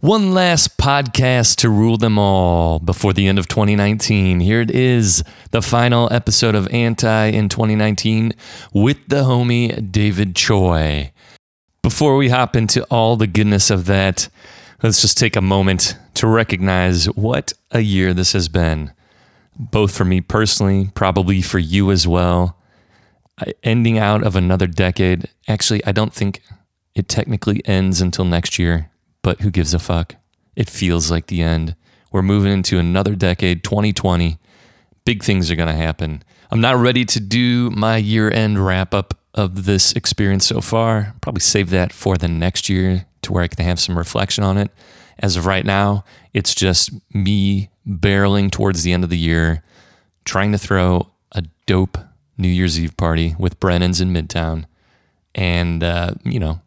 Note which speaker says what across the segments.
Speaker 1: One last podcast to rule them all before the end of 2019. Here it is, the final episode of Anti in 2019 with the homie David Choi. Before we hop into all the goodness of that, let's just take a moment to recognize what a year this has been, both for me personally, probably for you as well. I- Ending out of another decade. Actually, I don't think it technically ends until next year, but who gives a fuck? It feels like the end. We're moving into another decade, 2020. Big things are going to happen. I'm not ready to do my year end wrap up of this experience so far. Probably save that for the next year to where I can have some reflection on it. As of right now, it's just me barreling towards the end of the year, trying to throw a dope New Year's Eve party with Brennan's in Midtown and uh, you know,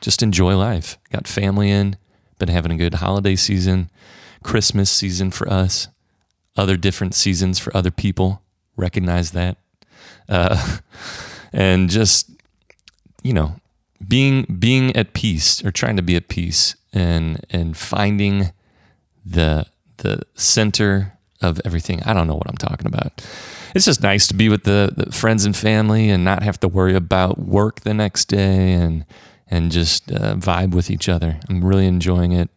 Speaker 1: just enjoy life. Got family in, been having a good holiday season, Christmas season for us, other different seasons for other people. Recognize that, uh, and just you know, being being at peace or trying to be at peace and and finding the the center of everything. I don't know what I'm talking about. It's just nice to be with the, the friends and family and not have to worry about work the next day and and just uh, vibe with each other. I'm really enjoying it,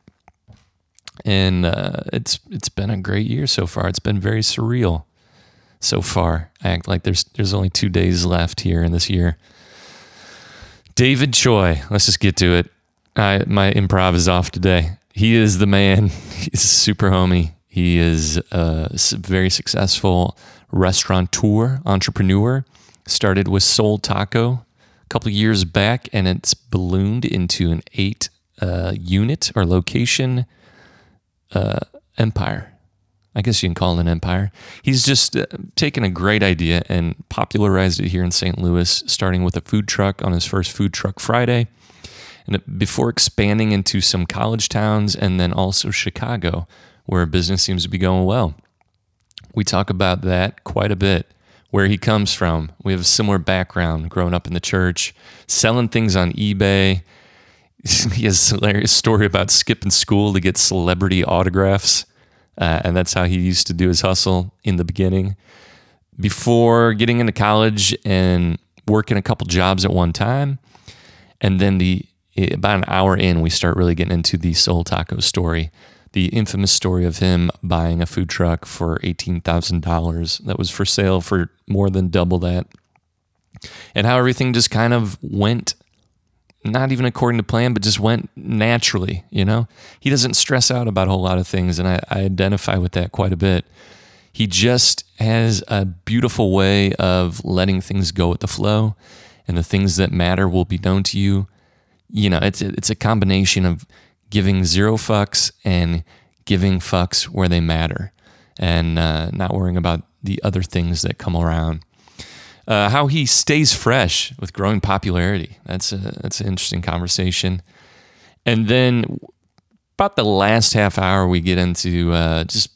Speaker 1: and uh, it's it's been a great year so far. It's been very surreal so far. I act like there's there's only two days left here in this year. David Choi, let's just get to it. I, my improv is off today. He is the man. He's super homie. He is a s- very successful restaurateur, entrepreneur. Started with Soul Taco a couple of years back, and it's ballooned into an eight uh, unit or location uh, empire. I guess you can call it an empire. He's just uh, taken a great idea and popularized it here in St. Louis, starting with a food truck on his first Food Truck Friday, and it- before expanding into some college towns and then also Chicago, where business seems to be going well. We talk about that quite a bit. Where he comes from. We have a similar background growing up in the church, selling things on eBay, he has a hilarious story about skipping school to get celebrity autographs. Uh, and that's how he used to do his hustle in the beginning. Before getting into college and working a couple jobs at one time. And then the eh, about an hour in, we start really getting into the Soul Taco story, the infamous story of him buying a food truck for $18,000 that was for sale for more than double that, and how everything just kind of went not even according to plan, but just went naturally. You know, he doesn't stress out about a whole lot of things, and I, I identify with that quite a bit. He just has a beautiful way of letting things go with the flow, and the things that matter will be known to you. You know, it's a, it's a combination of giving zero fucks and giving fucks where they matter, and uh, not worrying about the other things that come around uh, how he stays fresh with growing popularity. That's a that's an interesting conversation. And then about the last half hour, we get into uh, just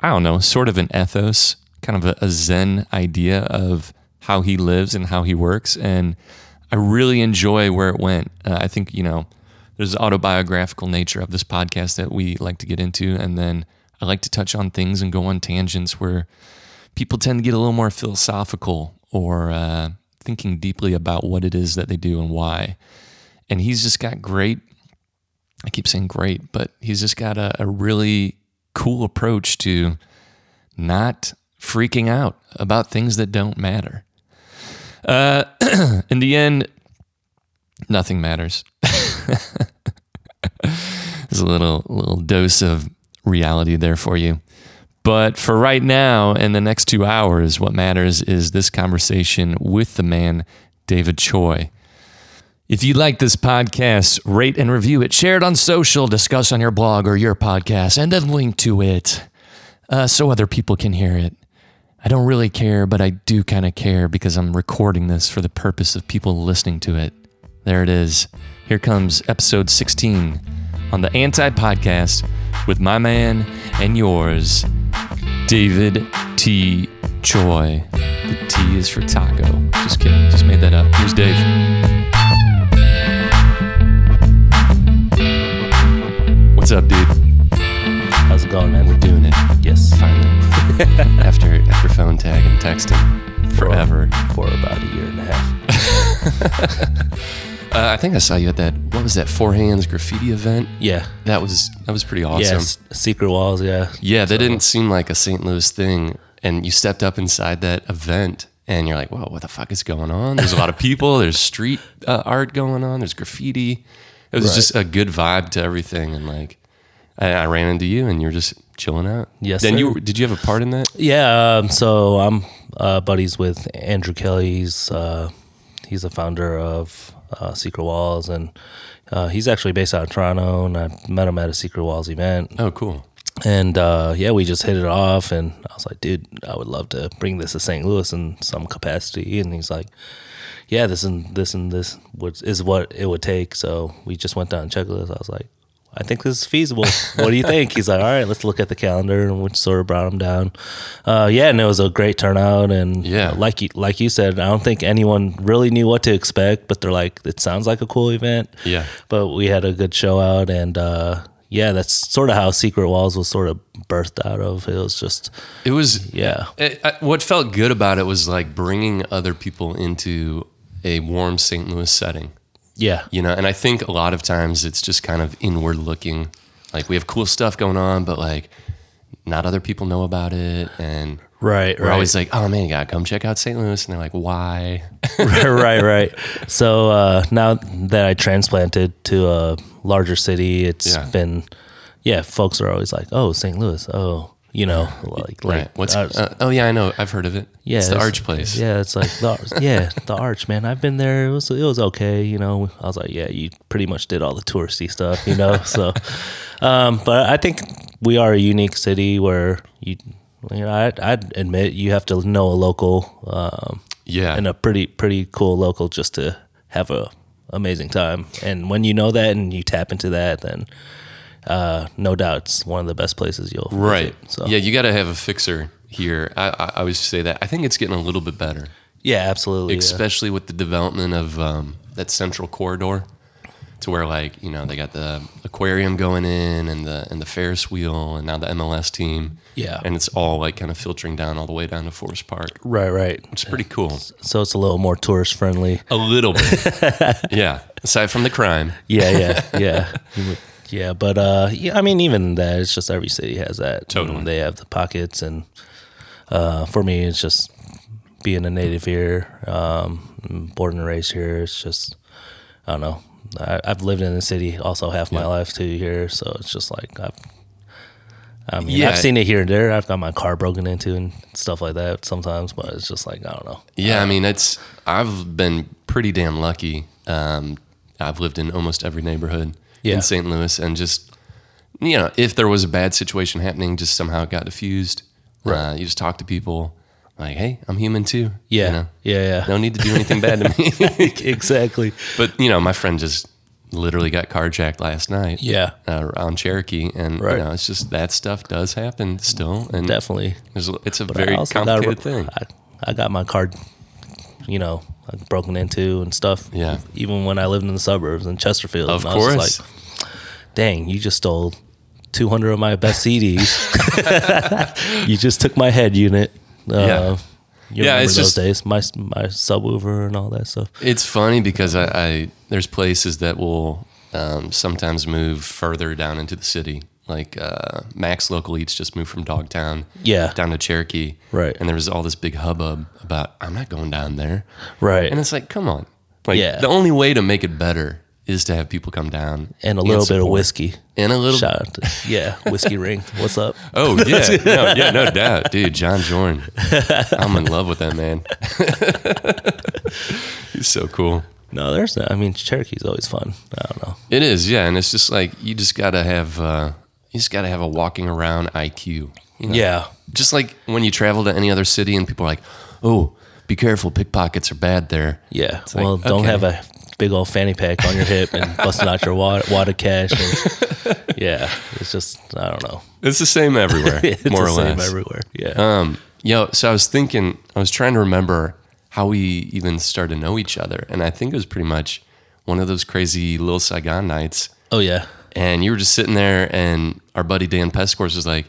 Speaker 1: I don't know, sort of an ethos, kind of a, a Zen idea of how he lives and how he works. And I really enjoy where it went. Uh, I think you know, there's autobiographical nature of this podcast that we like to get into, and then I like to touch on things and go on tangents where people tend to get a little more philosophical or uh, thinking deeply about what it is that they do and why. And he's just got great, I keep saying great, but he's just got a, a really cool approach to not freaking out about things that don't matter. Uh, in the end, nothing matters. There's a little little dose of reality there for you. But for right now and the next two hours, what matters is this conversation with the man, David Choi. If you like this podcast, rate and review it, share it on social, discuss on your blog or your podcast, and then link to it uh, so other people can hear it. I don't really care, but I do kind of care because I'm recording this for the purpose of people listening to it. There it is. Here comes episode 16 on the Anti Podcast with my man and yours, David T. Choi. The T is for taco. Just kidding. Just made that up. Here's Dave. What's up, dude?
Speaker 2: How's it going, man?
Speaker 1: We're doing it
Speaker 2: Yes.
Speaker 1: finally. after after phone tag and texting forever.
Speaker 2: For about a year and a half.
Speaker 1: Uh, I think I saw you at that. What was that? Four Hands graffiti event.
Speaker 2: Yeah.
Speaker 1: That was that was pretty awesome.
Speaker 2: Yes. Secret walls. Yeah.
Speaker 1: Yeah, that didn't seem like a St. Louis thing. And you stepped up inside that event and you're like, whoa, what the fuck is going on? There's a lot of people, there's street uh, art going on, there's graffiti. It was just a good vibe to everything. And like, I, I ran into you and you were just chilling out.
Speaker 2: Yes,
Speaker 1: Then
Speaker 2: sir.
Speaker 1: you did you have a part in that?
Speaker 2: Yeah. Um, so I'm uh, buddies with Andrew Kelly. He's, uh, he's the founder of uh, Secret Walls, and uh, he's actually based out of Toronto. And I met him at a Secret Walls event.
Speaker 1: Oh, cool.
Speaker 2: and uh, yeah, we just hit it off. And I was like, dude, I would love to bring this to St. Louis in some capacity. And he's like, yeah, this and this and this would, is what it would take. So we just went down a checklist. I was like, I think this is feasible. What do you think? He's like, all right, let's look at the calendar, and we sort of brought him down. Uh, yeah, and it was a great turnout. And
Speaker 1: Yeah.
Speaker 2: like you, like you said, I don't think anyone really knew what to expect, but they're like, it sounds like a cool event
Speaker 1: Yeah.
Speaker 2: but we had a good show out and uh yeah that's sort of how secret walls was sort of birthed out of it was just
Speaker 1: It was,
Speaker 2: yeah
Speaker 1: it, I, what felt good about it was like bringing other people into a warm St. Louis setting.
Speaker 2: yeah
Speaker 1: you know and i think a lot of times it's just kind of inward looking like we have cool stuff going on but like not other people know about it and
Speaker 2: right
Speaker 1: we're always like oh man you gotta come check out st louis and they're like why
Speaker 2: right right so uh now that i transplanted to a larger city it's
Speaker 1: Yeah.
Speaker 2: been yeah folks are always like oh st louis oh you know like like
Speaker 1: right what's
Speaker 2: uh,
Speaker 1: uh, oh yeah i know i've heard of it
Speaker 2: yeah
Speaker 1: it's the arch place
Speaker 2: yeah it's like the, yeah the arch man i've been there it was it was okay you know i was like yeah you pretty much did all the touristy stuff you know so um but i think we are a unique city where you you know I, i'd admit you have to know a local um
Speaker 1: yeah
Speaker 2: and a pretty pretty cool local just to have a amazing time and when you know that and you tap into that then uh no doubt it's one of the best places you'll visit.
Speaker 1: right
Speaker 2: so
Speaker 1: yeah you gotta have a fixer here I, I i always say that i think it's getting a little bit better
Speaker 2: yeah absolutely yeah.
Speaker 1: especially with the development of um, that central corridor to where like you know they got the aquarium going in and the and the Ferris wheel and now the MLS team
Speaker 2: Yeah.
Speaker 1: and it's all like kind of filtering down all the way down to Forest Park
Speaker 2: right right
Speaker 1: it's pretty cool
Speaker 2: so it's a little more tourist friendly.
Speaker 1: a little bit yeah aside from the crime
Speaker 2: Yeah, yeah, yeah, You would- yeah. But uh, yeah, I mean, even that, it's just every city has that.
Speaker 1: Totally.
Speaker 2: they have the pockets, and uh, for me, it's just being a native here, um, born and raised here. It's just I don't know. I, I've lived in the city also half my life too here, so it's just like I've. I mean,
Speaker 1: Yeah.
Speaker 2: I've seen it here and there. I've got my car broken into and stuff like that sometimes, but it's just like I don't know.
Speaker 1: yeah I mean it's I've been pretty damn lucky um, I've lived in almost every neighborhood
Speaker 2: Yeah.
Speaker 1: in St. Louis and just you know if there was a bad situation happening just somehow it got diffused uh, you just talk to people like hey I'm human too
Speaker 2: Yeah,
Speaker 1: you know?
Speaker 2: yeah, yeah.
Speaker 1: no need to do anything bad to me.
Speaker 2: exactly.
Speaker 1: but you know, my friend just literally got carjacked last night.
Speaker 2: Yeah,
Speaker 1: Uh, on Cherokee, and
Speaker 2: Right.
Speaker 1: you know, it's just that stuff does happen still, and
Speaker 2: definitely.
Speaker 1: there's, it's a
Speaker 2: I
Speaker 1: very
Speaker 2: also got-
Speaker 1: complicated thing.
Speaker 2: I, I got my car, you know, like, broken into and stuff.
Speaker 1: Yeah.
Speaker 2: Even when I lived in the suburbs in Chesterfield.
Speaker 1: Of
Speaker 2: And I was just
Speaker 1: course.
Speaker 2: like, dang, you just stole 200 of my best CDs. you just took my head unit. Uh,
Speaker 1: Yeah.
Speaker 2: You
Speaker 1: Yeah,
Speaker 2: remember
Speaker 1: it's
Speaker 2: those
Speaker 1: just-
Speaker 2: days? My, my subwoofer and all that stuff.
Speaker 1: It's funny because I, I there's places that will um, sometimes move further down into the city. Like uh, Max Local Eats just moved from Dogtown
Speaker 2: Yeah.
Speaker 1: down to Cherokee,
Speaker 2: Right.
Speaker 1: And there was all this big hubbub about I'm not going down there.
Speaker 2: Right.
Speaker 1: And it's like, come on. Like
Speaker 2: Yeah.
Speaker 1: the only way to make it better is to have people come down
Speaker 2: and a little bit of
Speaker 1: support.
Speaker 2: whiskey.
Speaker 1: and a little.
Speaker 2: Shout out to, yeah, whiskey ring. What's up?
Speaker 1: Oh yeah, no, yeah, no doubt, dude. John Jordan, I'm in love with that man. He's so cool.
Speaker 2: No, there's no, I mean, Cherokee's always fun. I don't know.
Speaker 1: It is, yeah, and it's just like you just gotta have uh, you just gotta have a walking around IQ. You know?
Speaker 2: Yeah.
Speaker 1: Just like when you travel to any other city and people are like, "Oh, be careful, pickpockets are bad there."
Speaker 2: Yeah.
Speaker 1: like,
Speaker 2: well, don't
Speaker 1: okay.
Speaker 2: have a big old fanny pack on your hip and busting out your wad, wad of cash. and- yeah. It's just, I don't know.
Speaker 1: It's the same everywhere,
Speaker 2: It's
Speaker 1: more
Speaker 2: the
Speaker 1: or
Speaker 2: same
Speaker 1: less.
Speaker 2: everywhere. Uh, Yeah.
Speaker 1: Um, yo, so I was thinking, I was trying to remember how we even started to know each other, and I think it was pretty much one of those crazy little Saigon nights
Speaker 2: oh, yeah.
Speaker 1: and you were just sitting there, and our buddy Dan Pescourse was like,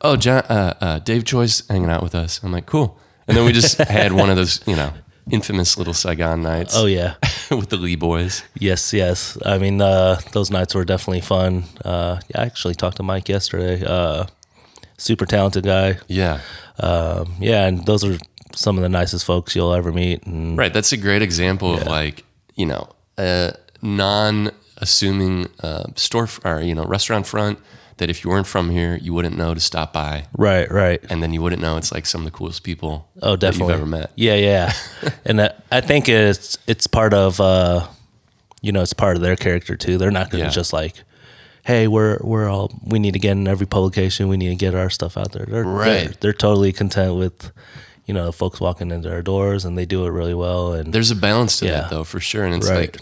Speaker 1: "Oh, John, uh, uh, Dave Choi's hanging out with us." I'm like, "Cool." And then we just had one of those, you know, infamous little Saigon nights
Speaker 2: Oh yeah.
Speaker 1: with the Lee boys.
Speaker 2: Yes, yes. I mean, uh, those nights were definitely fun. Uh, I actually talked to Mike yesterday. Uh, super talented guy.
Speaker 1: Yeah,
Speaker 2: Um, yeah, and those are some of the nicest folks you'll ever meet. And
Speaker 1: Mm. right. That's a great example of like you know a non-assuming uh, store or you know restaurant front that if you weren't from here, you wouldn't know to stop by,
Speaker 2: right, right.
Speaker 1: and then you wouldn't know it's like some of the coolest people
Speaker 2: Oh, definitely.
Speaker 1: that you've ever met.
Speaker 2: Yeah, yeah. and I, I think it's it's part of uh, you know, it's part of their character too. They're not going to
Speaker 1: Yeah.
Speaker 2: just like, hey, we're we're all we need to get in every publication. We need to get our stuff out there. They're, They're,
Speaker 1: Right.
Speaker 2: they're totally content with you know folks walking into our doors, and they do it really well. And
Speaker 1: there's a balance to
Speaker 2: Yeah.
Speaker 1: that though for sure and it's
Speaker 2: Right.
Speaker 1: like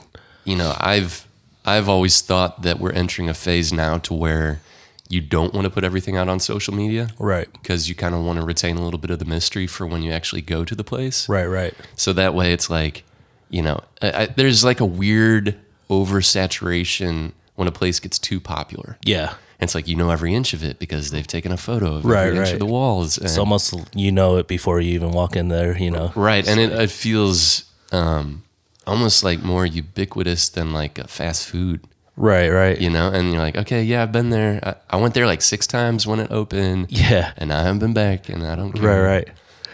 Speaker 1: you know i've i've always thought that we're entering a phase now to where you don't want to put everything out on social media
Speaker 2: right,
Speaker 1: because you kind of want to retain a little bit of the mystery for when you actually go to the place
Speaker 2: right, right.
Speaker 1: so that way it's like you know I, I, there's like a weird oversaturation when a place gets too popular
Speaker 2: Yeah,
Speaker 1: it's like you know every inch of it because they've taken a photo of
Speaker 2: Right,
Speaker 1: every inch
Speaker 2: right.
Speaker 1: of the walls and
Speaker 2: it's almost you know it before you even walk in there. You know,
Speaker 1: Right, and it, it feels um, almost like more ubiquitous than like a fast food,
Speaker 2: right, right.
Speaker 1: you know. And you're like, okay, yeah, I've been there. I, I went there like six times when it opened,
Speaker 2: Yeah,
Speaker 1: and I haven't been back, and I don't
Speaker 2: right,
Speaker 1: care.
Speaker 2: right.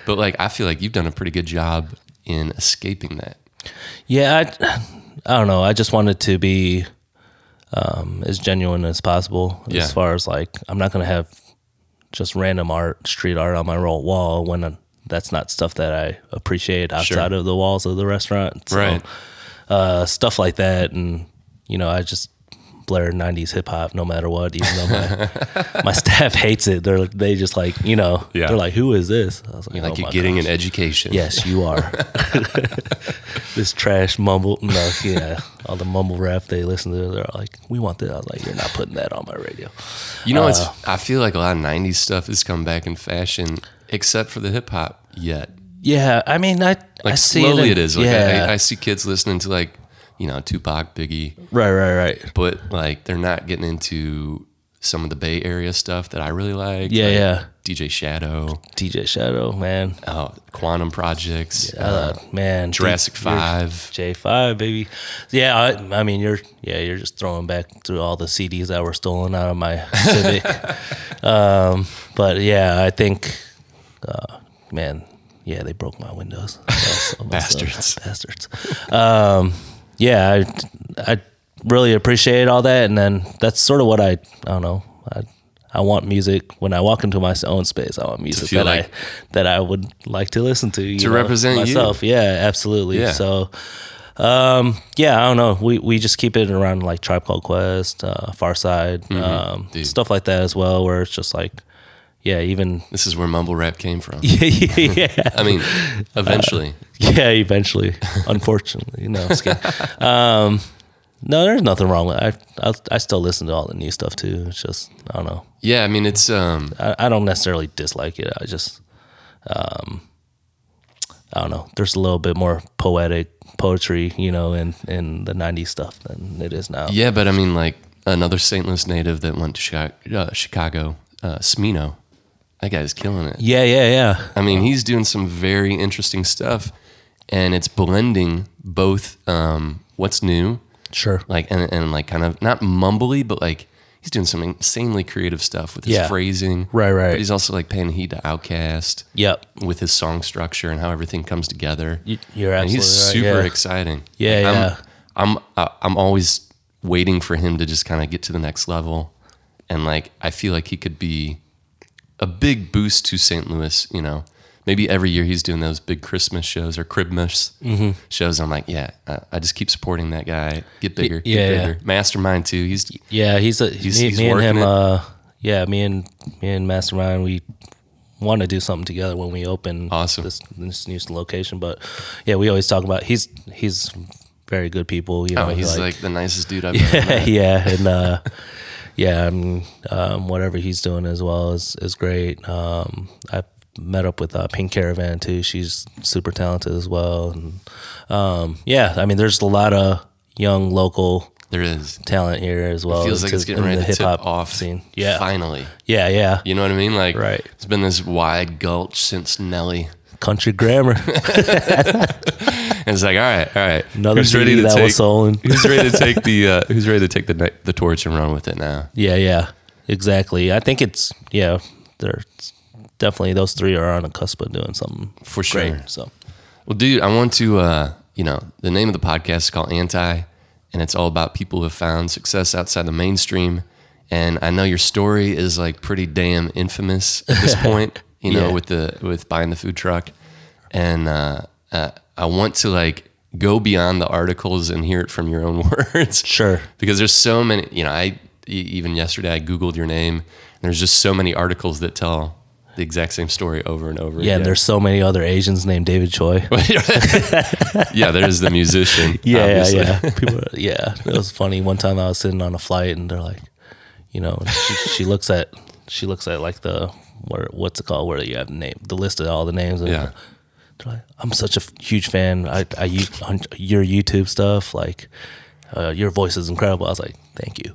Speaker 1: But like, I feel like you've done a pretty good job in escaping that.
Speaker 2: Yeah, I, I don't know. I just wanted to be um, as genuine as possible
Speaker 1: Yeah.
Speaker 2: as far as like I'm not gonna have just random art, street art on my roll wall when i that's not stuff that I appreciate outside of the walls of the restaurant. So,
Speaker 1: Right.
Speaker 2: Uh, stuff like that, and you know, I just blare '90s hip hop no matter what. Even though my, my staff hates it, they're they just like you know
Speaker 1: Yeah.
Speaker 2: they're like, who is this? I was like,
Speaker 1: Like
Speaker 2: "Oh
Speaker 1: you're
Speaker 2: my
Speaker 1: getting an education.
Speaker 2: Yes, you are. this trash mumble, no, yeah, all the mumble rap they listen to, they're like, "We want this." I was like, "You're not putting that on my radio."
Speaker 1: You know,
Speaker 2: Uh,
Speaker 1: it's. I feel like a lot of '90s stuff has come back in fashion, except for the hip hop yet.
Speaker 2: Yeah, I mean, I I
Speaker 1: Like
Speaker 2: see
Speaker 1: slowly
Speaker 2: in-
Speaker 1: it is. Like
Speaker 2: yeah,
Speaker 1: I, I see kids listening to like, you know, Tupac, Biggie.
Speaker 2: right, right, right.
Speaker 1: but like they're not getting into some of the Bay Area stuff that I really like.
Speaker 2: Yeah,
Speaker 1: like
Speaker 2: yeah.
Speaker 1: DJ Shadow,
Speaker 2: DJ Shadow, man,
Speaker 1: uh, Quantum Projects, uh,
Speaker 2: uh, man,
Speaker 1: Jurassic Five.
Speaker 2: J five, baby. Yeah, I, I mean, you're yeah, you're just throwing back through all the CDs that were stolen out of my Civic. um, but yeah, I think, uh, man, yeah, they broke my windows. So- so-
Speaker 1: Bastards.
Speaker 2: bastards. Um, yeah, I, I really appreciate all that, and then that's sort of what I, I don't know, I. I want music when I walk into my own space. I want music
Speaker 1: feel
Speaker 2: that
Speaker 1: like-
Speaker 2: I that I would like to listen to you
Speaker 1: To represent you.
Speaker 2: myself. Yeah, absolutely.
Speaker 1: Yeah.
Speaker 2: So, um, yeah, I don't know. We we just keep it around like Tribe Called Quest, uh, Far Side, um,
Speaker 1: Mm-hmm. Dude.
Speaker 2: stuff like that as well, where it's just like, yeah, even
Speaker 1: This is where mumble rap came from.
Speaker 2: yeah,
Speaker 1: I mean, eventually,
Speaker 2: yeah. Eventually, unfortunately, no, I'm just kidding. um, no, there's nothing wrong with. I, I I still listen to all the new stuff too. It's just I don't know.
Speaker 1: yeah. I mean, it's um,
Speaker 2: I, I don't necessarily dislike it. I just, um, I don't know. There's a little bit more poetic poetry, you know, in, in the 90s stuff than it is now.
Speaker 1: yeah, but I mean, like another St. Louis native that went to Chicago, uh, Chicago uh, Smino. That guy's killing it.
Speaker 2: Yeah, yeah, yeah.
Speaker 1: I mean, he's doing some very interesting stuff, and it's blending both um, what's new
Speaker 2: Sure.
Speaker 1: like and, and like kind of not mumbly, but like he's doing some insanely creative stuff with his
Speaker 2: Yeah.
Speaker 1: phrasing.
Speaker 2: Right, right.
Speaker 1: But he's also like paying heed to Outcast
Speaker 2: Yep.
Speaker 1: with his song structure and how everything comes together.
Speaker 2: Y- You're
Speaker 1: and
Speaker 2: absolutely
Speaker 1: he's
Speaker 2: right.
Speaker 1: super
Speaker 2: yeah.
Speaker 1: exciting.
Speaker 2: Yeah,
Speaker 1: Like,
Speaker 2: yeah.
Speaker 1: I'm I'm, uh, I'm always waiting for him to just kind of get to the next level, and like I feel like he could be a big boost to St. Louis. You know, maybe every year he's doing those big Christmas shows or Cribmas
Speaker 2: Mm-hmm.
Speaker 1: shows. I'm like, yeah, I, I just keep supporting that guy. Get bigger,
Speaker 2: yeah,
Speaker 1: get
Speaker 2: yeah.
Speaker 1: bigger. Mastermind too. He's
Speaker 2: Yeah, he's a he's, me,
Speaker 1: he's
Speaker 2: me and
Speaker 1: working
Speaker 2: him.
Speaker 1: it.
Speaker 2: Uh, yeah, me and me and Mastermind, we want to do something together when we open
Speaker 1: Awesome.
Speaker 2: this this new location. But yeah, we always talk about he's he's very good people. You know,
Speaker 1: oh, he's
Speaker 2: like-
Speaker 1: like, the nicest dude I've ever met.
Speaker 2: yeah, yeah, and uh, yeah, um, um, whatever he's doing as well is is great. Um, I met up with uh, Pink Caravan too. She's super talented as well, and um, yeah, I mean, there's a lot of young local
Speaker 1: There is.
Speaker 2: talent here as well.
Speaker 1: It feels like
Speaker 2: Oh, to-
Speaker 1: it's getting
Speaker 2: in
Speaker 1: ready
Speaker 2: the
Speaker 1: to tip
Speaker 2: hip-hop
Speaker 1: off.
Speaker 2: scene. Yeah,
Speaker 1: Finally.
Speaker 2: yeah, yeah.
Speaker 1: You know what I mean? Like,
Speaker 2: Right.
Speaker 1: it's been this wide gulch since Nelly.
Speaker 2: Country grammar.
Speaker 1: And it's like, all right, all right.
Speaker 2: Another
Speaker 1: who's ready to
Speaker 2: CD that
Speaker 1: take,
Speaker 2: was stolen.
Speaker 1: who's ready to take the uh, who's ready to take the ni- the torch and run with it now?
Speaker 2: Yeah, yeah, exactly. I think it's yeah. There's definitely those three are on a cusp of doing something
Speaker 1: For
Speaker 2: great.
Speaker 1: sure.
Speaker 2: So
Speaker 1: Well, dude, I want to, uh, you know, the name of the podcast is called Anti, and it's all about people who have found success outside the mainstream. And I know your story is like pretty damn infamous at this point, you know,
Speaker 2: Yeah.
Speaker 1: with the with buying the food truck. And uh, uh, I want to like go beyond the articles and hear it from your own words
Speaker 2: sure,
Speaker 1: because there's so many. You know, I e- even yesterday I googled your name. And there's just so many articles that tell the exact same story over and over.
Speaker 2: yeah.
Speaker 1: again.
Speaker 2: And there's so many other Asians named David Choi.
Speaker 1: yeah, there's the musician.
Speaker 2: Yeah,
Speaker 1: obviously.
Speaker 2: yeah, yeah. People, are- yeah. It was funny. One time I was sitting on a flight, and they're like, you know, she, she looks at she looks at like the what, what's it called where you have name the list of all the names. And
Speaker 1: Yeah.
Speaker 2: they're like, I'm such a f- huge fan. I, I use on your YouTube stuff. Like, uh, your voice is incredible. I was like, thank you.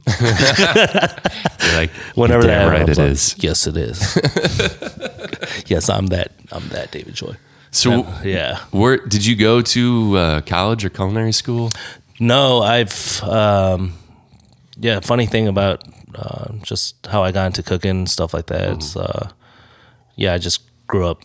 Speaker 1: You're like
Speaker 2: Whatever
Speaker 1: you're damn
Speaker 2: that
Speaker 1: right
Speaker 2: happens,
Speaker 1: it
Speaker 2: I'm like,
Speaker 1: is.
Speaker 2: Yes, it is. yes, I'm that. I'm that David Joy.
Speaker 1: So,
Speaker 2: Yeah.
Speaker 1: where did you go to uh, college or culinary school?
Speaker 2: No, I've um, yeah. Funny thing about uh, just how I got into cooking and stuff like that. It's uh, yeah, I just grew up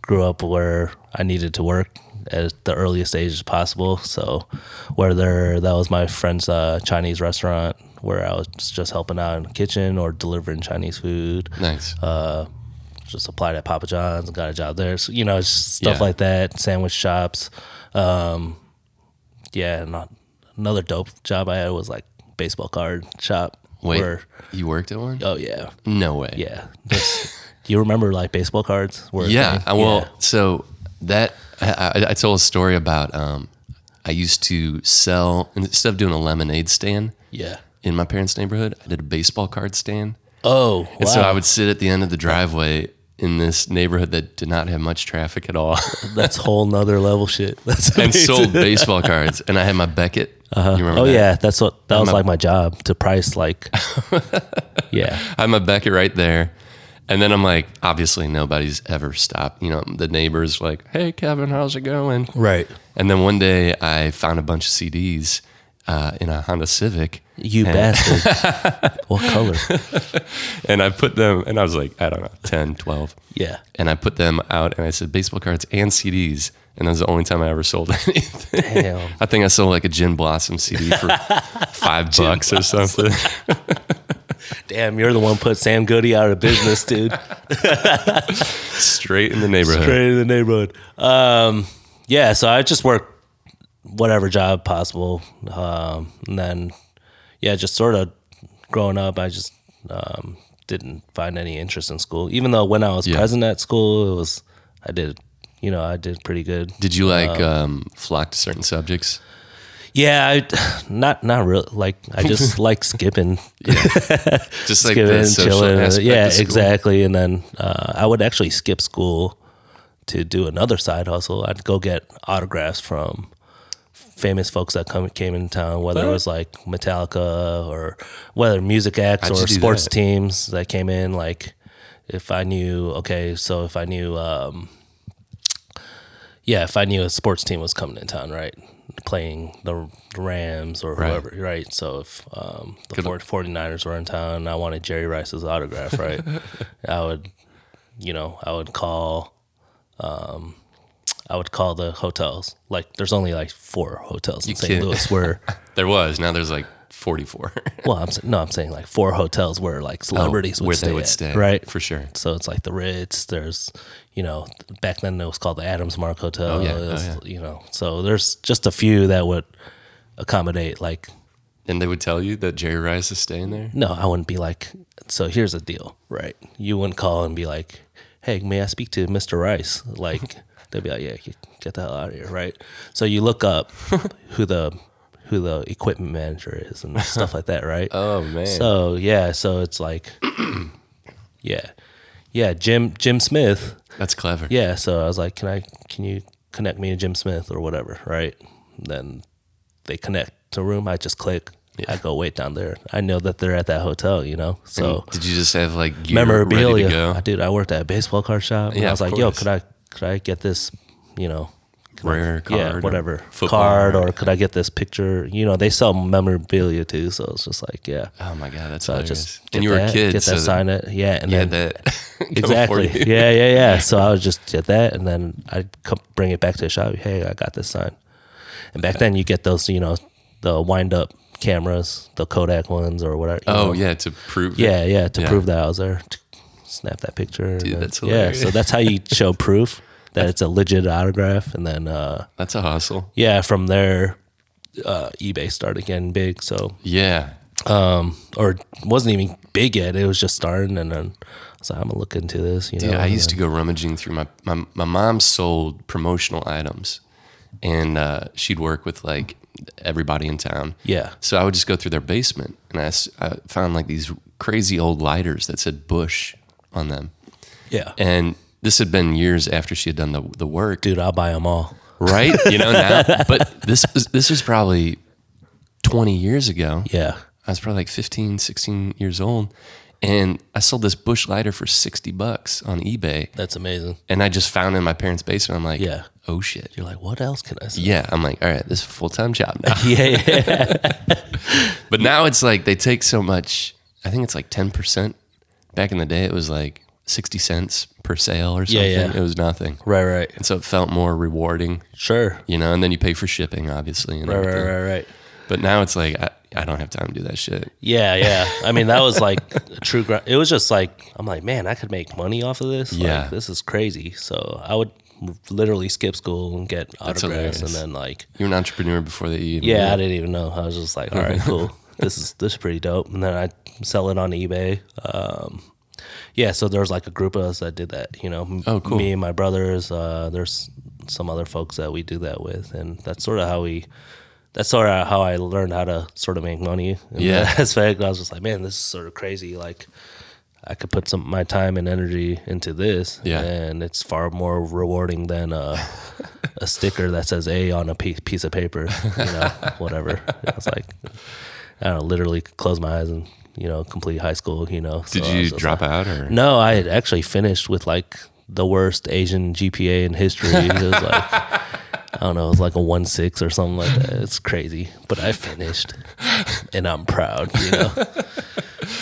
Speaker 2: grew up where I needed to work at the earliest age as possible. So whether that was my friend's uh, Chinese restaurant where I was just helping out in the kitchen or delivering Chinese food
Speaker 1: Nice.
Speaker 2: Uh, just applied at Papa John's and got a job there. So, you know, it's just stuff
Speaker 1: Yeah.
Speaker 2: like that, sandwich shops. Um, yeah, not another dope job I had was like baseball card shop.
Speaker 1: Wait,
Speaker 2: Where,
Speaker 1: you worked at one?
Speaker 2: oh yeah,
Speaker 1: no way.
Speaker 2: yeah. That's- you remember like baseball cards? Were a
Speaker 1: Yeah.
Speaker 2: thing?
Speaker 1: I- Well,
Speaker 2: Yeah.
Speaker 1: so that I, I, I told a story about. Um, I used to sell instead of doing a lemonade stand
Speaker 2: yeah.
Speaker 1: in my parents' neighborhood. I did a baseball card stand.
Speaker 2: Oh, wow.
Speaker 1: And so I would sit at the end of the driveway in this neighborhood that did not have much traffic at all.
Speaker 2: that's whole nother level shit. That's
Speaker 1: and
Speaker 2: amazing.
Speaker 1: sold baseball cards. And I had my Beckett. You remember
Speaker 2: Oh
Speaker 1: that?
Speaker 2: yeah, that's what that was like my job to price like. yeah,
Speaker 1: I had my Beckett right there. And then I'm like, obviously nobody's ever stopped. You know, the neighbors like, hey, Kevin, how's it going?
Speaker 2: right.
Speaker 1: And then one day I found a bunch of CDs uh, in a Honda Civic
Speaker 2: You bastard. what color?
Speaker 1: and I put them, and I was like, I don't know, 10, 12.
Speaker 2: Yeah.
Speaker 1: And I put them out and I said baseball cards and CDs. And that was the only time I ever sold anything.
Speaker 2: Damn.
Speaker 1: I think I sold like a Gin Blossom CD for five bucks or something.
Speaker 2: Damn, you're the one put Sam Goody out of business, dude.
Speaker 1: Straight in the neighborhood.
Speaker 2: Straight in the neighborhood. Um, yeah, so I just worked whatever job possible, um, and then yeah, just sort of growing up, I just um, didn't find any interest in school. Even though when I was present at school, it was I did, you know, I did pretty good.
Speaker 1: Did you like um, flock to certain subjects?
Speaker 2: Yeah, I, not not really. Like I just like skipping
Speaker 1: Just like
Speaker 2: Skipping,
Speaker 1: the social
Speaker 2: chilling.
Speaker 1: aspect
Speaker 2: yeah,
Speaker 1: of school?
Speaker 2: exactly. And then uh, I would actually skip school to do another side hustle. I'd go get autographs from famous folks that come came in town, whether it was like Metallica or whether music acts
Speaker 1: How'd you
Speaker 2: or
Speaker 1: do
Speaker 2: sports
Speaker 1: that?
Speaker 2: teams that came in. Like if I knew, okay, so if I knew. Um, yeah, if I knew a sports team was coming in town, right, playing the Rams or whoever, right? So if um, the 49ers were in town and I wanted Jerry Rice's autograph, right, I would, you know, I would call, um, I would call the hotels. Like, there's only like four hotels in St.
Speaker 1: kidding.
Speaker 2: Louis where,
Speaker 1: There was. Now there's like 44
Speaker 2: well, I'm sa- no, I'm saying like four hotels where like celebrities would
Speaker 1: Oh, where
Speaker 2: stay
Speaker 1: they would
Speaker 2: at,
Speaker 1: stay.
Speaker 2: right?
Speaker 1: For sure.
Speaker 2: So it's like the Ritz. There's, you know, back then it was called the Adams Mark Hotel.
Speaker 1: yeah, oh
Speaker 2: It was,
Speaker 1: yeah.
Speaker 2: You know, so there's just a few that would accommodate. Like,
Speaker 1: And they would tell you that Jerry Rice is staying there?
Speaker 2: no, I wouldn't be like, so here's the deal, right? You wouldn't call and be like, hey, may I speak to Mr. Rice? Like, they'd be like, yeah, get- get the hell out of here, right? So you look up who the who the equipment manager is and stuff like that, right?
Speaker 1: Oh, man.
Speaker 2: So yeah, so it's like, yeah, yeah, Jim Jim Smith.
Speaker 1: That's clever.
Speaker 2: Yeah, so I was like, "Can I? Can you connect me to Jim Smith or whatever?" Right? Then they connect to a room. I just click. I go wait down there. I know that they're at that hotel, you know. So
Speaker 1: did you just have like gear ready to
Speaker 2: memorabilia, I,
Speaker 1: go?
Speaker 2: dude. I worked at a baseball card shop. and
Speaker 1: Yeah,
Speaker 2: I was
Speaker 1: of
Speaker 2: like, yo,
Speaker 1: course.
Speaker 2: could I could I get this, you know,
Speaker 1: Rare card,
Speaker 2: yeah,
Speaker 1: or
Speaker 2: whatever
Speaker 1: football
Speaker 2: card, or could I get this picture? You know, they sell memorabilia too, so it's just like yeah.
Speaker 1: oh my god, that's
Speaker 2: So I
Speaker 1: hilarious.
Speaker 2: just get
Speaker 1: and you were
Speaker 2: that,
Speaker 1: a kid,
Speaker 2: get
Speaker 1: so
Speaker 2: that
Speaker 1: that,
Speaker 2: sign it, yeah, and
Speaker 1: you
Speaker 2: then
Speaker 1: had that going
Speaker 2: exactly,
Speaker 1: For you.
Speaker 2: yeah, yeah, yeah. So I would just get that, and then I'd come bring it back to the shop. Hey, I got this sign, and back then you get those, you know, the wind up cameras, the Kodak ones or whatever. you know.
Speaker 1: Oh yeah, to prove.
Speaker 2: Yeah, yeah, to
Speaker 1: Yeah.
Speaker 2: prove that I was there. Snap that picture.
Speaker 1: Dude,
Speaker 2: and
Speaker 1: that's
Speaker 2: then- yeah, so
Speaker 1: hilarious.
Speaker 2: that's how you show proof that it's a legit autograph. And then, uh,
Speaker 1: that's a hustle.
Speaker 2: yeah, from there, uh, eBay started getting big. So,
Speaker 1: Yeah,
Speaker 2: um, or it wasn't even big yet. It was just starting. And then I was like, I'm going to look into this. You know,
Speaker 1: Dude, I used to go rummaging through my my my mom sold promotional items, and uh, she'd work with like everybody in town.
Speaker 2: Yeah.
Speaker 1: So I would just go through their basement, and I, s- I found like these crazy old lighters that said Bush on them,
Speaker 2: Yeah.
Speaker 1: and this had been years after she had done the the work,
Speaker 2: Dude, I'll buy them all.
Speaker 1: right? You know now, but this was, this was probably twenty years ago.
Speaker 2: Yeah.
Speaker 1: I was probably like 15, 16 years old. And I sold this bush lighter for 60 bucks on eBay.
Speaker 2: That's amazing.
Speaker 1: And I just found it in my parents' basement. I'm like,
Speaker 2: Yeah.
Speaker 1: oh shit.
Speaker 2: You're like, what else can I say?
Speaker 1: Yeah. I'm like, all right, this is a full time job now.
Speaker 2: Yeah. yeah.
Speaker 1: but now it's like they take so much. I think it's like 10%. Back in the day, it was like 60 cents per sale or something.
Speaker 2: yeah.
Speaker 1: It was nothing.
Speaker 2: right, right.
Speaker 1: And so it felt more rewarding,
Speaker 2: Sure.
Speaker 1: you know, and then you pay for shipping, obviously. And
Speaker 2: Right,
Speaker 1: everything.
Speaker 2: right, right, right.
Speaker 1: But now it's like, I, I don't have time to do that shit.
Speaker 2: Yeah, yeah. I mean, that was like a true grind. It was just like I'm like, man, I could make money off of this.
Speaker 1: Yeah.
Speaker 2: like, this is crazy. So I would literally skip school and get autographs, and
Speaker 1: hilarious.
Speaker 2: then like,
Speaker 1: You're an entrepreneur before they even.
Speaker 2: yeah, I didn't even know. I was just like, all right, cool. This is this is pretty dope. And then I sell it on eBay. Um, yeah, so there was like a group of us that did that. You know,
Speaker 1: Oh, cool.
Speaker 2: Me and my brothers. Uh, there's some other folks that we do that with, and that's sort of how we. That's sort of how I learned how to sort of make money. in
Speaker 1: Yeah.
Speaker 2: that aspect. I was just like, man, this is sort of crazy. Like, I could put some my time and energy into this,
Speaker 1: Yeah.
Speaker 2: and it's far more rewarding than uh, a, a sticker that says A on a piece, piece of paper, you know, whatever. I was like, I don't know, literally close my eyes and you know, complete high school, you know. Oh, So
Speaker 1: Did
Speaker 2: I was
Speaker 1: you
Speaker 2: just
Speaker 1: drop out or?
Speaker 2: no, I had actually finished with like the worst Asian GPA in history. It was like I don't know, it was like a one six or something like that. It's crazy, but I finished, and I'm proud. You know,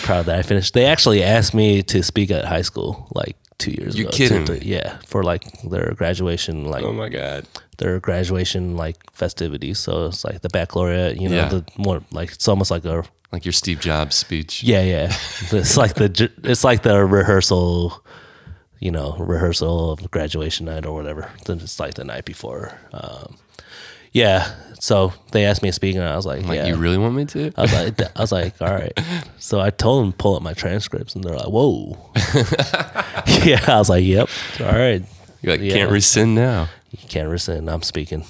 Speaker 2: proud that I finished. They actually asked me to speak at high school like two years
Speaker 1: You're
Speaker 2: ago.
Speaker 1: kidding
Speaker 2: To-
Speaker 1: me.
Speaker 2: to- yeah, for like their graduation, like
Speaker 1: Oh my god.
Speaker 2: their graduation like festivities. So it's like the baccalaureate. You know,
Speaker 1: Yeah.
Speaker 2: the more like it's almost like a
Speaker 1: Like your Steve Jobs speech.
Speaker 2: yeah, yeah. It's like the ju- it's like the rehearsal, you know, rehearsal of graduation night or whatever. Then it's like the night before. Um, yeah. So they asked me to speak, and I was like,
Speaker 1: Like
Speaker 2: yeah. Uh,
Speaker 1: you really want me to?
Speaker 2: I was like, I was like, all right. So I told them pull up my transcripts, and they're like, whoa. yeah, I was like, yep. All right.
Speaker 1: You're like
Speaker 2: yeah.
Speaker 1: can't rescind now.
Speaker 2: You can't rescind. I'm speaking.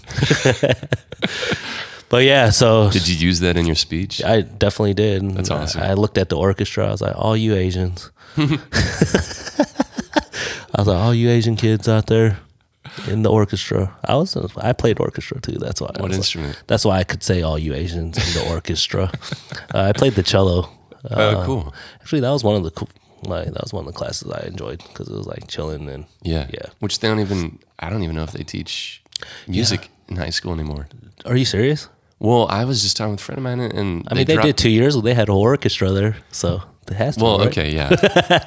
Speaker 2: but yeah, so
Speaker 1: Did you use that in your speech?
Speaker 2: I definitely did. And
Speaker 1: That's awesome.
Speaker 2: I, I looked at the orchestra. I was like, all you Asians. I was like, all you Asian kids out there in the orchestra. I was I played orchestra too. That's why. I
Speaker 1: What
Speaker 2: was like-
Speaker 1: instrument?
Speaker 2: that's why I could say all you Asians in the orchestra. Uh, I played the cello. Uh,
Speaker 1: Oh, cool.
Speaker 2: Actually, that was one of the cool. Like that was one of the classes I enjoyed because it was like chilling and
Speaker 1: Yeah.
Speaker 2: yeah.
Speaker 1: Which they don't even. I don't even know if they teach music in high school anymore.
Speaker 2: Are you serious?
Speaker 1: Well, I was just talking with a friend of mine, and
Speaker 2: I mean, they,
Speaker 1: dropped-
Speaker 2: did two years. They had a whole orchestra there, so it has to.
Speaker 1: Well,
Speaker 2: right?
Speaker 1: okay, yeah.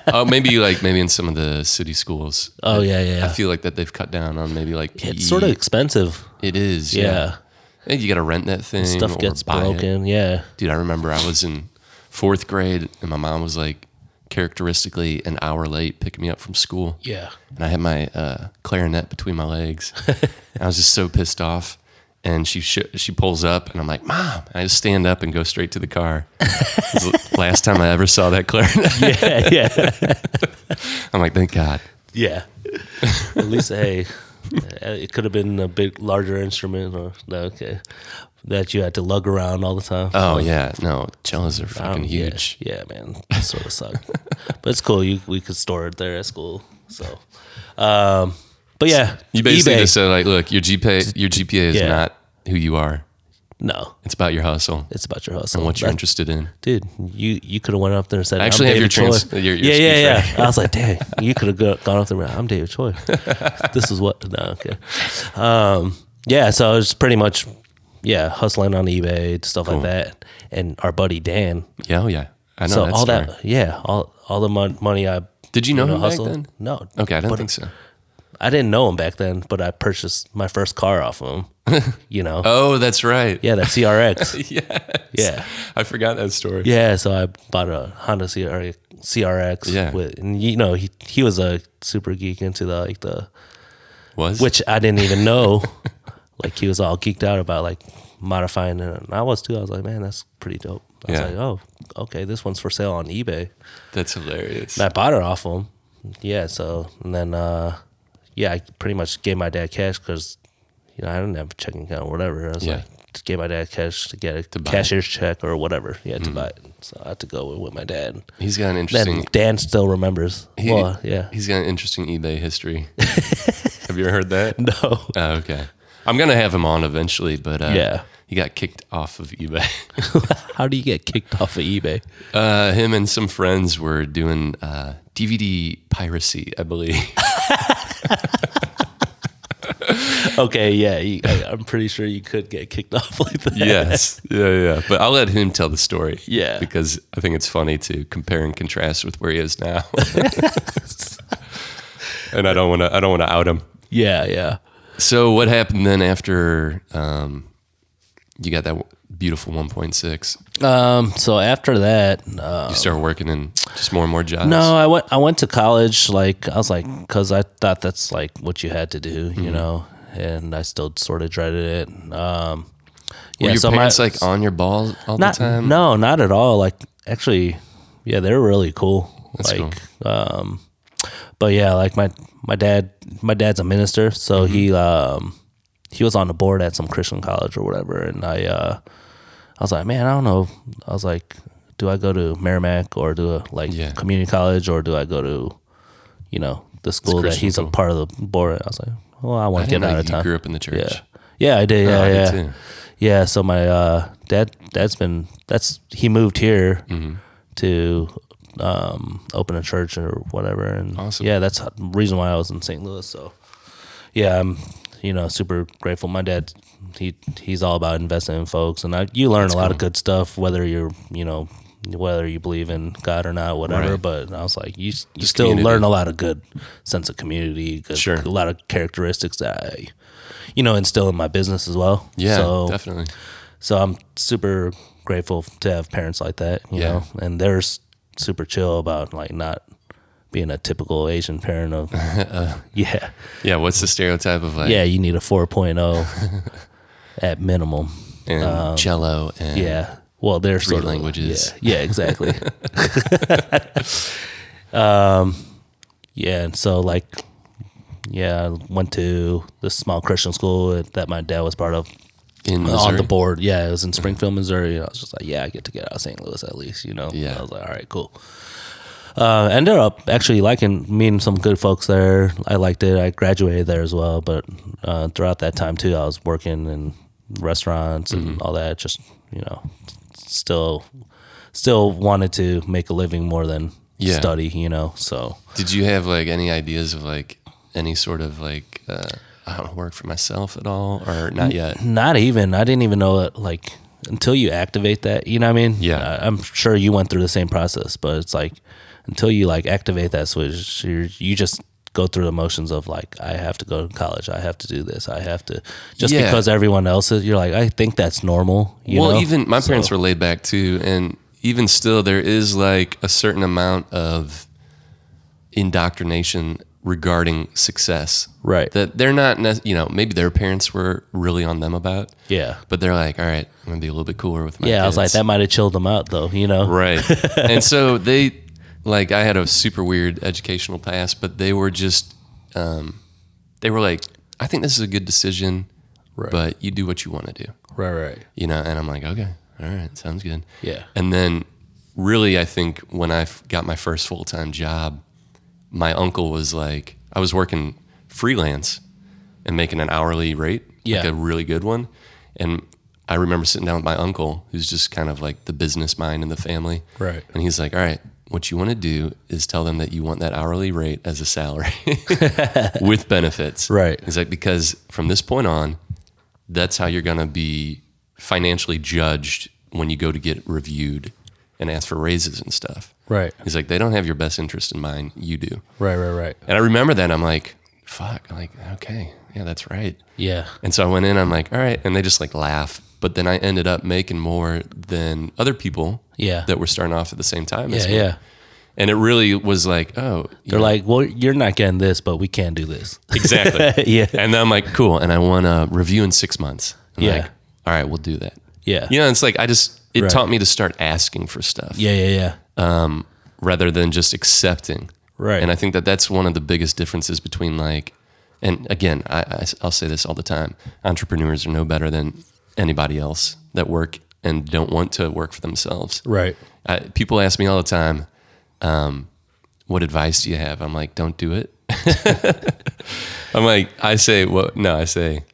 Speaker 1: oh, maybe like maybe in some of the city schools.
Speaker 2: Oh yeah, yeah.
Speaker 1: I feel like that they've cut down on maybe like PE.
Speaker 2: it's sort of expensive.
Speaker 1: It is.
Speaker 2: Yeah.
Speaker 1: And you got to rent that thing.
Speaker 2: Stuff
Speaker 1: or
Speaker 2: gets
Speaker 1: buy it.
Speaker 2: broken. Yeah.
Speaker 1: Dude, I remember I was in fourth grade and my mom was like characteristically an hour late picking me up from school.
Speaker 2: Yeah.
Speaker 1: And I had my uh, clarinet between my legs. I was just so pissed off. And she sh- she pulls up and I'm like, Mom. And I just stand up and go straight to the car. It was the last time I ever saw that clarinet.
Speaker 2: Yeah. Yeah.
Speaker 1: I'm like, thank God.
Speaker 2: yeah. At least, hey, uh, it could have been a big, larger instrument or, no, okay, that you had to lug around all the time.
Speaker 1: Oh, yeah. No, cellos are
Speaker 2: Um,
Speaker 1: fucking
Speaker 2: yeah.
Speaker 1: huge.
Speaker 2: Yeah, man. That sort of sucked. but it's cool. You, we could store it there at school. So, um, but yeah.
Speaker 1: You basically
Speaker 2: eBay.
Speaker 1: just said, like, look, your GPA, your GPA is
Speaker 2: Yeah.
Speaker 1: not who you are.
Speaker 2: No,
Speaker 1: It's about your hustle
Speaker 2: it's about your hustle.
Speaker 1: and what you're
Speaker 2: That-
Speaker 1: interested in.
Speaker 2: dude, you you could have went up there and said,
Speaker 1: I actually
Speaker 2: I'm
Speaker 1: have your
Speaker 2: David Choi.
Speaker 1: trans- your- your
Speaker 2: yeah, yeah,
Speaker 1: speech
Speaker 2: yeah.
Speaker 1: right
Speaker 2: I was like, dang, you could have go, gone up there. and, I'm David Choi. this is what. No, okay. Um, yeah, so it's pretty much, yeah, hustling on eBay stuff like that. And our buddy Dan.
Speaker 1: Yeah, oh yeah. I know
Speaker 2: so
Speaker 1: that
Speaker 2: all
Speaker 1: story.
Speaker 2: that, yeah, all all the mon- money I
Speaker 1: Did you know him back
Speaker 2: hustled.
Speaker 1: then?
Speaker 2: No,
Speaker 1: Okay, I don't
Speaker 2: but
Speaker 1: think so.
Speaker 2: I didn't know him back then, but I purchased my first car off of him. you know,
Speaker 1: Oh, that's right.
Speaker 2: yeah, that CRX.
Speaker 1: Yeah.
Speaker 2: yeah.
Speaker 1: I forgot that story.
Speaker 2: Yeah, so I bought a Honda CR- CRX.
Speaker 1: Yeah.
Speaker 2: with, and you know he he was a super geek into the like the
Speaker 1: Was
Speaker 2: which I didn't even know. like he was all geeked out about like modifying it, and I was too. I was like, man, that's pretty dope. I
Speaker 1: Yeah.
Speaker 2: was like, oh, okay, this one's for sale on eBay.
Speaker 1: that's hilarious.
Speaker 2: And I bought it off him. Yeah, so and then uh, yeah, I pretty much gave my dad cash because you know I didn't have a checking account or whatever. I was
Speaker 1: Yeah.
Speaker 2: like, just gave my dad cash to get a
Speaker 1: buy it. Mm-hmm.
Speaker 2: cashier's check or whatever. Yeah, to buy it. So I had to go with my dad.
Speaker 1: He's got an
Speaker 2: Then
Speaker 1: interesting
Speaker 2: Dan still remembers.
Speaker 1: he-
Speaker 2: well, yeah.
Speaker 1: He's got an interesting eBay history. have you ever heard that?
Speaker 2: No.
Speaker 1: Oh, okay. I'm gonna have him on eventually, but uh,
Speaker 2: Yeah.
Speaker 1: he got kicked off of eBay.
Speaker 2: How do you get kicked off of eBay?
Speaker 1: Uh, him and some friends were doing uh, DVD piracy, I believe.
Speaker 2: Okay, yeah. You, I, I'm pretty sure you could get kicked off like that.
Speaker 1: yes, yeah, yeah. But I'll let him tell the story.
Speaker 2: Yeah.
Speaker 1: because I think it's funny to compare and contrast with where he is now. and I don't want to. I don't want to out him.
Speaker 2: Yeah, yeah.
Speaker 1: So what happened then after um, you got that beautiful 1.6?
Speaker 2: Um, so after that, uh,
Speaker 1: You started working in just more and more jobs.
Speaker 2: No, I went. I went to college. Like I was like, because I thought that's like what you had to do, you know. And I still sort of dreaded it. Um,
Speaker 1: were
Speaker 2: yeah,
Speaker 1: your
Speaker 2: so my-
Speaker 1: parents like on your balls all
Speaker 2: not
Speaker 1: the time?
Speaker 2: no, not at all. Like actually, yeah, they're really cool. like, um, but yeah, like my my dad, my dad's a minister, so
Speaker 1: Mm-hmm.
Speaker 2: he um he was on the board at some Christian college or whatever, and I uh I was like, man, I don't know. I was like, do I go to Merrimack or do a, like
Speaker 1: Yeah.
Speaker 2: community college or do I go to you know the school that
Speaker 1: Christian
Speaker 2: he's
Speaker 1: school.
Speaker 2: a part of the board? I was like, well, I
Speaker 1: I
Speaker 2: want
Speaker 1: didn't
Speaker 2: to get
Speaker 1: know
Speaker 2: out of
Speaker 1: you
Speaker 2: town.
Speaker 1: grew up in the church.
Speaker 2: Yeah. Yeah, I did. Yeah,
Speaker 1: Oh, I did
Speaker 2: yeah.
Speaker 1: too.
Speaker 2: Yeah, so my uh, dad dad's been that's he moved here
Speaker 1: Mm-hmm.
Speaker 2: to um, open a church or whatever, and
Speaker 1: Awesome.
Speaker 2: yeah, that's the reason why I was in St. Louis. So yeah, I'm you know super grateful. My dad he he's all about investing in folks, and I, you learn a lot of good stuff whether you're you know whether you believe in God or not, whatever.
Speaker 1: Right.
Speaker 2: But I was like, you you still
Speaker 1: community.
Speaker 2: learn a lot of good sense of community, good,
Speaker 1: Sure.
Speaker 2: a lot of characteristics that I you know instill in my business as well.
Speaker 1: Yeah,
Speaker 2: so
Speaker 1: definitely.
Speaker 2: so I'm super grateful to have parents like that, you
Speaker 1: Yeah.
Speaker 2: know, and they're s- super chill about like not being a typical Asian parent of, yeah,
Speaker 1: Yeah, what's the stereotype of like
Speaker 2: yeah, you need a 4.0 at minimum.
Speaker 1: and cello and
Speaker 2: um, Yeah. Well, they're
Speaker 1: Three
Speaker 2: sort of-
Speaker 1: languages.
Speaker 2: yeah, yeah, exactly. um, yeah, and so like, yeah, I went to this small Christian school that my dad was part of
Speaker 1: in
Speaker 2: on
Speaker 1: Missouri? Mm-hmm.
Speaker 2: the board. Yeah, it was in Springfield, Missouri. And I was just like, yeah, I get to get out of St. Louis at least, you know.
Speaker 1: Yeah.
Speaker 2: I was like, all right, cool. Uh, ended up actually liking meeting some good folks there. I liked it. I graduated there as well, but uh, throughout that time too, I was working in restaurants
Speaker 1: Mm-hmm.
Speaker 2: and all that. Just you know, still, still wanted to make a living more than
Speaker 1: Yeah.
Speaker 2: study. You know, so
Speaker 1: Did you have like any ideas of like any sort of like uh, I don't know, work for myself at all or not yet?
Speaker 2: Not even. I didn't even know it. Like until you activate that, you know what I mean?
Speaker 1: Yeah.
Speaker 2: I, I'm sure you went through the same process, but it's like until you like activate that switch, you're, you just go through the motions of like I have to go to college, I have to do this, I have to just
Speaker 1: Yeah.
Speaker 2: because everyone else is. You're like I think that's normal. You
Speaker 1: well,
Speaker 2: know?
Speaker 1: even my parents were laid back too, and even still, there is like a certain amount of indoctrination regarding success.
Speaker 2: Right.
Speaker 1: That they're not, nec- you know, maybe their parents were really on them about.
Speaker 2: yeah.
Speaker 1: But they're like, all right, I'm gonna be a little bit cooler with my.
Speaker 2: Yeah, I was like,
Speaker 1: kids."
Speaker 2: that might have chilled them out, though. You know,
Speaker 1: Right. and so they, like, I had a super weird educational past, but they were just, um, they were like, I think this is a good decision, but you do what you want to do,
Speaker 2: right, right.
Speaker 1: you know? And I'm like, okay, all right, sounds good.
Speaker 2: Yeah.
Speaker 1: And then really, I think when I f- got my first full time job, my uncle was like, I was working freelance and making an hourly rate,
Speaker 2: Yeah.
Speaker 1: like a really good one. And I remember sitting down with my uncle, who's just kind of like the business mind in the family.
Speaker 2: Right.
Speaker 1: And he's like, All right, what you want to do is tell them that you want that hourly rate as a salary with benefits.
Speaker 2: Right.
Speaker 1: He's like, Because from this point on, that's how you're going to be financially judged when you go to get reviewed and ask for raises and stuff.
Speaker 2: Right.
Speaker 1: He's like, They don't have your best interest in mind. You do.
Speaker 2: Right. Right. Right.
Speaker 1: And I remember that. I'm like, Fuck. I'm like, Okay. Yeah, that's right.
Speaker 2: Yeah.
Speaker 1: And so I went in, I'm like, all right. And they just like laugh. But then I ended up making more than other people
Speaker 2: Yeah.
Speaker 1: that were starting off at the same time.
Speaker 2: yeah.
Speaker 1: as me.
Speaker 2: Yeah.
Speaker 1: And it really was like, oh, you
Speaker 2: They're
Speaker 1: know,
Speaker 2: like, well, you're not getting this, but we can do this.
Speaker 1: exactly.
Speaker 2: yeah.
Speaker 1: and then I'm like, cool. And I want to review in six months. And
Speaker 2: Yeah.
Speaker 1: Like, all right, we'll do that.
Speaker 2: Yeah.
Speaker 1: You know, it's like, I just, it
Speaker 2: Right.
Speaker 1: taught me to start asking for stuff
Speaker 2: Yeah. Yeah. Yeah.
Speaker 1: rather than just accepting.
Speaker 2: Right.
Speaker 1: And I think that that's one of the biggest differences between like, and again, I, I, will say this all the time entrepreneurs are no better than anybody else that work and don't want to work for themselves.
Speaker 2: right.
Speaker 1: I, people ask me all the time, um, what advice do you have? I'm like, don't do it. I'm like, I say, well, no, I say,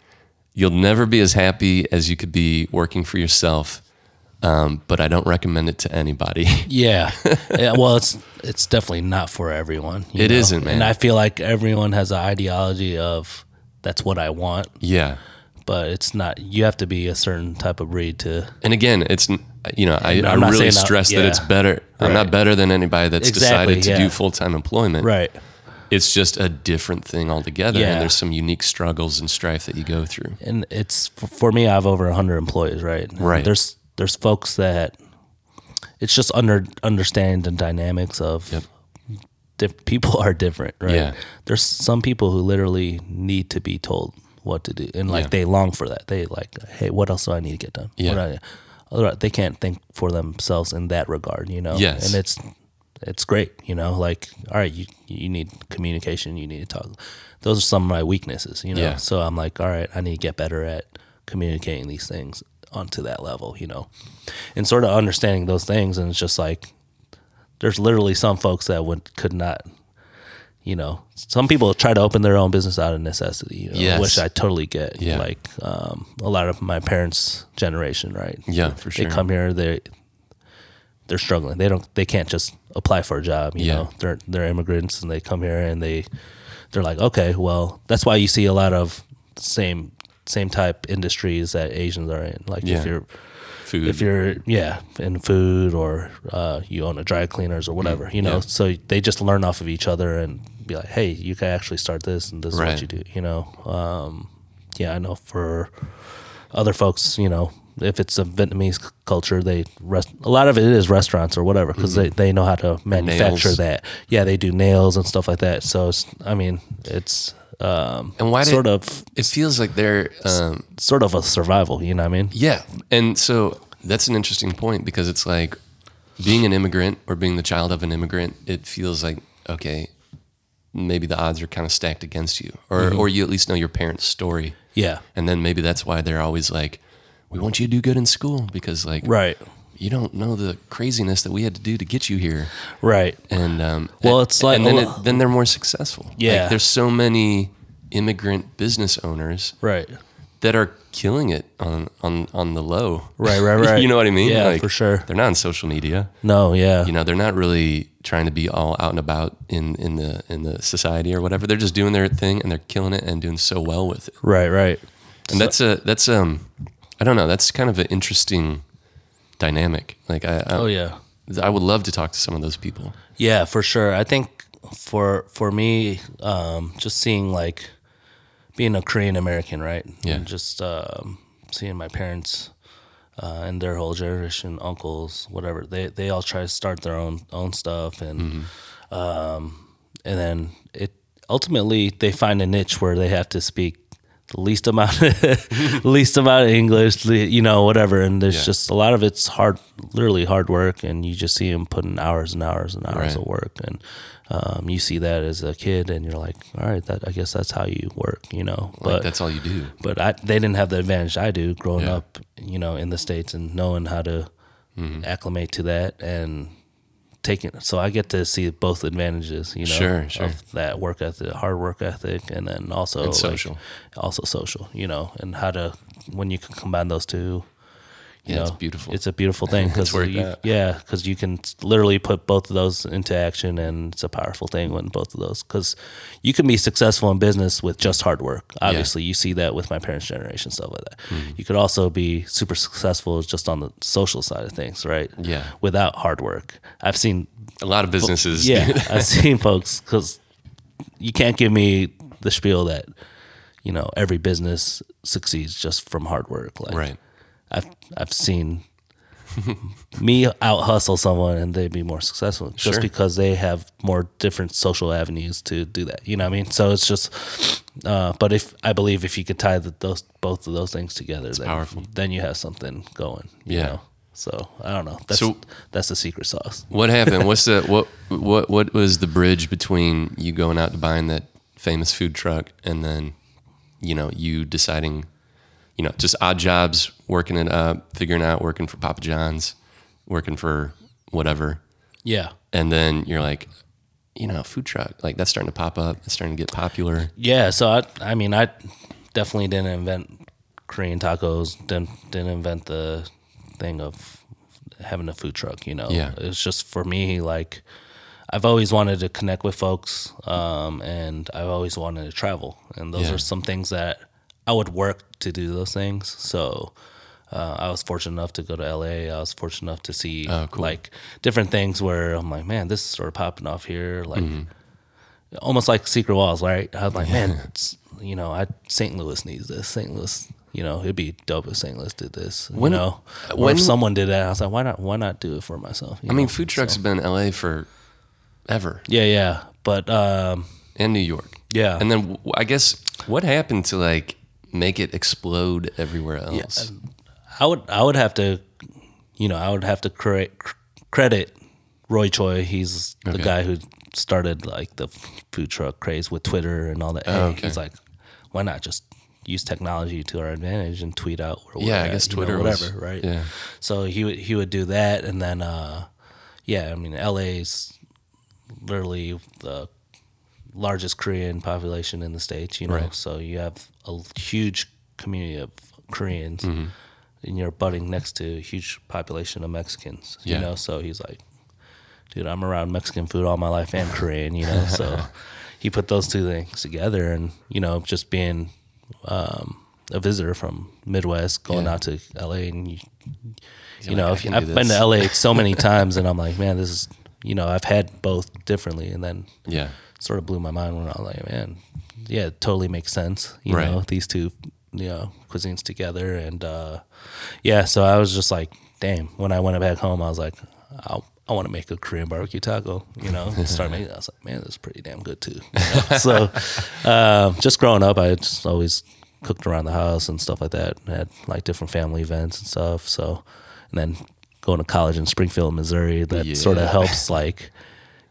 Speaker 1: you'll never be as happy as you could be working for yourself. Um, but I don't recommend it to anybody.
Speaker 2: Yeah. yeah. Well, it's it's definitely not for everyone. It
Speaker 1: It isn't, man.
Speaker 2: And I feel like everyone has an ideology of that's what I want,
Speaker 1: yeah.
Speaker 2: but it's not. You have to be a certain type of breed to
Speaker 1: And again, it's you know I,
Speaker 2: And
Speaker 1: I
Speaker 2: I'm not
Speaker 1: really
Speaker 2: saying that-
Speaker 1: stress that,
Speaker 2: yeah.
Speaker 1: it's better. I'm
Speaker 2: Right.
Speaker 1: not better than anybody that's
Speaker 2: Exactly,
Speaker 1: decided to
Speaker 2: yeah.
Speaker 1: do full time employment.
Speaker 2: right.
Speaker 1: It's just a different thing altogether,
Speaker 2: Yeah.
Speaker 1: and there's some unique struggles and strife that you go through.
Speaker 2: and it's for, for me. I have over hundred employees, right? And
Speaker 1: Right.
Speaker 2: There's there's folks that it's just under understanding the dynamics of diff, people are different, right?
Speaker 1: Yeah.
Speaker 2: There's some people who literally need to be told what to do, and like
Speaker 1: Yeah.
Speaker 2: they long for that. They like, hey, what else do I need to get done?
Speaker 1: Yeah.
Speaker 2: What do I- Otherwise, they can't think for themselves in that regard, you know.
Speaker 1: Yes.
Speaker 2: And it's it's great, you know. Like, all right, you you need communication, you need to talk. Those are some of my weaknesses, you know.
Speaker 1: Yeah.
Speaker 2: So I'm like, all right, I need to get better at communicating these things onto that level, you know, and sort of understanding those things. And it's just like, there's literally some folks that would could not, you know, some people try to open their own business out of necessity, you know,
Speaker 1: Yes.
Speaker 2: which I totally get.
Speaker 1: Yeah.
Speaker 2: Like um, a lot of my parents' generation, right?
Speaker 1: Yeah, for sure.
Speaker 2: They come here, they they're struggling. They don't they can't just apply for a job, you
Speaker 1: Yeah.
Speaker 2: know. They're they're immigrants and they come here and they they're like, "Okay, well, that's why you see a lot of same same type industries that Asians are in. Like
Speaker 1: Yeah.
Speaker 2: if you're
Speaker 1: Food.
Speaker 2: if you're yeah, in food or uh, you own a dry cleaners or whatever, you know.
Speaker 1: yeah.
Speaker 2: So they just learn off of each other and be like, "Hey, you can actually start this and this is what
Speaker 1: Right.
Speaker 2: you do," you know. Um, yeah, I know for other folks, you know, if it's a Vietnamese c- culture, they rest, a lot of it is restaurants or whatever because they, they know how to manufacture
Speaker 1: Mm-hmm. Nails.
Speaker 2: that. Yeah, they do nails and stuff like that. So it's, I mean, it's um,
Speaker 1: and why did,
Speaker 2: sort of
Speaker 1: it feels like they're um,
Speaker 2: sort of a survival. You know what I mean?
Speaker 1: yeah. And so that's an interesting point because it's like being an immigrant or being the child of an immigrant. It feels like okay, maybe the odds are kind of stacked against you, or
Speaker 2: Mm-hmm.
Speaker 1: or you at least know your parents' story.
Speaker 2: Yeah.
Speaker 1: And then maybe that's why they're always like, we want you to do good in school because like
Speaker 2: Right.
Speaker 1: you don't know the craziness that we had to do to get you here.
Speaker 2: Right.
Speaker 1: And um,
Speaker 2: Well,
Speaker 1: and-
Speaker 2: it's like-
Speaker 1: and then it, then they're more successful.
Speaker 2: Yeah.
Speaker 1: like, there's so many immigrant business owners
Speaker 2: Right.
Speaker 1: that are killing it on on on the low.
Speaker 2: Right, right, right.
Speaker 1: you know what I mean?
Speaker 2: Yeah, for sure.
Speaker 1: They're not on social media.
Speaker 2: No. Yeah.
Speaker 1: You know, they're not really trying to be all out and about in in the in the society or whatever. They're just doing their thing and they're killing it and doing so well with it.
Speaker 2: Right. Right.
Speaker 1: And that's a that's um I don't know, that's kind of an interesting dynamic. Like I, I
Speaker 2: Oh yeah.
Speaker 1: I would love to talk to some of those people.
Speaker 2: Yeah, for sure. I think for for me, um, just seeing like being a Korean American, right?
Speaker 1: Yeah.
Speaker 2: And just um, seeing my parents uh, and their whole generation, uncles, whatever. They they all try to start their own own stuff, and um,
Speaker 1: Mm-hmm.
Speaker 2: and then it ultimately they find a niche where they have to speak the least amount least amount of English, le- you know, whatever. And there's
Speaker 1: Yeah.
Speaker 2: just a lot of it's hard, literally hard work, and you just see them putting hours and hours and hours
Speaker 1: Right.
Speaker 2: of work, and um, you see that as a kid, and you're like, all right, that I guess that's how you work, you know.
Speaker 1: Like
Speaker 2: But
Speaker 1: that's all you do.
Speaker 2: but I, they didn't have the advantage I do growing
Speaker 1: Yeah.
Speaker 2: up, you know, in the states and knowing how to
Speaker 1: Mm-hmm.
Speaker 2: acclimate to that and taking. So I get to see both advantages, you know,
Speaker 1: Sure, sure.
Speaker 2: of that work ethic, hard work ethic, and then also
Speaker 1: And
Speaker 2: like,
Speaker 1: social.
Speaker 2: also social, you know, and how to when you can combine those two, You
Speaker 3: Yeah,
Speaker 2: know,
Speaker 3: it's beautiful.
Speaker 2: It's a beautiful thing because
Speaker 3: worth
Speaker 2: you,
Speaker 3: that.
Speaker 2: yeah, because you can literally put both of those into action, and it's a powerful thing when both of those because you can be successful in business with just hard work. Obviously, you see that with my parents' generation stuff like that. You could also be super successful just on the social side of things, right?
Speaker 3: Yeah.
Speaker 2: without hard work. I've seen
Speaker 3: A lot of businesses.
Speaker 2: yeah, I've seen folks because you can't give me the spiel that you know every business succeeds just from hard work. Like,
Speaker 3: Right.
Speaker 2: I've I've seen me out hustle someone and they'd be more successful just
Speaker 3: Sure.
Speaker 2: because they have more different social avenues to do that. You know what I mean? So it's just, uh, but if I believe if you could tie the, those both of those things together, then,
Speaker 3: powerful.
Speaker 2: then you have something going. You
Speaker 3: Yeah.
Speaker 2: Know? So I don't know. That's
Speaker 3: So-
Speaker 2: that's the secret sauce.
Speaker 1: What happened? What's the what what what was the bridge between you going out to buying that famous food truck and then you know you deciding you know just odd jobs working it up, figuring out working for Papa John's, working for whatever,
Speaker 2: Yeah.
Speaker 1: and then you're like, you know, food truck like that's starting to pop up, it's starting to get popular.
Speaker 2: Yeah, so I I mean I definitely didn't invent Korean tacos, didn't didn't invent the thing of having a food truck, you know.
Speaker 1: Yeah.
Speaker 2: It's just for me like I've always wanted to connect with folks um and I've always wanted to travel and those
Speaker 1: Yeah.
Speaker 2: are some things that I would work to do those things. So uh, I was fortunate enough to go to LA. I was fortunate enough to see
Speaker 1: Oh,
Speaker 2: like different things where I'm like, man, this is sort of popping off here. Like,
Speaker 1: Mm-hmm.
Speaker 2: almost like secret walls, right? I was like, man, it's, you know, I St. Louis needs this. St. Louis, you know, it'd be dope if St. Louis did this.
Speaker 1: When-
Speaker 2: you know, or
Speaker 1: when-
Speaker 2: if someone did that, I was like, why not? Why not do it for myself?
Speaker 1: I mean, food trucks have been in LA for ever
Speaker 2: yeah, yeah, but um,
Speaker 1: and New York.
Speaker 2: yeah,
Speaker 1: And then w- I guess what happened to like make it explode everywhere else?
Speaker 2: I would I would have to, you know, I would have to cre- credit Roy Choi. He's the guy who started like the food truck craze with Twitter and all that. And
Speaker 1: Oh, okay.
Speaker 2: He's like, why not just use technology to our advantage and tweet out? Or
Speaker 1: Yeah, I guess Twitter was-
Speaker 2: whatever, right?
Speaker 1: yeah.
Speaker 2: So he would he would do that, and then uh, yeah, I mean, LA's literally the largest Korean population in the states, you know. So you have a l- huge community of Koreans,
Speaker 1: Mm-hmm.
Speaker 2: and you're butting next to a huge population of Mexicans,
Speaker 1: Yeah.
Speaker 2: you know. So he's like, dude, I'm around Mexican food all my life and Korean, you know. so he put those two things together, and you know, just being um, a visitor from Midwest, going
Speaker 1: Yeah.
Speaker 2: out to LA, and you, you
Speaker 1: like,
Speaker 2: know,
Speaker 1: "I
Speaker 2: if-
Speaker 1: can do
Speaker 2: I've been
Speaker 1: this."
Speaker 2: to LA so many times, and I'm like, man, this is, you know, I've had both differently, and then
Speaker 1: Yeah.
Speaker 2: sort of blew my mind when I was like, man, yeah, it totally makes sense. You
Speaker 1: Right.
Speaker 2: know, these two, you know, cuisines together. And uh, yeah, so I was just like, damn, when I went back home, I was like, I, I want to make a Korean barbecue taco, you know, and start making I was like, man, this is pretty damn good too. You know? so um, just growing up, I just always cooked around the house and stuff like that, and had like different family events and stuff. So, and then going to college in Springfield, Missouri, that sort
Speaker 1: Yeah.
Speaker 2: of helps like,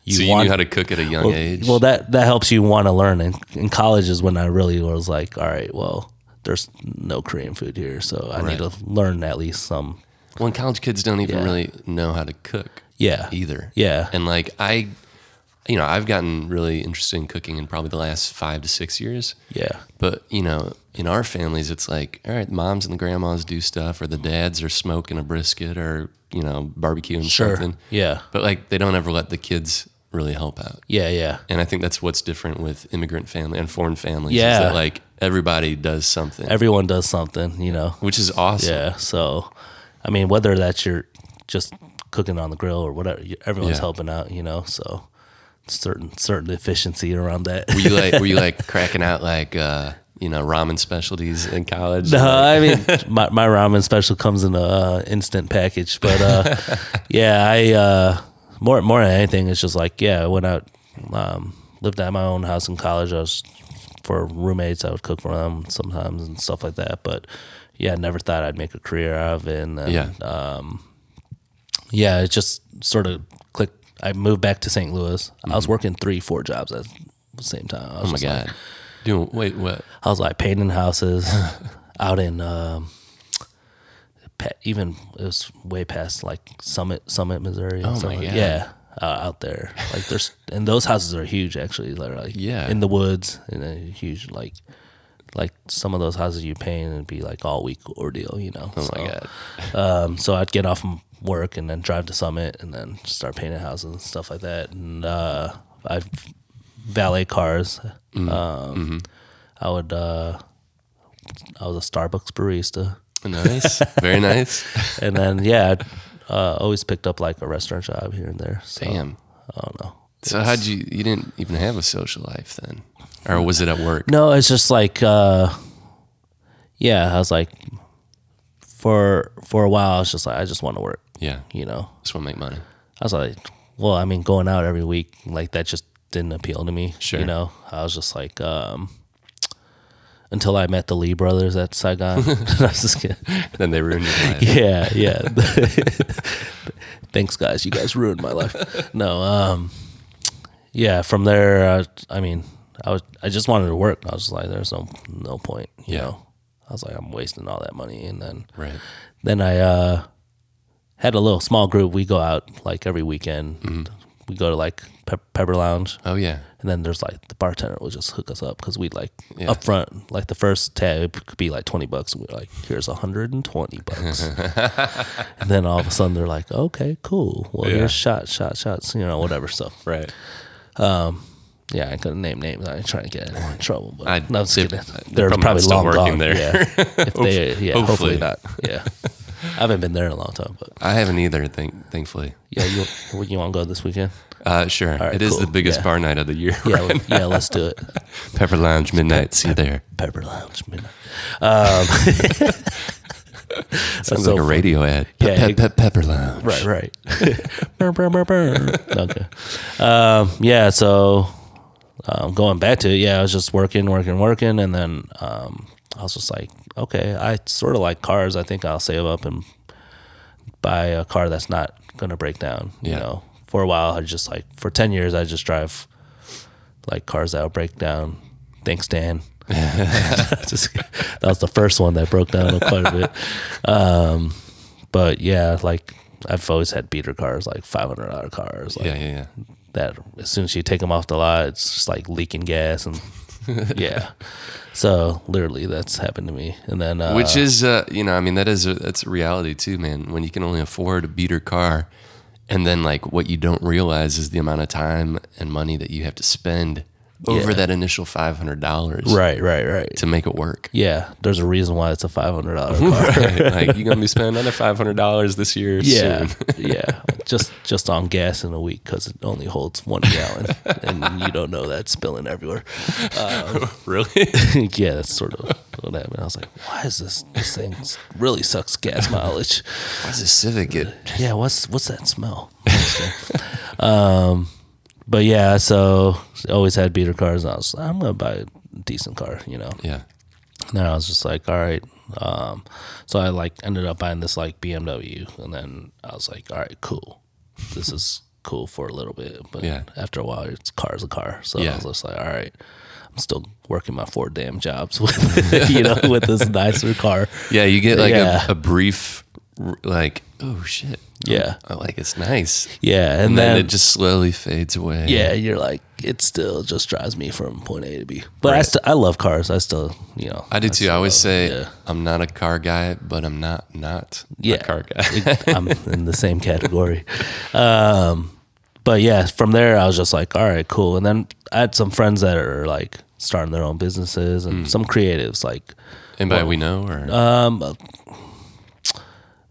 Speaker 2: you
Speaker 1: so you
Speaker 2: want
Speaker 1: knew how to cook at a young
Speaker 2: well,
Speaker 1: age.
Speaker 2: well, that that helps you want to learn. And in college is when I really was like, all right, well, there's no Korean food here, so I need
Speaker 1: Right.
Speaker 2: to learn at least some.
Speaker 1: when college kids don't even
Speaker 2: Yeah.
Speaker 1: really know how to cook
Speaker 2: Yeah,
Speaker 1: either.
Speaker 2: Yeah.
Speaker 1: And like I, you know, I've gotten really interested in cooking in probably the last five to six years.
Speaker 2: yeah,
Speaker 1: But you know, in our families, it's like, all right, the moms and the grandmas do stuff, or the dads are smoking a brisket, or you know, barbecuing
Speaker 2: sure,
Speaker 1: something.
Speaker 2: yeah,
Speaker 1: But like, they don't ever let the kids really help out.
Speaker 2: yeah, yeah,
Speaker 1: And I think that's what's different with immigrant family and foreign families. Is
Speaker 2: Yeah.
Speaker 1: that like everybody does something,
Speaker 2: everyone does something, you know.
Speaker 1: which is awesome.
Speaker 2: Yeah, so I mean, whether that's your just cooking on the grill or whatever, you- everyone's
Speaker 1: Yeah.
Speaker 2: helping out, you know. So certain certain efficiency around that.
Speaker 1: Were you like were you like cracking out like uh, you know ramen specialties in college?
Speaker 2: No, Uh, I mean my, my ramen special comes in a uh, instant package, but uh, yeah, I uh, more more than anything, it's just like yeah, when I um, lived at my own house in college, I was for roommates, I would cook for them sometimes and stuff like that. But yeah, I never thought I'd make a career out of it. And, then,
Speaker 1: Yeah. Oh
Speaker 2: yeah, it just sort of clicked. I moved back to St. Louis. I was working three, four jobs at the same time. I was
Speaker 1: Mm-hmm. oh my
Speaker 2: just like,
Speaker 1: god. Doing wait what?
Speaker 2: I was like painting houses out in um, pa- even it was way past like Summit, Summit, Missouri. and
Speaker 1: Oh my
Speaker 2: stuff like-
Speaker 1: God.
Speaker 2: Yeah, uh, out there. Like there's and those houses are huge actually. They're like
Speaker 1: Yeah.
Speaker 2: in the woods in a huge like like some of those houses you pay and it'd be like all week ordeal, you know.
Speaker 1: Oh
Speaker 2: so,
Speaker 1: my god.
Speaker 2: Um, so I'd get off from work and then drive to Summit and then start painting houses and stuff like that. And uh, I valet cars. Um, I would. Uh, I was a Starbucks barista,
Speaker 1: Nice. Very nice.
Speaker 2: and then yeah, I uh, always picked up like a restaurant job here and there. So,
Speaker 1: Damn.
Speaker 2: I don't know.
Speaker 1: So how'd you you didn't even have a social life then? Or was it at work?
Speaker 2: No, it's just like uh yeah, I was like for for a while I was just like I just want to work,
Speaker 1: Yeah.
Speaker 2: you know.
Speaker 1: Just want to make money.
Speaker 2: I was like, well, I mean going out every week like that just didn't appeal to me,
Speaker 1: Sure.
Speaker 2: you know. I was just like um until I met the Lee brothers at Saigon. I was just kidding.
Speaker 1: Then they ruined your life.
Speaker 2: Yeah, yeah. Thanks, guys. You guys ruined my life. No, um, yeah. From there, uh, I mean, I was, I just wanted to work. I was just like, there's no, no point. You
Speaker 1: Yeah.
Speaker 2: know, I was like, I'm wasting all that money. And then,
Speaker 1: Right.
Speaker 2: then I uh, had a little small group. We go out like every weekend.
Speaker 1: Mm-hmm.
Speaker 2: We go to like Pe- Pepper Lounge.
Speaker 1: Oh yeah.
Speaker 2: And then there's like the bartender would just hook us up because we'd like
Speaker 1: Yeah.
Speaker 2: up front, like the first tab could be like 20 bucks. And we're like, here's 120 bucks. and then all of a sudden they're like, okay, cool. Well,
Speaker 1: Yeah.
Speaker 2: here's shot, shot, shots, you know, whatever stuff.
Speaker 1: Right.
Speaker 2: Yeah, I couldn't name names. I ain't trying to get anyone in trouble. But
Speaker 1: I-
Speaker 2: no, I'm just
Speaker 1: they-
Speaker 2: kidding.
Speaker 1: they're probably not still working there.
Speaker 2: Yeah. If they, yeah,
Speaker 1: hopefully.
Speaker 2: hopefully. not. Yeah. I haven't been there in a long time, but
Speaker 1: I haven't either, thank thankfully.
Speaker 2: yeah, you, you want to go this weekend?
Speaker 1: Uh, sure.
Speaker 2: right,
Speaker 1: it is the
Speaker 2: cool.
Speaker 1: biggest
Speaker 2: Yeah.
Speaker 1: bar night of the year.
Speaker 2: Yeah, yeah, let's do it.
Speaker 1: Pepper Lounge, midnight. See you there.
Speaker 2: Pepper Lounge, midnight. Um,
Speaker 1: Sounds like a radio ad. Pe-
Speaker 2: Yeah,
Speaker 1: pe-
Speaker 2: it-
Speaker 1: pe- Pepper Lounge.
Speaker 2: Right, right. Brr, brr, brr, brr. okay. Um, yeah, so um, going back to it, yeah, I was just working, working, working, and then um, I was just like, okay, I sort of like cars. I think I'll save up and buy a car that's not gonna break down.
Speaker 1: Yeah.
Speaker 2: You know, for a while, I just like for ten years, I just drive like cars that'll break down. Thanks, Dan. Just- that was the first one that broke down quite a bit. Um, but yeah, like I've always had beater cars, like five hundred dollar cars, like
Speaker 1: Yeah, yeah, yeah.
Speaker 2: that. As soon as you take them off the lot, it's just like leaking gas and yeah. So literally, that's happened to me. And then uh,
Speaker 1: Which is, uh, you know, I mean, that is a, that's a reality too, man. When you can only afford a beater car, and then like what you don't realize is the amount of time and money that you have to spend over
Speaker 2: Yeah.
Speaker 1: that initial five hundred dollars
Speaker 2: right, right, right.
Speaker 1: to make it work.
Speaker 2: Yeah, there's a reason why it's a five hundred dollar car.
Speaker 1: Right? like you're gonna be spending another five hundred dollars this year.
Speaker 2: Yeah,
Speaker 1: soon.
Speaker 2: yeah. Just just on gas in a week because it only holds one gallon, and you don't know that's spilling everywhere.
Speaker 1: really?
Speaker 2: yeah, that's sort of what happened. I was like, why is this this thing really sucks gas mileage?
Speaker 1: Why does a Civic get?
Speaker 2: Yeah, what's what's that smell? um, but yeah, so always had beater cars, and I was like, I'm gonna buy a decent car, you know.
Speaker 1: Yeah,
Speaker 2: And then I was just like, all right. Um, so I like ended up buying this like BMW, and then I was like, all right, cool. This is cool for a little bit, but
Speaker 1: Yeah.
Speaker 2: after a while, it's car is a car. So
Speaker 1: Yeah.
Speaker 2: I was just like, all right. I'm still working my four damn jobs with you know with this nicer car.
Speaker 1: yeah. You get like
Speaker 2: Yeah.
Speaker 1: a, a brief, r- like oh shit.
Speaker 2: Yeah,
Speaker 1: I like it's nice,
Speaker 2: yeah, and,
Speaker 1: and then,
Speaker 2: then,
Speaker 1: it just slowly fades away.
Speaker 2: yeah, you're like it still just drives me from point A to B. But I still I love cars. I still you know
Speaker 1: I do too. I always say
Speaker 2: yeah.
Speaker 1: I'm not a car guy, but I'm not not
Speaker 2: yeah,
Speaker 1: a car guy.
Speaker 2: I'm in the same category. Um, but yeah, from there I was just like, all right, cool. And then I had some friends that are like starting their own businesses and some creatives. Like,
Speaker 1: And by we know, or
Speaker 2: um,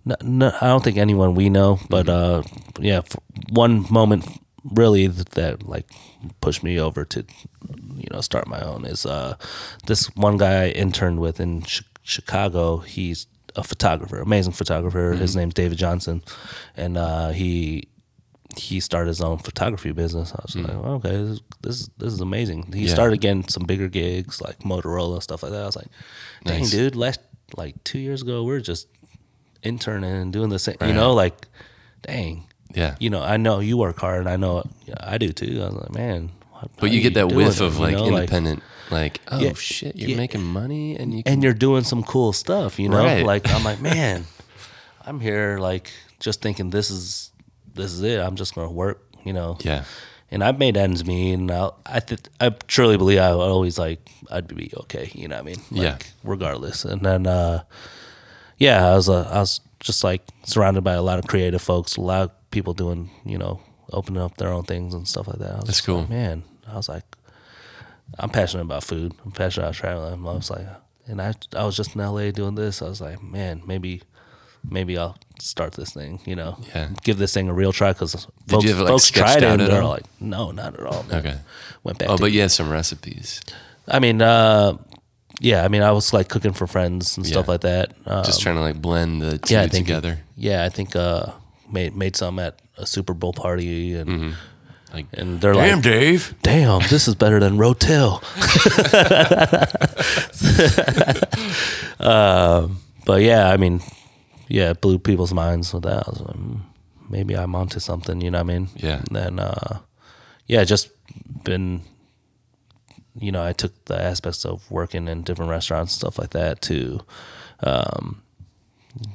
Speaker 2: no, no, I don't think anyone we know, but uh, yeah, f- one moment really th- that like pushed me over to you know start my own is uh this one guy I interned with in Chi- Chicago. He's a photographer, amazing photographer. His name's David Johnson, and uh, he he started his own photography business. I was like, "Oh, okay, this is, this is this is amazing. He
Speaker 1: Yeah.
Speaker 2: started getting some bigger gigs like Motorola and stuff like that. I was like, dang,
Speaker 1: Nice.
Speaker 2: dude, last like two years ago, we are just interning and doing the same. You know, like, dang,
Speaker 1: yeah.
Speaker 2: you know, I know you work hard, and I know yeah, I do too. I was like, man. how-
Speaker 1: but
Speaker 2: how
Speaker 1: you get that
Speaker 2: doing
Speaker 1: whiff
Speaker 2: it?
Speaker 1: of
Speaker 2: You
Speaker 1: like
Speaker 2: know,
Speaker 1: independent, like, oh
Speaker 2: Yeah,
Speaker 1: shit, you're
Speaker 2: yeah.
Speaker 1: making money, and you can,
Speaker 2: and you're doing some cool stuff, you know?
Speaker 1: Right.
Speaker 2: Like I'm like, man, I'm here like just thinking this is this is it. I'm just gonna work, you know.
Speaker 1: yeah,
Speaker 2: and I've made ends meet, and I'll, I th- I truly believe I would always like I'd be okay. You know what I mean? Like,
Speaker 1: Yeah.
Speaker 2: Regardless, and then uh, yeah, I was uh, I was just like surrounded by a lot of creative folks, a lot of people doing you know opening up their own things and stuff like that. I was
Speaker 1: That's
Speaker 2: just like,
Speaker 1: cool.
Speaker 2: man. I was like, I'm passionate about food. I'm passionate about traveling. I was like, and I I was just in LA doing this. I was like, man, maybe maybe I'll start this thing. You know,
Speaker 1: Yeah.
Speaker 2: give this thing a real try because folks,
Speaker 1: you have it, like,
Speaker 2: folks
Speaker 1: sketched
Speaker 2: tried it
Speaker 1: out
Speaker 2: and
Speaker 1: at
Speaker 2: they're
Speaker 1: all?
Speaker 2: like, no, not at all. man."
Speaker 1: Okay.
Speaker 2: went back.
Speaker 1: Oh,
Speaker 2: to,
Speaker 1: but you had some recipes.
Speaker 2: I mean, uh, yeah, I mean, I was like cooking for friends and stuff
Speaker 1: Yeah.
Speaker 2: like that. Uh,
Speaker 1: Just trying to like blend the two
Speaker 2: yeah, I think
Speaker 1: together.
Speaker 2: yeah, I think uh, made made some at a Super Bowl party and
Speaker 1: Mm-hmm. Like,
Speaker 2: and they're
Speaker 1: damn,
Speaker 2: like.
Speaker 1: Dave.
Speaker 2: Damn, this is better than Rotel. Um, but yeah, I mean, yeah, it blew people's minds with that. I was like, "Hmm, maybe I'm onto something, you know what I mean?
Speaker 1: Yeah.
Speaker 2: And then, uh, yeah, just been, you know, I took the aspects of working in different restaurants, stuff like that, to, um,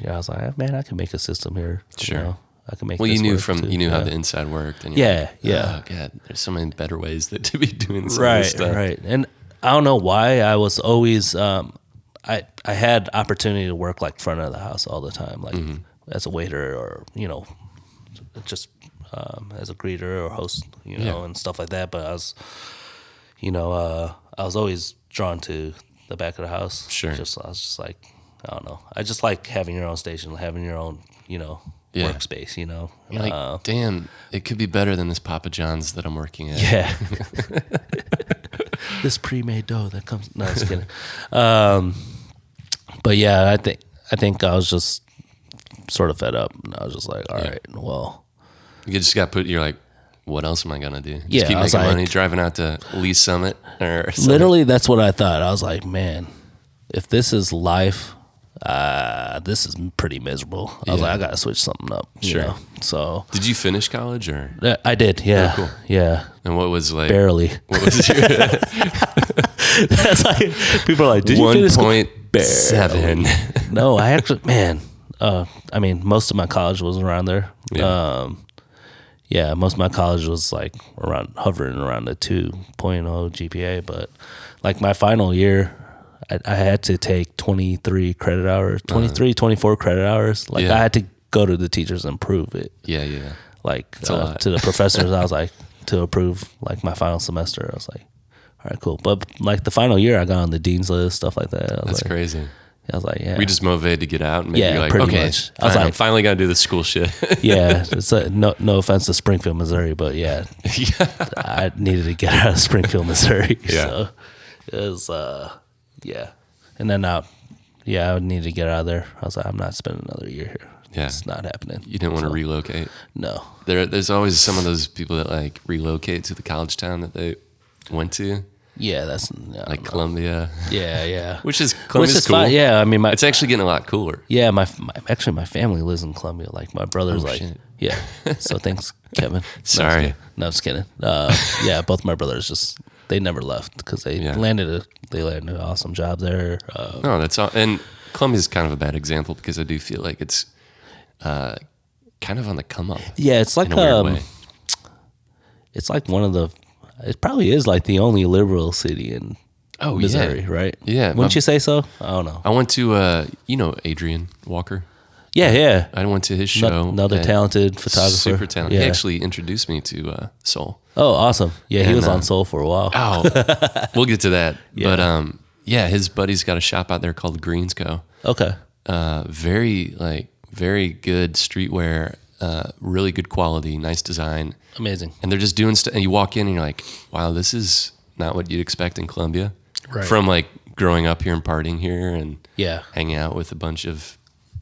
Speaker 2: yeah, I was like, man, I can make a system here. you
Speaker 1: Sure.
Speaker 2: know? I can make
Speaker 1: Well, you
Speaker 2: this
Speaker 1: knew
Speaker 2: work,
Speaker 1: from
Speaker 2: too."
Speaker 1: you knew how
Speaker 2: Yeah.
Speaker 1: the inside worked, and you're
Speaker 2: Yeah,
Speaker 1: like,
Speaker 2: yeah.
Speaker 1: Oh, God, there's so many better ways that to be doing some of
Speaker 2: right
Speaker 1: this stuff.
Speaker 2: right and i don't know why i was always um i i had opportunity to work like front of the house all the time like
Speaker 1: Mm-hmm.
Speaker 2: as a waiter or you know just um, as a greeter or host you know
Speaker 1: Yeah.
Speaker 2: and stuff like that but i was you know uh i was always drawn to the back of the house
Speaker 1: Sure.
Speaker 2: just i was just like i don't know i just like having your own station having your own you know
Speaker 1: Yeah.
Speaker 2: workspace you know
Speaker 1: You're like,
Speaker 2: Uh,
Speaker 1: damn, it could be better than this Papa John's that I'm working at.
Speaker 2: Yeah. this pre-made dough that comes. No, just kidding. Um, but yeah, I think I think I was just sort of fed up, and I was just like, all right,
Speaker 1: Yeah.
Speaker 2: well,
Speaker 1: You just got put. You're like, what else am I gonna do? Just
Speaker 2: Yeah,
Speaker 1: keep
Speaker 2: I was
Speaker 1: making
Speaker 2: like-
Speaker 1: money, driving out to Lee Summit or something.
Speaker 2: literally, that's what I thought. I was like, man, if this is life, uh, this is pretty miserable. I was
Speaker 1: Yeah.
Speaker 2: like, I gotta switch something up. you
Speaker 1: Sure.
Speaker 2: know? So
Speaker 1: Did you finish college or?
Speaker 2: uh, I did. Yeah.
Speaker 1: cool.
Speaker 2: Yeah.
Speaker 1: And what was like?
Speaker 2: Barely.
Speaker 1: What was your
Speaker 2: that's like people are like, did you
Speaker 1: one
Speaker 2: finish? school?"
Speaker 1: point seven?
Speaker 2: no, I actually, man, uh, I mean, most of my college was around there.
Speaker 1: Yeah.
Speaker 2: Um, yeah, most of my college was like around hovering around the 2.0 GPA, but like my final year, I, I had to take 23 credit hours, 23, 24 credit hours. Like
Speaker 1: Uh-huh. Yeah.
Speaker 2: I had to go to the teachers and prove it.
Speaker 1: Yeah, yeah.
Speaker 2: Like
Speaker 1: a
Speaker 2: uh,
Speaker 1: lot.
Speaker 2: to the professors, I was like, to approve like my final semester, I was like, all right, cool. But like the final year, I got on the dean's list, stuff like that. I was
Speaker 1: That's
Speaker 2: like,
Speaker 1: crazy.
Speaker 2: I was like, yeah.
Speaker 1: We just motivated to get out, and maybe
Speaker 2: Yeah,
Speaker 1: you're like,
Speaker 2: pretty
Speaker 1: okay,
Speaker 2: much. I was
Speaker 1: fine, I'm
Speaker 2: like-
Speaker 1: finally gonna do this school shit.
Speaker 2: yeah, it's a, no no offense to Springfield, Missouri, but yeah, I needed to get out of Springfield, Missouri.
Speaker 1: Yeah.
Speaker 2: So it was uh yeah. And then uh yeah, I would need to get out of there. I was like, I'm not spending another year here.
Speaker 1: Yeah.
Speaker 2: It's not happening.
Speaker 1: you didn't want to relocate.
Speaker 2: No.
Speaker 1: There, there's always some of those people that like relocate to the college town that they went to,
Speaker 2: Yeah, that's no,
Speaker 1: like
Speaker 2: no.
Speaker 1: Columbia,
Speaker 2: Yeah, yeah.
Speaker 1: which is Columbia's
Speaker 2: is
Speaker 1: cool.
Speaker 2: fine. Yeah, I mean my
Speaker 1: It's actually getting a lot cooler.
Speaker 2: yeah, my, my actually my family lives in Columbia. Like my brother's like
Speaker 1: Oh, shit.
Speaker 2: yeah. So thanks, Kevin.
Speaker 1: Sorry.
Speaker 2: No, I'm just kidding. Uh, yeah, both my brothers just they never left because they
Speaker 1: Yeah.
Speaker 2: landed a they landed an awesome job there. Uh,
Speaker 1: No, that's all. And Columbia's kind of a bad example because I do feel like it's uh, kind of on the come up
Speaker 2: yeah, it's like
Speaker 1: in a weird
Speaker 2: um,
Speaker 1: way.
Speaker 2: it's like one of the it probably is like the only liberal city in
Speaker 1: Oh, yeah.
Speaker 2: Missouri, right?
Speaker 1: Yeah, um,
Speaker 2: wouldn't
Speaker 1: my-
Speaker 2: you say so? I don't know.
Speaker 1: I went to, uh, you know, Adrian Walker.
Speaker 2: Yeah, yeah.
Speaker 1: I went to his
Speaker 2: No-
Speaker 1: show.
Speaker 2: Another
Speaker 1: and
Speaker 2: talented photographer,
Speaker 1: Super talented.
Speaker 2: Yeah.
Speaker 1: He actually introduced me to uh, Soul.
Speaker 2: oh, awesome. Yeah, he
Speaker 1: And,
Speaker 2: was
Speaker 1: uh,
Speaker 2: on Soul for a while.
Speaker 1: Oh, we'll get to that.
Speaker 2: Yeah.
Speaker 1: But um, yeah, his buddy's got a shop out there called Greens Co.
Speaker 2: Okay.
Speaker 1: Uh, very like very good streetwear, uh, really good quality, nice design,
Speaker 2: Amazing.
Speaker 1: and they're just doing stuff. And you walk in and you're like, wow, this is not what you'd expect in Columbia
Speaker 2: Right.
Speaker 1: from like growing up here and partying here and
Speaker 2: Yeah.
Speaker 1: hanging out with a bunch of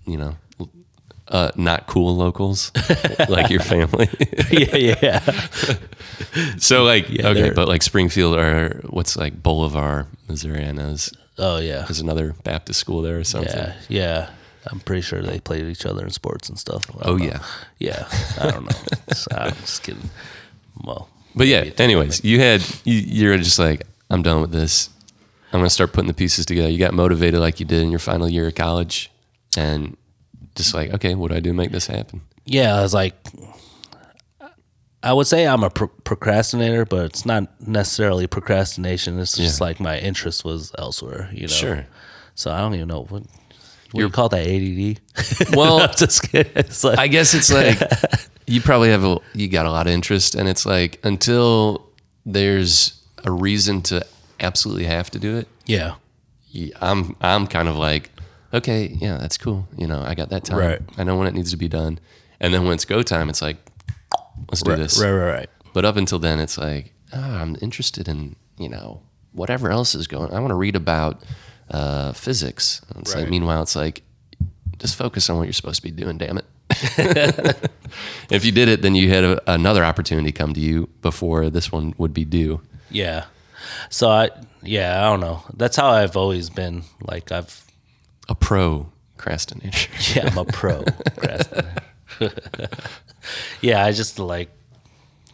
Speaker 1: you know. Uh, not cool locals like your family.
Speaker 2: yeah, yeah.
Speaker 1: so like okay,
Speaker 2: they're-
Speaker 1: but like Springfield or what's like Bolivar, Missouri, I know is
Speaker 2: Oh yeah.
Speaker 1: there's another Baptist school there or something.
Speaker 2: Yeah, yeah. I'm pretty sure they played each other in sports and stuff. I
Speaker 1: Oh
Speaker 2: don't know.
Speaker 1: yeah.
Speaker 2: yeah. I don't know. So, I'm just kidding. Well,
Speaker 1: But yeah, anyways, you had you, you're just like I'm done with this. I'm gonna start putting the pieces together. You got motivated like you did in your final year of college, and just like okay, what do I do to make this happen?
Speaker 2: yeah, I was like, I would say I'm a pro- procrastinator, but it's not necessarily procrastination. It's just
Speaker 1: Yeah.
Speaker 2: like my interest was elsewhere, you know.
Speaker 1: Sure.
Speaker 2: So I don't even know what. What do you call that ADD?
Speaker 1: Well,
Speaker 2: I'm just kidding. It's like
Speaker 1: I guess it's like you probably have a you got a lot of interest, and it's like until there's a reason to absolutely have to do it,
Speaker 2: yeah,
Speaker 1: y- I'm I'm kind of like, okay, yeah, that's cool. You know, I got that time.
Speaker 2: Right.
Speaker 1: I know when it needs to be done, and then when it's go time, it's like, let's do this.
Speaker 2: right, right, right.
Speaker 1: But up until then, it's like ah, I'm interested in you know whatever else is going. I want to read about uh, physics. And It's like,
Speaker 2: Right.
Speaker 1: meanwhile, it's like just focus on what you're supposed to be doing. Damn it! if you did it, then you had a, another opportunity come to you before this one would be due.
Speaker 2: Yeah. So I yeah I don't know. That's how I've always been. Like I've
Speaker 1: A pro procrastinator.
Speaker 2: Yeah, I'm a pro procrastinator. yeah, I just like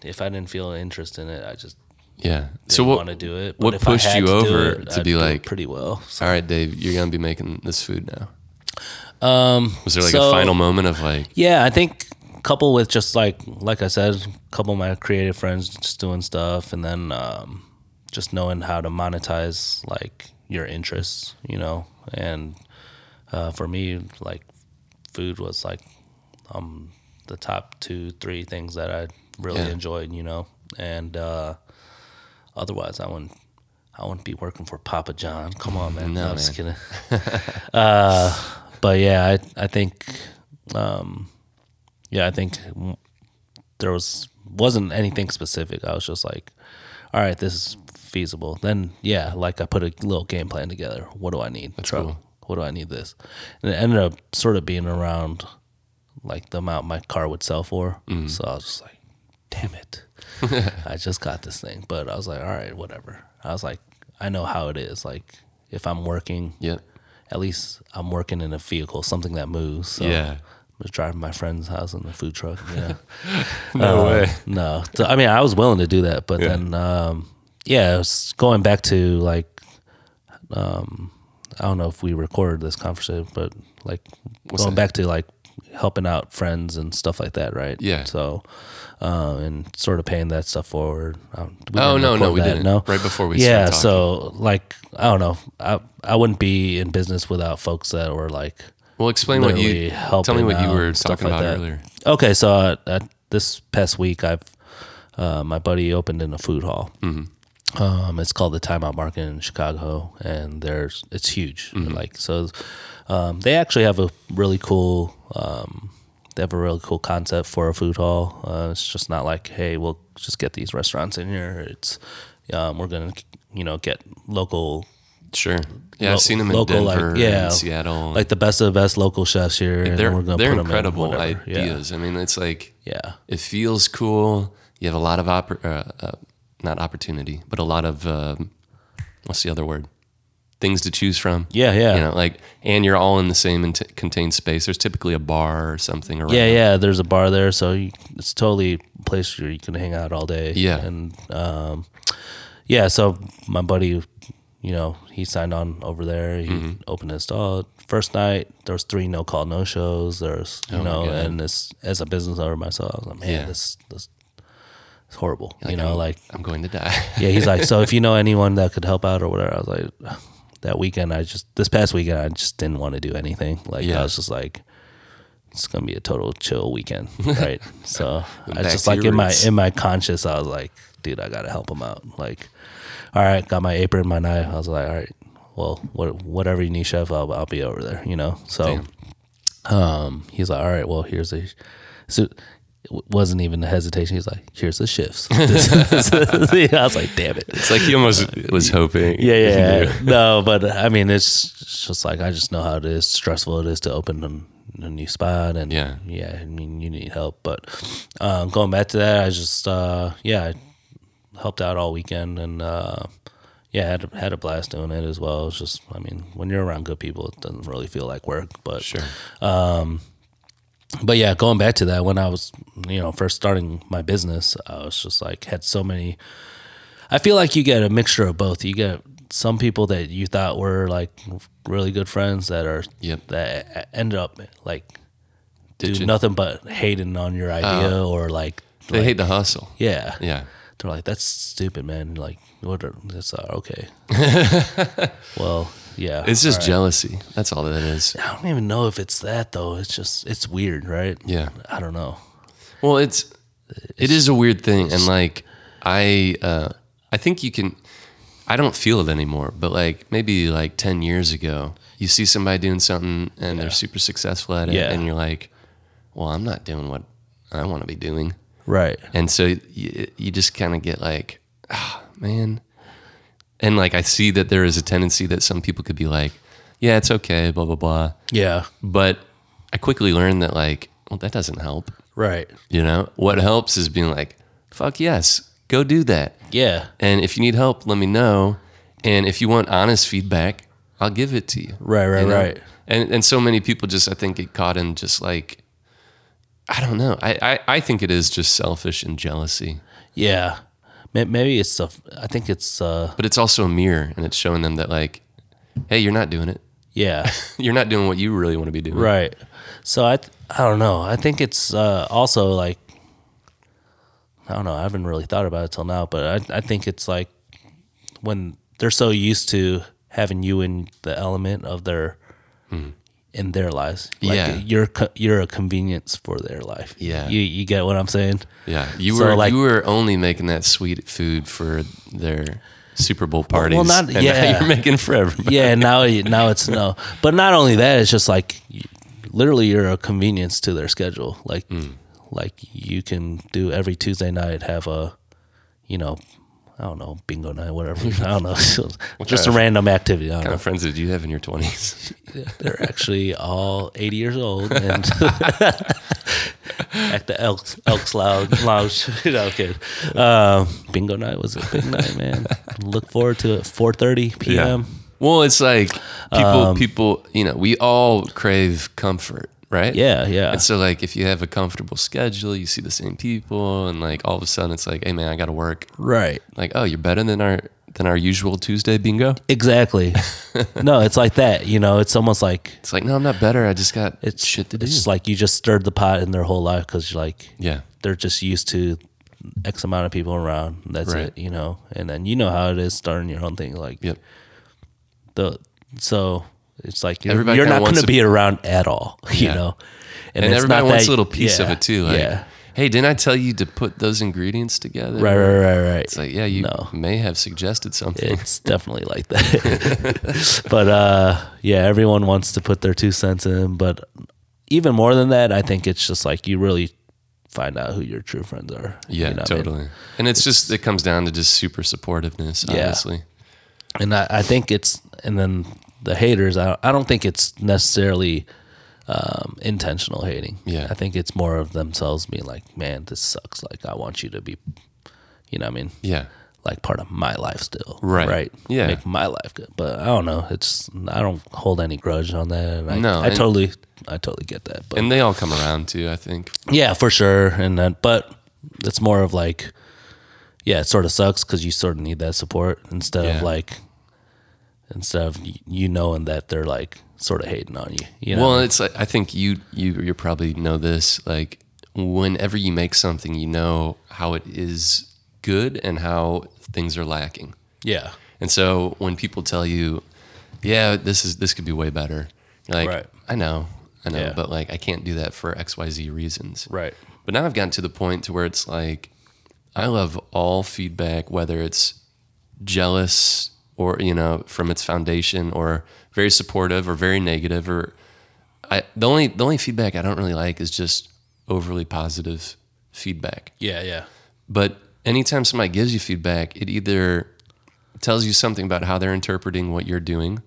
Speaker 2: if I didn't feel an interest in it, I just
Speaker 1: yeah.
Speaker 2: didn't
Speaker 1: so what?
Speaker 2: want to do it.
Speaker 1: what
Speaker 2: if I
Speaker 1: pushed
Speaker 2: had
Speaker 1: you
Speaker 2: do
Speaker 1: over to
Speaker 2: I'd
Speaker 1: be
Speaker 2: do it
Speaker 1: like-
Speaker 2: pretty well? So,
Speaker 1: All right, Dave, you're gonna be making this food now.
Speaker 2: um,
Speaker 1: Was there like
Speaker 2: so,
Speaker 1: a final moment of like,
Speaker 2: Yeah, I think couple with just like like I said, a couple of my creative friends just doing stuff, and then um, just knowing how to monetize like your interests, you know. And uh, for me, like food was like um the top two three things that I really
Speaker 1: Yeah.
Speaker 2: enjoyed, you know. And uh, otherwise, I wouldn't. I wouldn't be working for Papa John. Come on, man. No,
Speaker 1: No,
Speaker 2: I'm just
Speaker 1: man.
Speaker 2: kidding. uh, but yeah, I I think um, yeah, I think w- there was wasn't anything specific. I was just like, all right, this is feasible. Then yeah, like I put a little game plan together. What do I need? Truck.
Speaker 1: cool.
Speaker 2: What do I need this? And it ended up sort of being around like the amount my car would sell for. So I was just like, damn it. I just got this thing. But I was like, all right, whatever. I was like, I know how it is. Like if I'm working,
Speaker 1: yep,
Speaker 2: at least I'm working in a vehicle, something that moves. So
Speaker 1: Yeah.
Speaker 2: I'm just driving my friend's house in the food truck. Yeah.
Speaker 1: no
Speaker 2: Uh, No. So, I mean, I was willing to do that, but then, um, yeah, it was going back to like, um, I don't know if we recorded this conversation, but like going back to like helping out friends and stuff like that, right?
Speaker 1: Yeah.
Speaker 2: So, uh, and sort of paying that stuff forward. Um, we
Speaker 1: Oh,
Speaker 2: didn't
Speaker 1: no, no,
Speaker 2: record
Speaker 1: we
Speaker 2: that,
Speaker 1: didn't.
Speaker 2: No,
Speaker 1: Right before we
Speaker 2: yeah.
Speaker 1: started
Speaker 2: So, like, I don't know. I I wouldn't be in business without folks that were like
Speaker 1: Well, explain what
Speaker 2: literally
Speaker 1: you tell me
Speaker 2: helping
Speaker 1: what you
Speaker 2: out
Speaker 1: were
Speaker 2: and stuff
Speaker 1: talking
Speaker 2: like
Speaker 1: about
Speaker 2: that.
Speaker 1: earlier.
Speaker 2: Okay, so uh, uh, this past week, I've uh, my buddy opened in a food hall.
Speaker 1: Mm-hmm.
Speaker 2: Um, it's called the Timeout Market in Chicago, and there's it's huge.
Speaker 1: Mm-hmm.
Speaker 2: Like so, um, they actually have a really cool. Um, they have a really cool concept for a food hall. Uh, it's just not like, hey, we'll just get these restaurants in here. It's um, we're gonna, you know, get local
Speaker 1: Sure. Yeah,
Speaker 2: lo-
Speaker 1: I've seen them in
Speaker 2: local, like,
Speaker 1: Denver,
Speaker 2: yeah,
Speaker 1: and Seattle.
Speaker 2: like the best of the best local chefs here. and
Speaker 1: Oh. they're
Speaker 2: we're gonna
Speaker 1: they're
Speaker 2: put 'em in
Speaker 1: incredible
Speaker 2: whatever. Yeah.
Speaker 1: ideas. I mean, it's like
Speaker 2: Yeah.
Speaker 1: it feels cool. You have a lot of oppor- uh, uh, not opportunity, but a lot of um, what's the other word? Things to choose from.
Speaker 2: Yeah, yeah.
Speaker 1: You know, like, and you're all in the same in- contained space. There's typically a bar or something around.
Speaker 2: Yeah, yeah. There's a bar there, so you, it's totally a place where you can hang out all day.
Speaker 1: Yeah.
Speaker 2: and um, yeah. So my buddy, you know, he signed on over there. He
Speaker 1: Mm-hmm.
Speaker 2: opened his stall first night. There was three no call, no shows. There's you
Speaker 1: Oh my
Speaker 2: know,
Speaker 1: God.
Speaker 2: and this as a business owner myself, I was like, man,
Speaker 1: Yeah.
Speaker 2: this this is horrible. you know, like
Speaker 1: I'm going to die.
Speaker 2: yeah, he's like, so if you know anyone that could help out or whatever, I was like, that weekend, I just this past weekend, I just didn't want to do anything. Like
Speaker 1: Yeah.
Speaker 2: I was just like, it's gonna be a total chill weekend, right? so I
Speaker 1: Back
Speaker 2: just
Speaker 1: to
Speaker 2: like
Speaker 1: your
Speaker 2: in my
Speaker 1: roots.
Speaker 2: in my conscience, I was like, dude, I gotta help him out. Like, all right, got my apron, my knife. I was like, all right, well, what, whatever you need, chef, I'll, I'll be over there. You know, so um, he's like, all right, well, here's a, so it wasn't even a hesitation. He's like, here's the shifts. I was like, damn it.
Speaker 1: it's like he almost was hoping.
Speaker 2: Yeah, yeah, yeah. no, but I mean, it's it's just like I just know how it is stressful it is to open a, a new spot, and
Speaker 1: Yeah.
Speaker 2: yeah. I mean, you need help, but um, going back to that, I just uh, yeah, I helped out all weekend, and uh, yeah, had had a blast doing it as well. It's just, I mean, when you're around good people, it doesn't really feel like work, but
Speaker 1: Sure.
Speaker 2: but yeah, going back to that, when I was, you know, first starting my business, I was just like, had so many. I feel like you get a mixture of both. You get some people that you thought were like really good friends that are,
Speaker 1: Yep.
Speaker 2: that ended up like do
Speaker 1: Ditching.
Speaker 2: nothing but hating on your idea or like
Speaker 1: They
Speaker 2: like,
Speaker 1: hate the hustle.
Speaker 2: yeah.
Speaker 1: Uh-huh. Yeah.
Speaker 2: They're like, that's stupid, man. Like, what? Are, that's uh, okay. well, yeah.
Speaker 1: It's just
Speaker 2: all right.
Speaker 1: jealousy. That's all that is.
Speaker 2: I don't even know if it's that though. It's just it's weird, right?
Speaker 1: Yeah.
Speaker 2: I don't know.
Speaker 1: Well, it's it is a weird thing, and like I uh, I think you can. I don't feel it anymore, but like maybe like ten years ago, you see somebody doing something and they're super successful at it,
Speaker 2: Yeah.
Speaker 1: and you're like, "Well, I'm not doing what I want to be doing,"
Speaker 2: Right.
Speaker 1: and so you, you just kind of get like, "Ah, man," and like I see that there is a tendency that some people could be like, "Yeah, it's okay," blah blah blah,
Speaker 2: Yeah.
Speaker 1: but I quickly learned that like, well, that doesn't help.
Speaker 2: Right.
Speaker 1: You know, what helps is being like, fuck yes, go do that.
Speaker 2: Yeah.
Speaker 1: And if you need help, let me know. And if you want honest feedback, I'll give it to you.
Speaker 2: Right, right,
Speaker 1: You know?
Speaker 2: right.
Speaker 1: And and so many people just I think get caught in just like I don't know. I, I, I think it is just selfish and jealousy.
Speaker 2: Yeah. May- Maybe it's the. I think it's. uh
Speaker 1: But it's also a mirror and it's showing them that like, hey, you're not doing it.
Speaker 2: Yeah.
Speaker 1: You're not doing what you really want to be doing.
Speaker 2: right. So I. th- I don't know. I think it's uh also like. I don't know. I haven't really thought about it till now, but I I think it's like when they're so used to having you in the element of their. Hmm. In their lives, like
Speaker 1: Yeah.
Speaker 2: you're co- you're a convenience for their life.
Speaker 1: Yeah.
Speaker 2: you you get what I'm saying.
Speaker 1: Yeah. You
Speaker 2: So,
Speaker 1: were
Speaker 2: like-
Speaker 1: you were only making that sweet food for their Super Bowl parties.
Speaker 2: not-
Speaker 1: and now
Speaker 2: yeah.
Speaker 1: you're making for everybody.
Speaker 2: yeah now now it's no but not only that it's just like you- literally you're a convenience to their schedule like like you can do every tuesday night have a you know i don't know bingo night whatever i don't know just a
Speaker 1: kind of-
Speaker 2: random activity
Speaker 1: What
Speaker 2: i don't
Speaker 1: kind
Speaker 2: know
Speaker 1: of friends did you have in your 20s?
Speaker 2: they're actually all 80 years old and at the elks elks lounge lounge no, I'm kidding. Um, bingo night was a big night man look forward to it 4.30 p.m
Speaker 1: Well, it's like people,
Speaker 2: Um,
Speaker 1: people, you know, we all crave comfort, right?
Speaker 2: yeah yeah,
Speaker 1: And so, like, if you have a comfortable schedule, you see the same people, and like all of a sudden, it's like, hey, man, I got to work.
Speaker 2: right
Speaker 1: Like, oh, you're better than our than our usual Tuesday bingo.
Speaker 2: Exactly. no, it's like that. You know, it's almost like
Speaker 1: It's like, no, I'm not better. I just got
Speaker 2: it's
Speaker 1: shit to do.
Speaker 2: It's just like you just stirred the pot in their whole life because you're like
Speaker 1: yeah,
Speaker 2: they're just used to x amount of people around. and That's
Speaker 1: Right.
Speaker 2: it. You know, and then you know how it is starting your own thing. Like
Speaker 1: yep,
Speaker 2: the so it's like you're,
Speaker 1: Everybody
Speaker 2: you're
Speaker 1: kinda
Speaker 2: not going
Speaker 1: wants
Speaker 2: to
Speaker 1: a-
Speaker 2: be around at all. You
Speaker 1: Yeah.
Speaker 2: know,
Speaker 1: and
Speaker 2: it's
Speaker 1: everybody
Speaker 2: not
Speaker 1: wants
Speaker 2: that-
Speaker 1: a little piece of
Speaker 2: yeah,
Speaker 1: it too. Like,
Speaker 2: yeah.
Speaker 1: hey, didn't I tell you to put those ingredients together?
Speaker 2: Right. Right. Right. Right.
Speaker 1: It's like, yeah, you
Speaker 2: No.
Speaker 1: may have suggested something.
Speaker 2: it's definitely like that. but uh, yeah, everyone wants to put their two cents in. But even more than that, I think it's just like you really find out who your true friends are.
Speaker 1: Yeah,
Speaker 2: You know what I mean?
Speaker 1: totally. And it's, just it comes down to just super supportiveness,
Speaker 2: Yeah.
Speaker 1: obviously.
Speaker 2: And I, I think it's, and then the haters, I, I don't think it's necessarily um, intentional hating.
Speaker 1: Yeah.
Speaker 2: I think it's more of themselves being like, man, this sucks. Like, I want you to be, you know what I mean?
Speaker 1: Yeah.
Speaker 2: like part of my life still.
Speaker 1: Right.
Speaker 2: Right.
Speaker 1: Yeah.
Speaker 2: Make my life good. But I don't know. It's I don't hold any grudge on that. And I,
Speaker 1: No,
Speaker 2: I
Speaker 1: and-
Speaker 2: totally I totally get that. But
Speaker 1: And they all come around too, I think.
Speaker 2: yeah, for sure. And then but it's more of like yeah, it sort of sucks because you sort of need that support instead
Speaker 1: Yeah.
Speaker 2: of like instead of y- you knowing that they're like sort of hating on you. You know.
Speaker 1: Well, it's like I think you you you probably know this like whenever you make something, you know how it is good and how things are lacking.
Speaker 2: yeah.
Speaker 1: And so when people tell you, "Yeah, this is this could be way better," you're like,
Speaker 2: Right.
Speaker 1: "I know, I know,
Speaker 2: Yeah.
Speaker 1: but like I can't do that for X Y Z reasons."
Speaker 2: Right.
Speaker 1: But now I've gotten to the point to where it's like, I love all feedback, whether it's jealous or you know from its foundation, or very supportive or very negative. Or I the only the only feedback I don't really like is just overly positive feedback.
Speaker 2: Yeah, yeah.
Speaker 1: But anytime somebody gives you feedback, it either tells you something about how they're interpreting what you're doing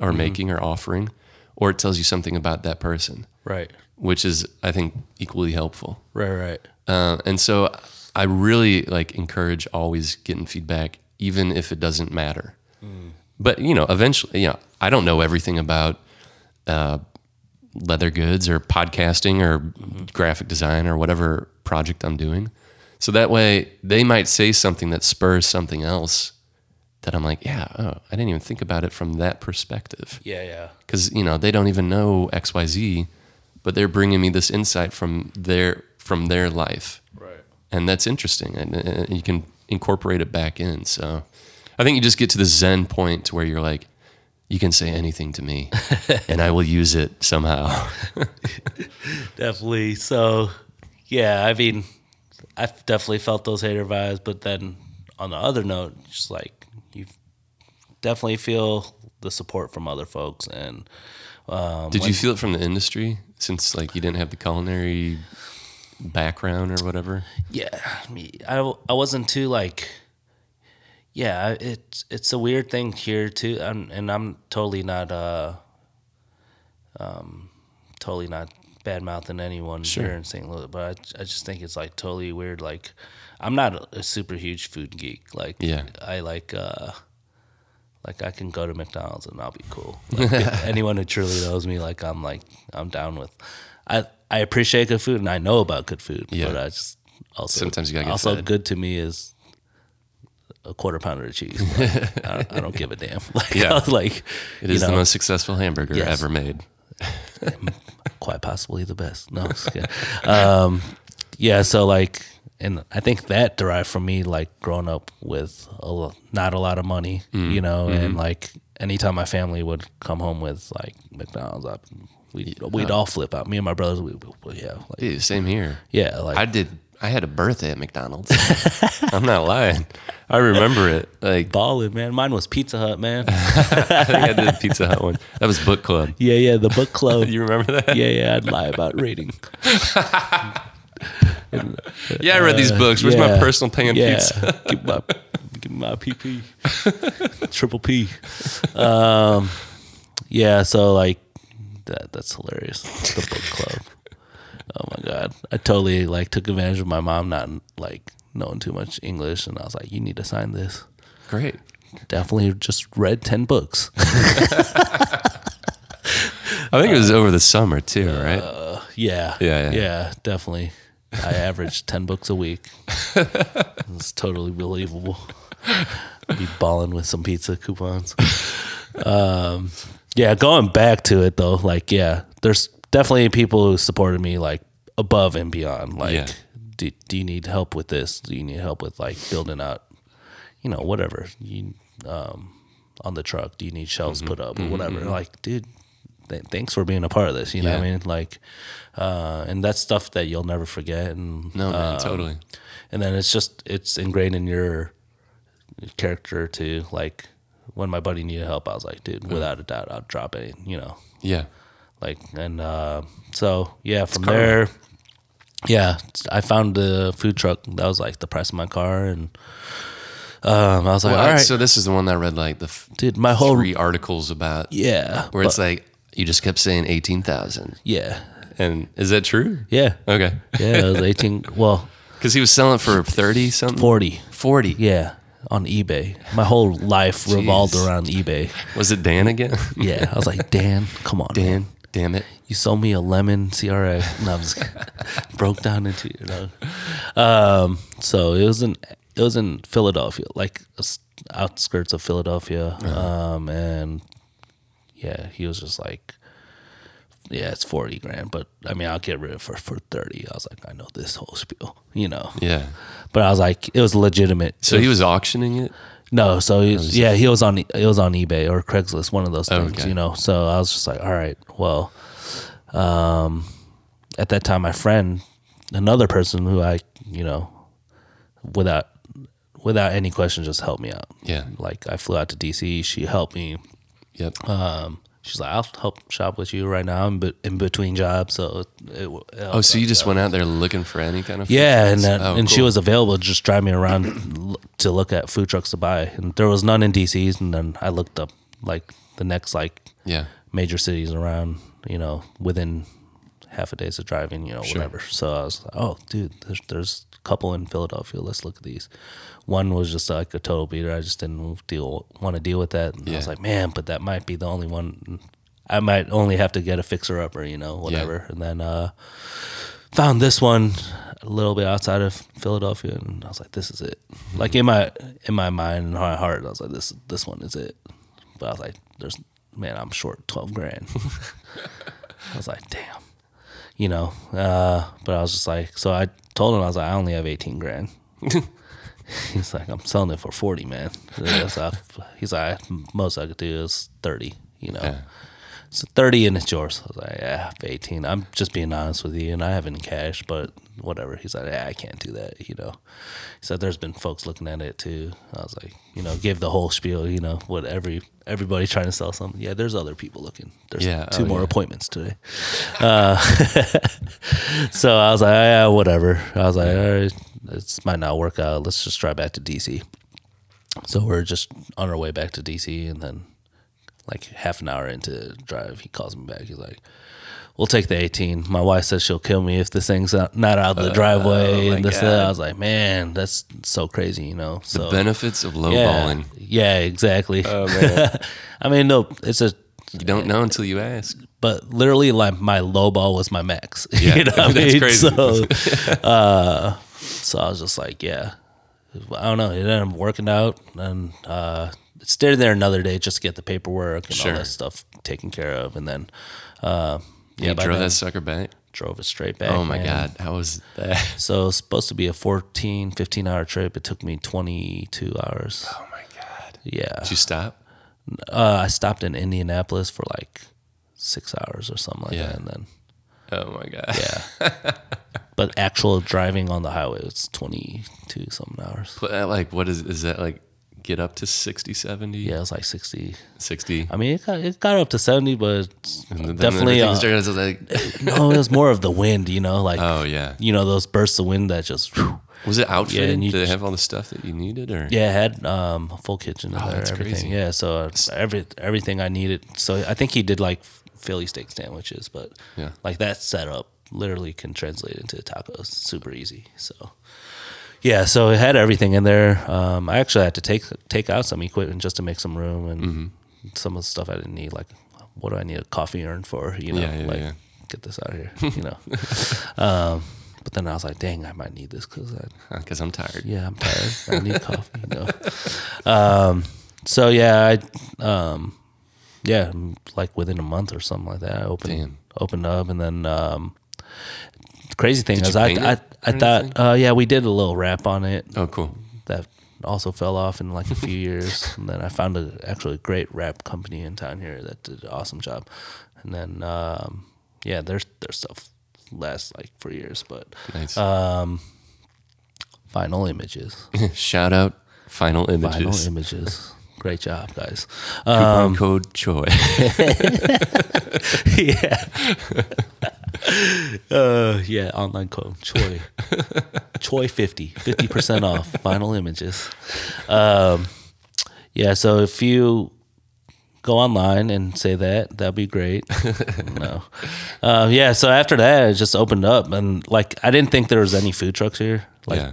Speaker 1: or making or offering, or it tells you something about that person,
Speaker 2: Right.
Speaker 1: which is, I think, equally helpful.
Speaker 2: Right, right.
Speaker 1: Uh, and so I really like encourage always getting feedback, even if it doesn't matter. But, you know, eventually, you know, I don't know everything about uh, leather goods or podcasting or graphic design or whatever project I'm doing. So that way they might say something that spurs something else that I'm like, yeah, oh, I didn't even think about it from that perspective.
Speaker 2: Yeah, yeah.
Speaker 1: Cause you know, they don't even know XYZ, but they're bringing me this insight from their, from their life
Speaker 2: Right.
Speaker 1: and that's interesting, and, uh, you can incorporate it back in. So, I think you just get to the zen point to where you're like, you can say anything to me, and I will use it somehow.
Speaker 2: definitely. So, yeah, I mean, I definitely felt those hater vibes, but then on the other note, just like you definitely feel the support from other folks, and um,
Speaker 1: Did you feel it from the industry since like you didn't have the culinary background or whatever?
Speaker 2: yeah, I mean, I I wasn't too like. Yeah, I- it's it's a weird thing here too, I'm, and I'm totally not uh, um, totally not bad mouthing anyone here in St. Louis, but I, I just think it's like totally weird. Like, I'm not a, a super huge food geek. Like,
Speaker 1: Yeah.
Speaker 2: I like uh, like I can go to McDonald's and I'll be cool. Like, anyone who truly knows me, like I'm like I'm down with. I I appreciate good food and I know about good food,
Speaker 1: Yeah.
Speaker 2: but I just also
Speaker 1: Sometimes you gotta get
Speaker 2: also
Speaker 1: fed.
Speaker 2: good to me is a quarter pounder of cheese. Like, I, I don't give a damn. Like
Speaker 1: Yeah.
Speaker 2: I was like
Speaker 1: It
Speaker 2: you
Speaker 1: is the
Speaker 2: know,
Speaker 1: most successful hamburger
Speaker 2: Yes.
Speaker 1: ever made.
Speaker 2: quite possibly the best. No, I'm just kidding. um, yeah. So like, and I think that derived from me like growing up with a, lo- not a lot of money,
Speaker 1: Mm.
Speaker 2: you know,
Speaker 1: Mm-hmm.
Speaker 2: and like anytime my family would come home with like McDonald's, I, we'd we'd all flip out. Me and my brothers, we, we- we- yeah, like,
Speaker 1: Dude, same here.
Speaker 2: yeah, like
Speaker 1: I did. I had a birthday at McDonald's. I'm not lying. I remember it. Like
Speaker 2: balling, man. Mine was Pizza Hut, man.
Speaker 1: I think I did the Pizza Hut one. That was book club.
Speaker 2: yeah, yeah, the book club.
Speaker 1: You remember that?
Speaker 2: yeah, yeah, I'd lie about reading.
Speaker 1: Yeah, I read these books. Where's my
Speaker 2: Uh, yeah.
Speaker 1: personal pan
Speaker 2: yeah.
Speaker 1: pizza?
Speaker 2: give my give my PP triple P. Um, yeah. So like that that's hilarious. The book club. Oh my god! I totally like took advantage of my mom not like knowing too much English, and I was like, "You need to sign this."
Speaker 1: Great.
Speaker 2: Definitely just read ten books.
Speaker 1: I think it was over the summer too, right?
Speaker 2: yeah,
Speaker 1: Yeah, yeah.
Speaker 2: definitely. I averaged ten books a week. it's totally believable. Be balling with some pizza coupons. Um, yeah, going back to it though, like yeah, there's definitely people who supported me like above and beyond. Like,
Speaker 1: Yeah.
Speaker 2: do, do you need help with this? Do you need help with like building out? You know, whatever you um, on the truck. Do you need shelves
Speaker 1: Mm-hmm.
Speaker 2: put up or whatever? Like, dude, th- thanks for being a part of this. You know what I
Speaker 1: Yeah.
Speaker 2: mean? Like, uh, and that's stuff that you'll never forget. And
Speaker 1: no, man,
Speaker 2: uh,
Speaker 1: totally.
Speaker 2: and then it's just it's ingrained in your character too. Like when my buddy needed help, I was like,
Speaker 1: Mm.
Speaker 2: dude, without a doubt, I'll drop it. You know,
Speaker 1: Yeah.
Speaker 2: like and uh, so yeah from there yeah i found the food truck that was like the price of my car and um, i was like
Speaker 1: Well,
Speaker 2: all right
Speaker 1: So this is the one that I read like the f-
Speaker 2: dude my whole
Speaker 1: three articles about
Speaker 2: yeah
Speaker 1: where it's like you just kept saying eighteen thousand.
Speaker 2: yeah
Speaker 1: And is that true?
Speaker 2: yeah
Speaker 1: Okay.
Speaker 2: yeah it was 18 well
Speaker 1: Because he was selling for thirty something.
Speaker 2: 40
Speaker 1: Forty.
Speaker 2: yeah on ebay my whole life revolved
Speaker 1: Jeez.
Speaker 2: around ebay
Speaker 1: Was it Dan again?
Speaker 2: yeah i was like dan come on man.
Speaker 1: Dan. Damn it.
Speaker 2: you sold me a lemon CRA. No, I'm just kidding. broke down into you know. Um, so it was in it was in Philadelphia, like s- outskirts of Philadelphia,
Speaker 1: Uh-huh.
Speaker 2: um, and yeah, he was just like, yeah, it's forty grand, but I mean, I'll get rid of it for for thirty. I was like, I know this whole spiel, you know.
Speaker 1: Yeah.
Speaker 2: But I was like, it was legitimate.
Speaker 1: So he was auctioning it.
Speaker 2: No, so he, yeah, he was on it was on eBay or Craigslist, one of those things,
Speaker 1: okay.
Speaker 2: you know. So I was just like, all right, well, um, at that time, my friend, another person who I, you know, without without any question, just helped me out.
Speaker 1: Yeah.
Speaker 2: Like I flew out to DC, she helped me.
Speaker 1: Yep.
Speaker 2: Um, she's like, I'll help shop with you right now. I'm be- in between jobs, so it, it,
Speaker 1: oh, so you just went out there looking for any kind of food
Speaker 2: yeah, and
Speaker 1: trucks?
Speaker 2: that,
Speaker 1: Oh,
Speaker 2: and she
Speaker 1: cool.
Speaker 2: was available to just drive me around l- to look at food trucks to buy, and there was none in DC's. And then I looked up like the next like
Speaker 1: yeah
Speaker 2: major cities around, you know, within half a day's of driving, you know, whatever. So I was like, oh, dude, there's, there's a couple in Philadelphia. Let's look at these. One was just like a total beater. I just didn't deal want to deal with that. And I was
Speaker 1: Yeah.
Speaker 2: like, man, but that might be the only one. I might only have to get a fixer upper, you know, whatever. And then uh, found this one a little bit outside of Philadelphia, and I was like, this is it. Like in my in my mind and my heart, I was like, this this one is it. But I was like, there's man, I'm short twelve grand. I was like, damn. you know. Uh, but I was just like, so I told him I was like, I only have eighteen grand. he's like, I'm selling it for forty, man. That's how- he's like, most I could do is thirty, you know.
Speaker 1: Yeah.
Speaker 2: So thirty and it's yours. I was like, yeah, for eighteen. I'm just being honest with you, and I have it in cash, but whatever. He's like, yeah, I can't do that, you know. He said, there's been folks looking at it too. I was like, you know, give the whole spiel, you know, what every everybody's trying to sell something. Yeah, there's other people looking. There's
Speaker 1: Yeah,
Speaker 2: two
Speaker 1: oh,
Speaker 2: more
Speaker 1: yeah.
Speaker 2: appointments today. Uh, so I was like, yeah, whatever. I was like, all right, this might not work out. Let's just drive back to DC. So we're just on our way back to DC, and then like half an hour into the drive, he calls me back. He's like, "We'll take the 18." My wife says she'll kill me if this thing's not, not out of the driveway
Speaker 1: Uh, oh my
Speaker 2: and this. and that.
Speaker 1: God.
Speaker 2: I was like, "Man, that's so crazy," you know. So
Speaker 1: Benefits of
Speaker 2: yeah,
Speaker 1: lowballing.
Speaker 2: yeah, exactly.
Speaker 1: Oh,
Speaker 2: I mean, no, it's a
Speaker 1: You don't know until you ask.
Speaker 2: but literally like my low ball was my max.
Speaker 1: Yeah,
Speaker 2: you know what I
Speaker 1: that's
Speaker 2: mean?
Speaker 1: crazy.
Speaker 2: So, uh, so I was just like, yeah, I don't know. It ended up working out, and uh, stayed there another day just to get the paperwork and
Speaker 1: Sure.
Speaker 2: all that stuff taken care of, and then uh, yeah,
Speaker 1: you
Speaker 2: by
Speaker 1: drove
Speaker 2: then,
Speaker 1: that sucker back.
Speaker 2: drove it straight back.
Speaker 1: Oh my
Speaker 2: man.
Speaker 1: God. How was that?
Speaker 2: So it's supposed to be a 14, 15 hour trip. It took me 22 hours.
Speaker 1: Oh my God.
Speaker 2: Yeah.
Speaker 1: Did you stop?
Speaker 2: Uh, I stopped in Indianapolis for like six hours or something like
Speaker 1: Yeah.
Speaker 2: that. And then
Speaker 1: Oh my God.
Speaker 2: Yeah. but actual driving on the highway, it's 22 something hours.
Speaker 1: But uh, like, what is, is that like get up to 60, 70,
Speaker 2: Yeah, it's like 60.
Speaker 1: 60?
Speaker 2: I mean, it got, it got up to 70, but it's
Speaker 1: And then
Speaker 2: definitely.
Speaker 1: Uh, everything
Speaker 2: Uh,
Speaker 1: started like,
Speaker 2: no, it was more of the wind, you know, like,
Speaker 1: oh yeah.
Speaker 2: you know, those bursts of wind that just. whew.
Speaker 1: Was it outfitted?
Speaker 2: and you
Speaker 1: Did it
Speaker 2: just-
Speaker 1: have all the stuff that you needed or?
Speaker 2: Yeah, I had um, a full kitchen in there.
Speaker 1: Oh, that's
Speaker 2: everything.
Speaker 1: crazy.
Speaker 2: Yeah, so uh, every everything I needed. So I think he did like Philly steak sandwiches, but
Speaker 1: Yeah.
Speaker 2: like that setup literally can translate into tacos super easy. So yeah, so it had everything in there. Um, I actually had to take take out some equipment just to make some room and
Speaker 1: Mm-hmm.
Speaker 2: some of the stuff I didn't need. Like, what do I need a coffee urn for? You know,
Speaker 1: Yeah, yeah,
Speaker 2: like
Speaker 1: yeah.
Speaker 2: get this out of here. You know. um, but then I was like, dang, I might need this because I
Speaker 1: Because I'm tired.
Speaker 2: yeah, I'm tired. I need coffee. You know. Um, so yeah, I, um, yeah, m- like within a month or something like that, I opened
Speaker 1: Damn.
Speaker 2: opened up, and then um, the crazy thing
Speaker 1: Did
Speaker 2: is,
Speaker 1: you
Speaker 2: I
Speaker 1: paint
Speaker 2: I,
Speaker 1: it
Speaker 2: I
Speaker 1: or
Speaker 2: thought, uh, yeah, we did a little wrap on it
Speaker 1: Oh, cool.
Speaker 2: that also fell off in like a few years, and then I found a actually a great wrap company in town here that did an awesome job, and then um, yeah, their their stuff lasts like for years, but
Speaker 1: Nice.
Speaker 2: um, final images.
Speaker 1: Shout out Final Images.
Speaker 2: Final images. Great job, guys. Uh,
Speaker 1: Coupon code Choi.
Speaker 2: yeah. uh, yeah, online code Choi. Choi 50. 50% off. Final images. Um, yeah, so if you go online and say that, that'd be great. no. Uh, yeah, so after that, it just opened up. And like, I didn't think there was any food trucks here. Like,
Speaker 1: Yeah.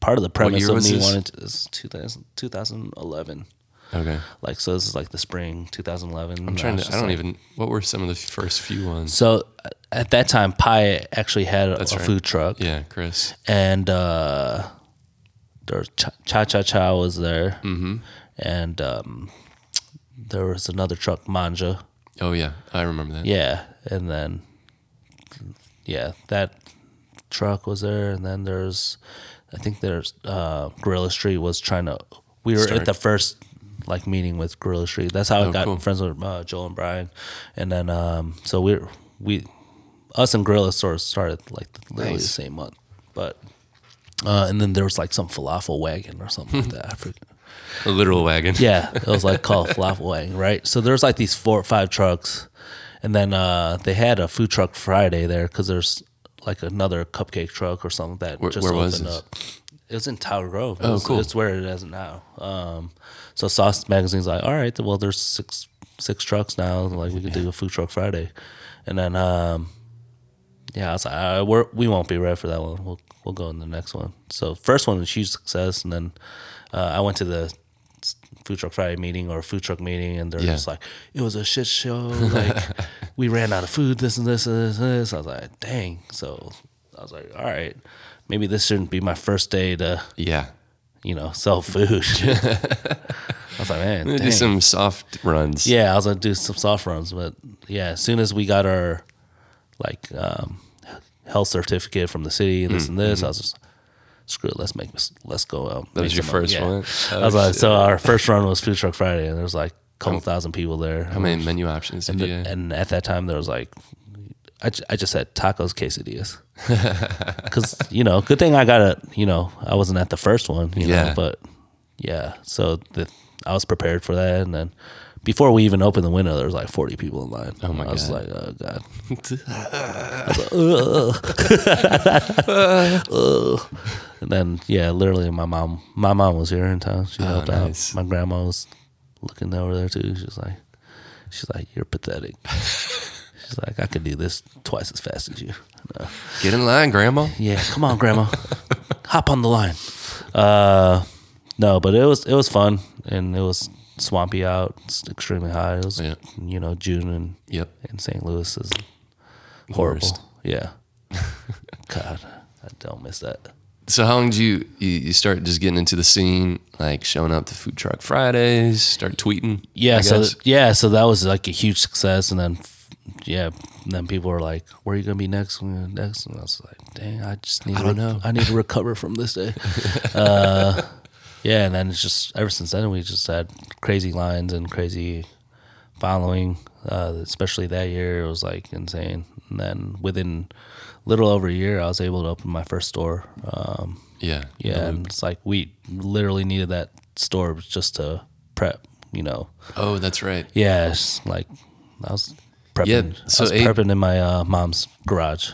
Speaker 2: part of the premise
Speaker 1: year
Speaker 2: of
Speaker 1: was
Speaker 2: me
Speaker 1: this?
Speaker 2: wanting to, is 2000, 2011.
Speaker 1: okay.
Speaker 2: Like, so this is like the spring 2011.
Speaker 1: I'm trying to, I don't even, what were some of the first few ones?
Speaker 2: So uh, at that time, Pi actually had a, a
Speaker 1: right.
Speaker 2: food truck,
Speaker 1: Yeah, Chris.
Speaker 2: and uh, there was Cha Cha Cha Cha was there, mm-hmm. and um, there was another truck, Manja.
Speaker 1: Oh, yeah. I remember that.
Speaker 2: Yeah, and then yeah, that truck was there, and then there's, I think there's uh, Gorilla Street was trying to. We were
Speaker 1: Start. Oh,
Speaker 2: at the first like meeting with Gorilla Street. That's how I got
Speaker 1: cool.
Speaker 2: friends with uh, Joel and Brian, and then um, so we we us and Gorilla sort of started like literally
Speaker 1: Nice.
Speaker 2: the same month, but. Uh, and then there was like some falafel wagon or something like that. I forget.
Speaker 1: A literal wagon.
Speaker 2: Yeah, it was like called falafel wang, right? So there's like these four or five trucks, and then uh, they had a food truck Friday there because there's like another cupcake truck or something that
Speaker 1: Where-
Speaker 2: just
Speaker 1: where
Speaker 2: opened
Speaker 1: was this?
Speaker 2: up. It was in Tower Grove. It
Speaker 1: Oh,
Speaker 2: was-
Speaker 1: cool.
Speaker 2: It's where it is now. Um, so Sauce Magazine's like, all right, well, there's six six trucks now. Like we could do a food truck Friday, and then um, yeah, I was like, all right, we're, we won't be ready for that one. We'll we'll go in the next one. So first one was huge success, and then uh, I went to the s- food truck Friday meeting or food truck meeting, and they're
Speaker 1: Yeah.
Speaker 2: just like, it was a shit show. Like we ran out of food. This and this and this and this. I was like, dang. So I was like, all right, maybe this shouldn't be my first day to
Speaker 1: Yeah.
Speaker 2: you know sell food. I was like, man,
Speaker 1: I'm gonna
Speaker 2: dang.
Speaker 1: do some soft runs.
Speaker 2: Yeah, I was gonna do some soft runs, but yeah, as soon as we got our like um, health certificate from the city and this and this. I was just screw it, let's make mis- let's go out.
Speaker 1: Mm-hmm. That
Speaker 2: make
Speaker 1: was your
Speaker 2: some money.
Speaker 1: first
Speaker 2: Yeah.
Speaker 1: one?
Speaker 2: I was
Speaker 1: Oh,
Speaker 2: like,
Speaker 1: shit. Oh.
Speaker 2: so our first run was Food Truck Friday, and there was like a couple thousand people there.
Speaker 1: How many menu options did
Speaker 2: And,
Speaker 1: you?
Speaker 2: and at that time, there was like, I, ju- I just had tacos, quesadillas. Because, you know, good thing I got a, you know, I wasn't at the first one, you
Speaker 1: Yeah.
Speaker 2: know, but yeah. So the, I was prepared for that. And then before we even opened the window, there was like 40 people in line. Oh
Speaker 1: my
Speaker 2: I was
Speaker 1: God.
Speaker 2: like, oh God. And then, yeah, literally my mom, my mom was here in town. She helped
Speaker 1: Oh, nice.
Speaker 2: out. My grandma was looking over there too. She's like, she's like, you're pathetic. she's like, I could do this twice as fast as you. No.
Speaker 1: Get in line, Grandma.
Speaker 2: Yeah, come on, grandma, hop on the line. Uh, no, but it was it was fun and it was swampy out. It's extremely hot. It was
Speaker 1: Yeah.
Speaker 2: you know June and
Speaker 1: Yep.
Speaker 2: in St. Louis is horrible.
Speaker 1: Worst.
Speaker 2: Yeah. God, I don't miss that.
Speaker 1: So how long do you, you you start just getting into the scene, like showing up to food truck Fridays, start tweeting?
Speaker 2: Yeah,
Speaker 1: I
Speaker 2: so
Speaker 1: guess?
Speaker 2: th- yeah, so that was like a huge success, and then f- yeah, and then people were like, "Where are you gonna be next? When you gonna be next?" And I was like, "Dang, I just need
Speaker 1: I
Speaker 2: to
Speaker 1: don't
Speaker 2: re-
Speaker 1: know.
Speaker 2: I need to recover from this day." uh, yeah, and then it's just ever since then we just had crazy lines and crazy following, uh, especially that year it was like insane. And then within little over a year, I was able to open my first store. Um,
Speaker 1: yeah,
Speaker 2: yeah, and it's like we literally needed that store just to prep, you know.
Speaker 1: Oh, that's right.
Speaker 2: Yeah, it's like I was prepping.
Speaker 1: Yeah, so
Speaker 2: I was
Speaker 1: eight-
Speaker 2: prepping in my uh, mom's garage.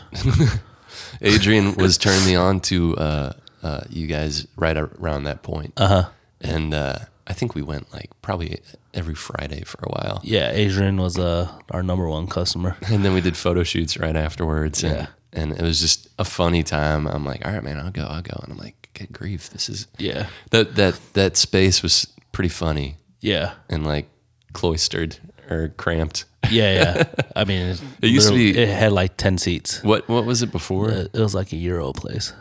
Speaker 1: Adrian was turning me on to uh, uh, you guys right around that point. Uh-huh. And uh I think we went like probably every Friday for a while,
Speaker 2: Yeah, Adrian was uh, our number one customer.
Speaker 1: and then we did photo shoots right afterwards. And,
Speaker 2: Yeah.
Speaker 1: and it was just a funny time. I'm like, all right, man, I'll go, I'll go, and I'm like, good grief, this is
Speaker 2: Yeah,
Speaker 1: that that that space was pretty funny
Speaker 2: yeah,
Speaker 1: and like cloistered or cramped.
Speaker 2: yeah, yeah. I mean, it,
Speaker 1: It used to
Speaker 2: literally-
Speaker 1: be-
Speaker 2: It had like ten seats.
Speaker 1: What what was it before?
Speaker 2: It it was like a Euro place.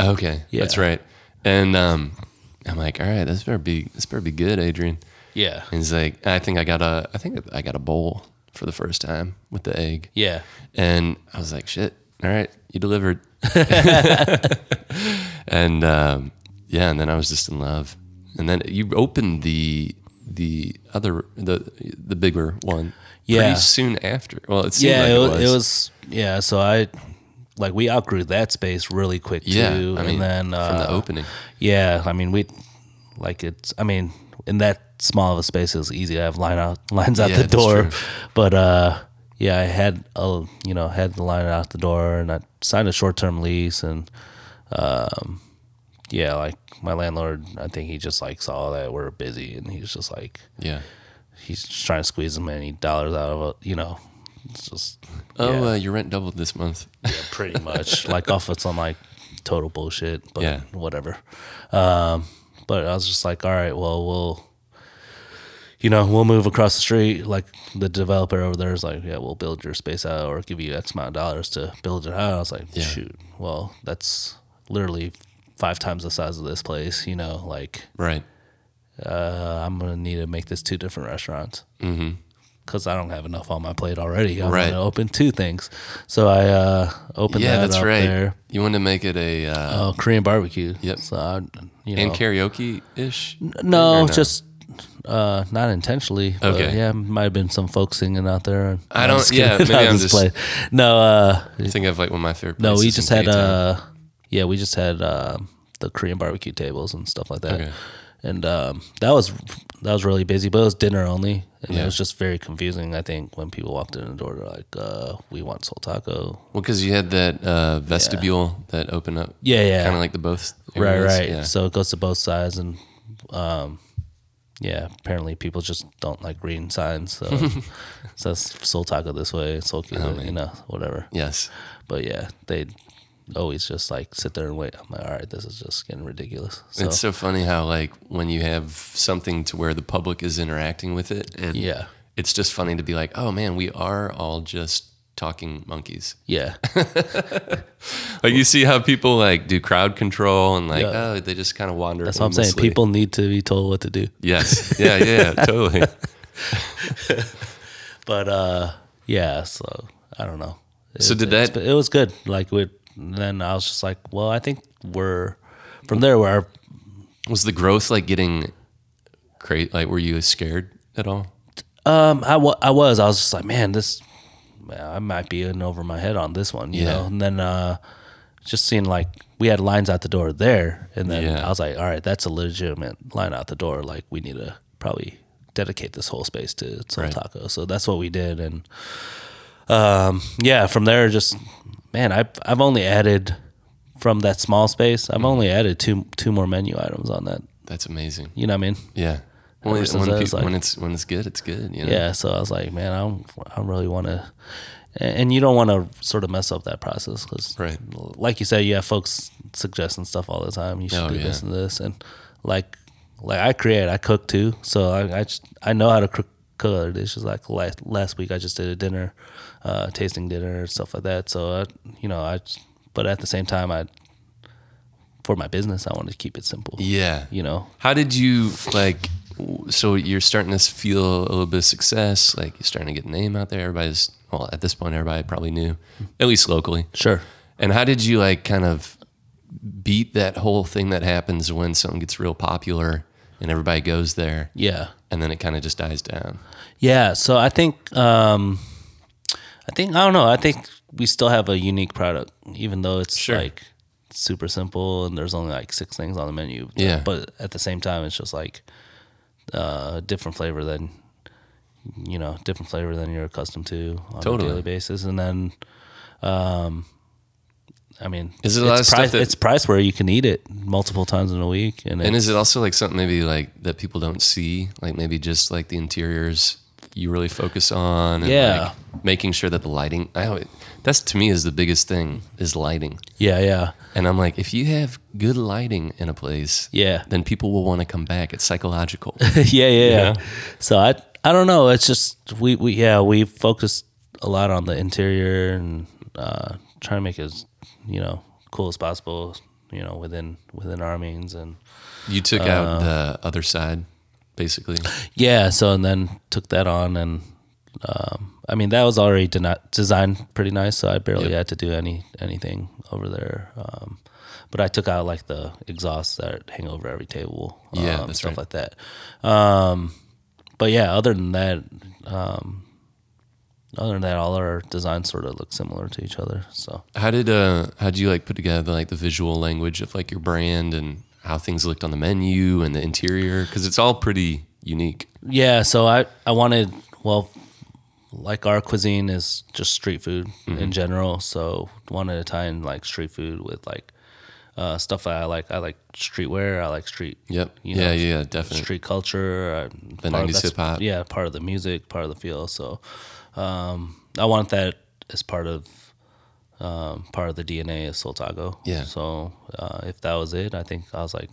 Speaker 1: Okay,
Speaker 2: Yeah.
Speaker 1: that's right. And um, I'm like, all right, this better be this better be good, Adrian.
Speaker 2: Yeah,
Speaker 1: And he's like, I think I got a I think I got a bowl for the first time with the egg.
Speaker 2: yeah,
Speaker 1: And I was like, shit, all right, you delivered. and um, yeah, and then I was just in love. And then you opened the the other the the bigger one.
Speaker 2: Yeah.
Speaker 1: Pretty soon after. Well, it seemed
Speaker 2: yeah.
Speaker 1: like
Speaker 2: it, was, it was. Yeah, so I like we outgrew that space really quick
Speaker 1: yeah.
Speaker 2: too.
Speaker 1: I mean,
Speaker 2: and then uh,
Speaker 1: from the opening,
Speaker 2: Yeah, I mean we like it's. I mean, in that small of a space, it was easy to have line out lines out
Speaker 1: Yeah,
Speaker 2: the
Speaker 1: that's
Speaker 2: door.
Speaker 1: true.
Speaker 2: But uh, yeah, I had a you know had the line out the door, and I signed a short term lease, and um, yeah, like my landlord, I think he just like saw that we're busy, and he's just like
Speaker 1: yeah.
Speaker 2: he's just trying to squeeze as many dollars out of it, you know. It's just
Speaker 1: Oh,
Speaker 2: yeah,
Speaker 1: uh, your rent doubled this month.
Speaker 2: yeah, pretty much like off of some like total bullshit, but
Speaker 1: Yeah.
Speaker 2: whatever. Um, but I was just like, all right, well, we'll, you know, we'll move across the street. Like the developer over there is like, yeah, we'll build your space out or give you X amount of dollars to build it out. I was like, shoot, well, that's literally five times the size of this place, you know, like
Speaker 1: Right.
Speaker 2: uh, I'm gonna need to make this two different restaurants because I don't have enough on my plate already. I'm
Speaker 1: Mm-hmm. Right.
Speaker 2: gonna open two things, so I uh, opened
Speaker 1: Yeah,
Speaker 2: that
Speaker 1: that's
Speaker 2: up
Speaker 1: right.
Speaker 2: there.
Speaker 1: You want to make it a uh,
Speaker 2: Oh, Korean barbecue.
Speaker 1: Yep.
Speaker 2: So I, you know,
Speaker 1: and karaoke ish.
Speaker 2: no, just uh, not intentionally. but
Speaker 1: Okay.
Speaker 2: Yeah, might have been some folks singing out there.
Speaker 1: I
Speaker 2: I'm
Speaker 1: don't-
Speaker 2: just kidding.
Speaker 1: yeah, maybe
Speaker 2: I'm
Speaker 1: I'm just-
Speaker 2: playing. No. Uh,
Speaker 1: I think of like one of my favorite.
Speaker 2: no, we
Speaker 1: places
Speaker 2: just
Speaker 1: in
Speaker 2: had
Speaker 1: K-Town.
Speaker 2: uh yeah, we just had uh, the Korean barbecue tables and stuff like that.
Speaker 1: Okay.
Speaker 2: And um, that was that was really busy, but it was dinner only. And
Speaker 1: Yeah.
Speaker 2: it was just very confusing, I think, when people walked in the door, they're like, uh, we want soul taco.
Speaker 1: Well, because you had that uh, vestibule that opened up.
Speaker 2: Yeah, yeah.
Speaker 1: Kind of like the both.
Speaker 2: right,
Speaker 1: areas.
Speaker 2: right.
Speaker 1: Yeah.
Speaker 2: So it goes to both sides and um yeah, apparently people just don't like reading signs. So so it's soul taco this way, soul taco, you know, whatever.
Speaker 1: yes.
Speaker 2: But yeah, they always just like sit there and wait. I'm like, all right, this is just getting ridiculous. So
Speaker 1: It's so funny how like when you have something to where the public is interacting with it, and
Speaker 2: yeah,
Speaker 1: it's just funny to be like, oh man, we are all just talking monkeys.
Speaker 2: yeah,
Speaker 1: Like you see how people like do crowd control and like
Speaker 2: Yeah.
Speaker 1: oh they just kind of wander.
Speaker 2: that's what I'm saying. People need to be told what to do.
Speaker 1: Yes. Yeah. Yeah. totally.
Speaker 2: But uh, yeah, so I don't know.
Speaker 1: So
Speaker 2: It-
Speaker 1: did
Speaker 2: it's-
Speaker 1: that-
Speaker 2: It was good. Like we. Then I was just like, well, I think we're from there. We're
Speaker 1: Was the growth like getting crazy? Like, were you scared at all?
Speaker 2: Um, I wa- I was. I was just like, man, this, I might be in over my head on this one, you
Speaker 1: Yeah.
Speaker 2: know? And then, uh, just seeing like we had lines out the door there. And then
Speaker 1: Yeah.
Speaker 2: I was like, all right, that's a legitimate line out the door. Like, we need to probably dedicate this whole space to Soul
Speaker 1: Right.
Speaker 2: Taco. So that's what we did. And, um, yeah, from there, just, man, I've, I've only added from that small space,
Speaker 1: Mm.
Speaker 2: I've only added two, two more menu items on that.
Speaker 1: That's amazing.
Speaker 2: You know what I mean?
Speaker 1: Yeah. When,
Speaker 2: Ever since
Speaker 1: when
Speaker 2: I was
Speaker 1: peop-
Speaker 2: like-
Speaker 1: when it's when it's good, it's good. You know?
Speaker 2: yeah so i was like man i don't i don't really want to and you don't want to sort of mess up that process because
Speaker 1: Right.
Speaker 2: like you said you have folks suggesting stuff all the time you should
Speaker 1: Oh,
Speaker 2: do this
Speaker 1: yeah.
Speaker 2: and this and like like i create i cook too so i i, just, I know how to cook cook other dishes like last, last week i just did a dinner uh tasting dinner stuff like that so i you know i just- but at the same time i for my business i wanted to keep it simple
Speaker 1: Yeah.
Speaker 2: you know
Speaker 1: How did you like? w- So you're starting to feel a little bit of success. Like you're starting to get a name out there. Everybody's well at this point. Everybody probably knew, at least locally.
Speaker 2: sure
Speaker 1: And how did you like kind of beat that whole thing that happens when something gets real popular and everybody goes there,
Speaker 2: yeah
Speaker 1: and then it kind of just dies down?
Speaker 2: Yeah, so I think um I think I don't know, I think we still have a unique product even though it's
Speaker 1: Sure.
Speaker 2: like super simple and there's only like six things on the menu.
Speaker 1: Yeah.
Speaker 2: But at the same time it's just like uh different flavor than you know, different flavor than you're accustomed to on
Speaker 1: Totally.
Speaker 2: a daily basis and then um I mean,
Speaker 1: Is it a lot
Speaker 2: it's
Speaker 1: of stuff
Speaker 2: price,
Speaker 1: that-
Speaker 2: it's priced where you can eat it multiple times in a week, and,
Speaker 1: And
Speaker 2: it,
Speaker 1: is it also like something maybe like that people don't see? Like maybe just like the interiors you really focus on and
Speaker 2: Yeah.
Speaker 1: like making sure that the lighting I always, that's to me is the biggest thing is lighting.
Speaker 2: yeah, yeah,
Speaker 1: And I'm like, if you have good lighting in a place,
Speaker 2: yeah.
Speaker 1: then people will want to come back. It's psychological.
Speaker 2: yeah, yeah, yeah.
Speaker 1: Yeah.
Speaker 2: So I I don't know. It's just we we yeah we focused a lot on the interior and uh, trying to make it as you know cool as possible. You know within within our means and
Speaker 1: you took out the other side, basically.
Speaker 2: yeah. So and then took that on and. Um, I mean that was already deni- designed pretty nice, so I barely had to do any anything over there. Um, but I took out like the exhausts that hang over every table,
Speaker 1: Yeah,
Speaker 2: um,
Speaker 1: that's
Speaker 2: stuff
Speaker 1: right.
Speaker 2: like that. Um, but yeah, other than that, um, other than that, all our designs sort of look similar to each other. So
Speaker 1: How did uh how did you like put together like the visual language of like your brand and how things looked on the menu and the interior? Because it's all pretty unique.
Speaker 2: yeah, so I I wanted well, like our cuisine is just street food in general. So wanted to tie in like street food with like uh, stuff that I like. I like streetwear. I like street.
Speaker 1: Yep.
Speaker 2: you
Speaker 1: yeah,
Speaker 2: know,
Speaker 1: yeah, definitely.
Speaker 2: street culture, uh, part of
Speaker 1: 90s
Speaker 2: that's-
Speaker 1: hip-hop.
Speaker 2: Yeah, part of the music, part of the feel. So, um, I want that as part of um, part of the DNA of Soul Taco.
Speaker 1: Yeah.
Speaker 2: So uh, if that was it, I think I was like,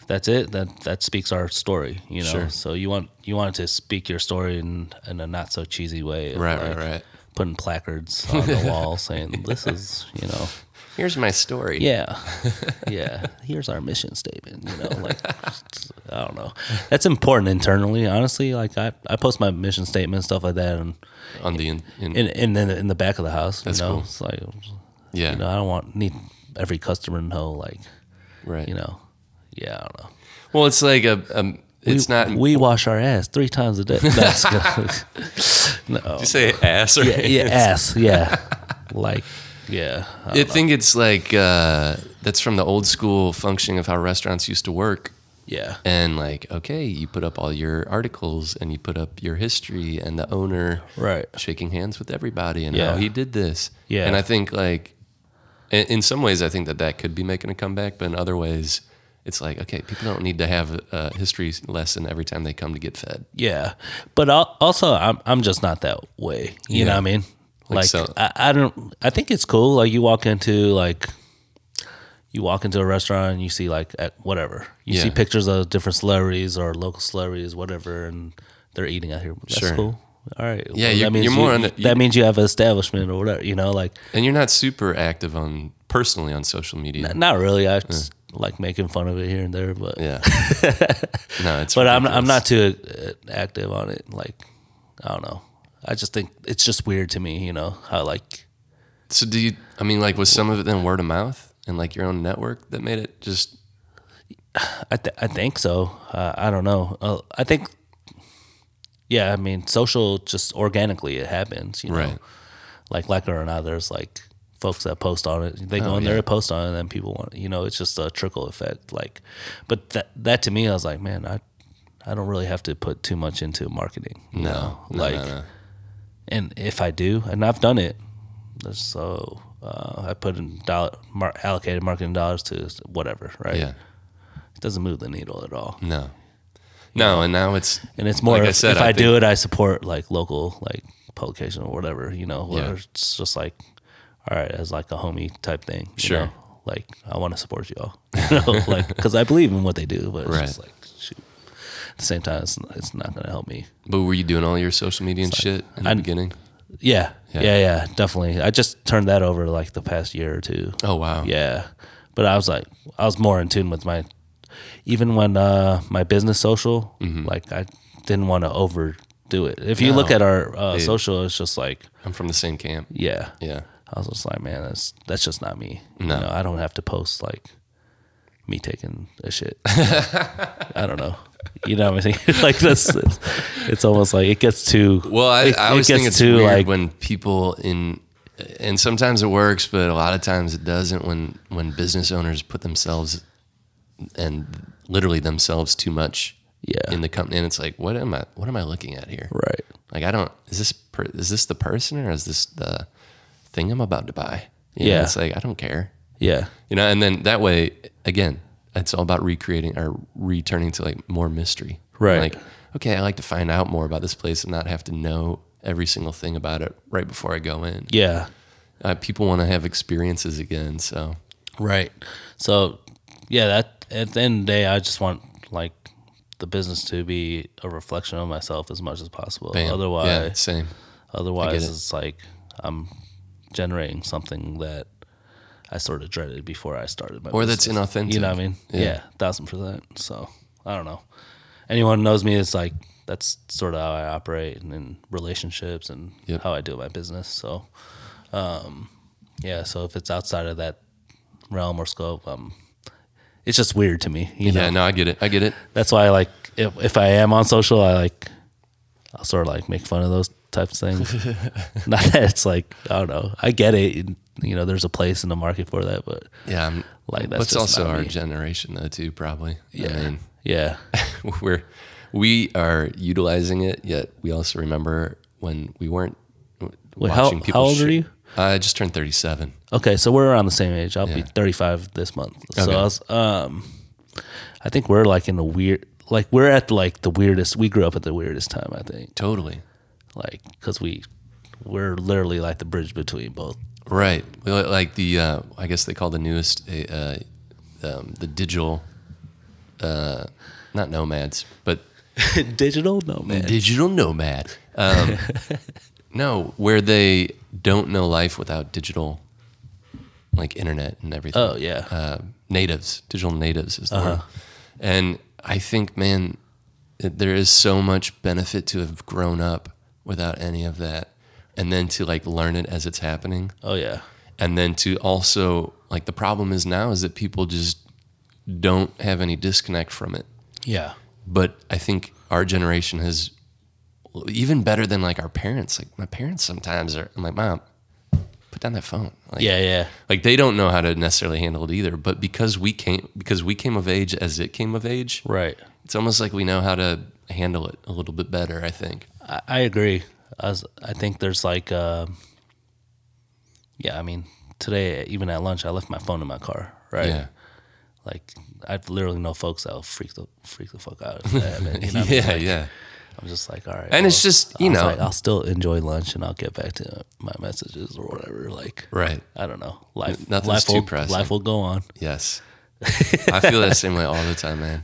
Speaker 2: if that's it, that that speaks our story. You know.
Speaker 1: Sure.
Speaker 2: So you want you want it to speak your story in in a not so cheesy way. of,
Speaker 1: Right, right,
Speaker 2: like,
Speaker 1: right.
Speaker 2: Putting placards on the wall saying, "This is you know."
Speaker 1: Here's my story.
Speaker 2: Yeah. Yeah. Here's our mission statement, you know, like I don't know. That's important internally, honestly. Like I, I post my mission statement and stuff like that and
Speaker 1: On the in, in,
Speaker 2: in in in the, in the back of the house.
Speaker 1: That's
Speaker 2: you know,
Speaker 1: cool.
Speaker 2: it's like
Speaker 1: yeah,
Speaker 2: you know, I don't want need every customer to know like,
Speaker 1: right.
Speaker 2: you know, yeah, I don't know.
Speaker 1: Well, it's like a, um, it's
Speaker 2: we,
Speaker 1: not. Did
Speaker 2: we wash our ass three times a day. No, it's- no.
Speaker 1: you say ass or
Speaker 2: Yeah, yeah, ass, yeah. like yeah. uh, I
Speaker 1: I think it's like uh, that's from the old school functioning of how restaurants used to work.
Speaker 2: yeah.
Speaker 1: And like, okay, you put up all your articles and you put up your history and the owner
Speaker 2: Right.
Speaker 1: shaking hands with everybody and
Speaker 2: Yeah.
Speaker 1: how he did this.
Speaker 2: Yeah.
Speaker 1: And I think like, in, in some ways, I think that that could be making a comeback, but in other ways, it's like okay, people don't need to have a history lesson every time they come to get fed.
Speaker 2: Yeah, but al- also I'm I'm just not that way. You know
Speaker 1: Yeah.
Speaker 2: what I mean? Like,
Speaker 1: so-
Speaker 2: I, I don't. I think it's cool. Like you walk into like you walk into a restaurant and you see like at whatever you see
Speaker 1: Yeah.
Speaker 2: pictures of different celebrities or local celebrities, whatever, and they're eating out here. That's
Speaker 1: Sure.
Speaker 2: cool. All right.
Speaker 1: Yeah, you're-
Speaker 2: that means
Speaker 1: you're more on the-
Speaker 2: that means you have an establishment or whatever. You know, like
Speaker 1: And you're not super active on personally on social media.
Speaker 2: not really. I just like making fun of it here and there, but
Speaker 1: Yeah. no, it's
Speaker 2: but I'm
Speaker 1: ridiculous.
Speaker 2: I'm not too uh, active on it. Like I don't know. I just think it's just weird to me, you know, how like
Speaker 1: So do you? I mean, like, was some of it then word of mouth and like your own network that made it just?
Speaker 2: I, th- I think so. Uh, I don't know. Uh, I think, yeah. I mean, social just organically it happens. You know,
Speaker 1: Right.
Speaker 2: like like or not, there's like folks that post on it. They
Speaker 1: Oh,
Speaker 2: go in there and post on it, and then people want. You know, it's just a trickle effect. Like, but that that to me, I was like, man, I I don't really have to put too much into marketing. You know,
Speaker 1: no,
Speaker 2: like,
Speaker 1: no, no.
Speaker 2: and if I do, and I've done it, so. Uh, I put in dollar mar- allocated marketing dollars to whatever, right?
Speaker 1: Yeah.
Speaker 2: It doesn't move the needle at all.
Speaker 1: No. No, and now it's
Speaker 2: and it's more
Speaker 1: Like I
Speaker 2: if if I,
Speaker 1: said, I think-
Speaker 2: do it, I support like local like publication or whatever, you know. Where
Speaker 1: Yeah.
Speaker 2: It's just like, all right, as like a homie type thing. you
Speaker 1: Sure.
Speaker 2: know? Like I want to support y'all, you know, like because I believe in what they do, but it's just
Speaker 1: Right.
Speaker 2: like shoot. At the same time, it's it's not gonna help me.
Speaker 1: But were you doing all your social media and shit in the
Speaker 2: I-
Speaker 1: beginning?
Speaker 2: Yeah,
Speaker 1: Yeah.
Speaker 2: yeah, yeah, definitely. I just turned that over like the past year or two.
Speaker 1: Oh wow.
Speaker 2: Yeah. But I was like, I was more in tune with my, even when uh, my business social, like I didn't want to overdo it. If you look
Speaker 1: Mm-hmm. No.
Speaker 2: at our uh, social, it's just like,
Speaker 1: I'm from the same camp.
Speaker 2: yeah.
Speaker 1: Yeah.
Speaker 2: I was just like, man, that's that's just not me.
Speaker 1: No.
Speaker 2: You know, I don't have to post like me taking a shit. I don't know. You know what I mean? like that's it's, it's almost like it gets too
Speaker 1: Well, I,
Speaker 2: it,
Speaker 1: I
Speaker 2: it
Speaker 1: always
Speaker 2: gets
Speaker 1: think it's
Speaker 2: too,
Speaker 1: weird
Speaker 2: like
Speaker 1: when people in, and sometimes it works, but a lot of times it doesn't. When when business owners put themselves and literally themselves too much
Speaker 2: Yeah.
Speaker 1: in the company, and it's like, what am I? What am I looking at here?
Speaker 2: right.
Speaker 1: Like, I don't. Is this per, is this the person or is this the thing I'm about to buy? You know,
Speaker 2: Yeah.
Speaker 1: it's like I don't care.
Speaker 2: Yeah.
Speaker 1: You know, and then that way, again, it's all about recreating or returning to like more mystery.
Speaker 2: Right.
Speaker 1: Like, okay, I like to find out more about this place and not have to know every single thing about it right before I go in.
Speaker 2: Yeah.
Speaker 1: Uh, people want to have experiences again. So,
Speaker 2: Right. So, yeah, that at the end of the day, I just want like the business to be a reflection of myself as much as possible.
Speaker 1: bam. yeah,
Speaker 2: Otherwise,
Speaker 1: same.
Speaker 2: otherwise,
Speaker 1: it.
Speaker 2: it's like I'm generating something that I sort of dreaded before I started my
Speaker 1: Or that's
Speaker 2: business.
Speaker 1: inauthentic.
Speaker 2: You know what I mean?
Speaker 1: Yeah.
Speaker 2: Yeah, thousand percent. So I don't know. Anyone who knows me is like that's sort of how I operate and in relationships and
Speaker 1: Yep.
Speaker 2: how I do my business. So, um, yeah. So if it's outside of that realm or scope, um, it's just weird to me. You know,
Speaker 1: Yeah, no, I get it. I get it.
Speaker 2: that's why I like if if I am on social, I like I'll sort of like make fun of those types of things. Not that it's like I don't know. I get it. You know, there's a place in the market for that, but
Speaker 1: Yeah. I'm,
Speaker 2: Like, that's
Speaker 1: but it's
Speaker 2: just
Speaker 1: also
Speaker 2: not
Speaker 1: our
Speaker 2: me.
Speaker 1: generation, though, too, probably. Yeah. I mean,
Speaker 2: yeah,
Speaker 1: we're we are utilizing it, yet we also remember when we weren't
Speaker 2: Wait, how-
Speaker 1: watching people.
Speaker 2: how old are
Speaker 1: shoot-
Speaker 2: you?
Speaker 1: I just turned thirty-seven.
Speaker 2: Okay, so we're around the same age. I'll be
Speaker 1: Yeah.
Speaker 2: 35 this month. So
Speaker 1: Okay.
Speaker 2: I was, um, I think we're like in the weird, like we're at like the weirdest. We grew up at the weirdest time, I think,
Speaker 1: Totally
Speaker 2: like because we we're literally like the bridge between both.
Speaker 1: right. Well, Like the uh, I guess they call the newest uh, um, the digital, uh, not nomads, but
Speaker 2: Digital, no man.
Speaker 1: digital nomad. Um, no, where they don't know life without digital, like internet and everything.
Speaker 2: oh yeah,
Speaker 1: uh, natives, digital natives is the word. And I think, man, it- there is so much benefit to have grown up without any of that, and then to like learn it as it's happening,
Speaker 2: oh yeah,
Speaker 1: and then to also like the problem is now is that people just don't have any disconnect from it.
Speaker 2: yeah,
Speaker 1: But I think our generation has even better than like our parents. Like my parents sometimes are. I'm like, mom, put down that phone. Like,
Speaker 2: yeah, yeah,
Speaker 1: like they don't know how to necessarily handle it either but because we came because we came of age as it came of age
Speaker 2: right.
Speaker 1: it's almost like we know how to handle it a little bit better i think
Speaker 2: I, I agree. I, was, I think there's like, um yeah, I mean, today even at lunch, I left my phone in my car, right?
Speaker 1: yeah
Speaker 2: Like I literally know folks that'll freak the freak the fuck out. If that happened, you know what I mean?
Speaker 1: yeah yeah
Speaker 2: I'm just like, all right.
Speaker 1: and it's just you
Speaker 2: I was
Speaker 1: know
Speaker 2: like, I'll still enjoy lunch and I'll get back to my messages or whatever. Like,
Speaker 1: right
Speaker 2: I don't know. Life,
Speaker 1: Nothing's
Speaker 2: life
Speaker 1: too
Speaker 2: will,
Speaker 1: pressing.
Speaker 2: Life will go on.
Speaker 1: yes i feel that same way all the time man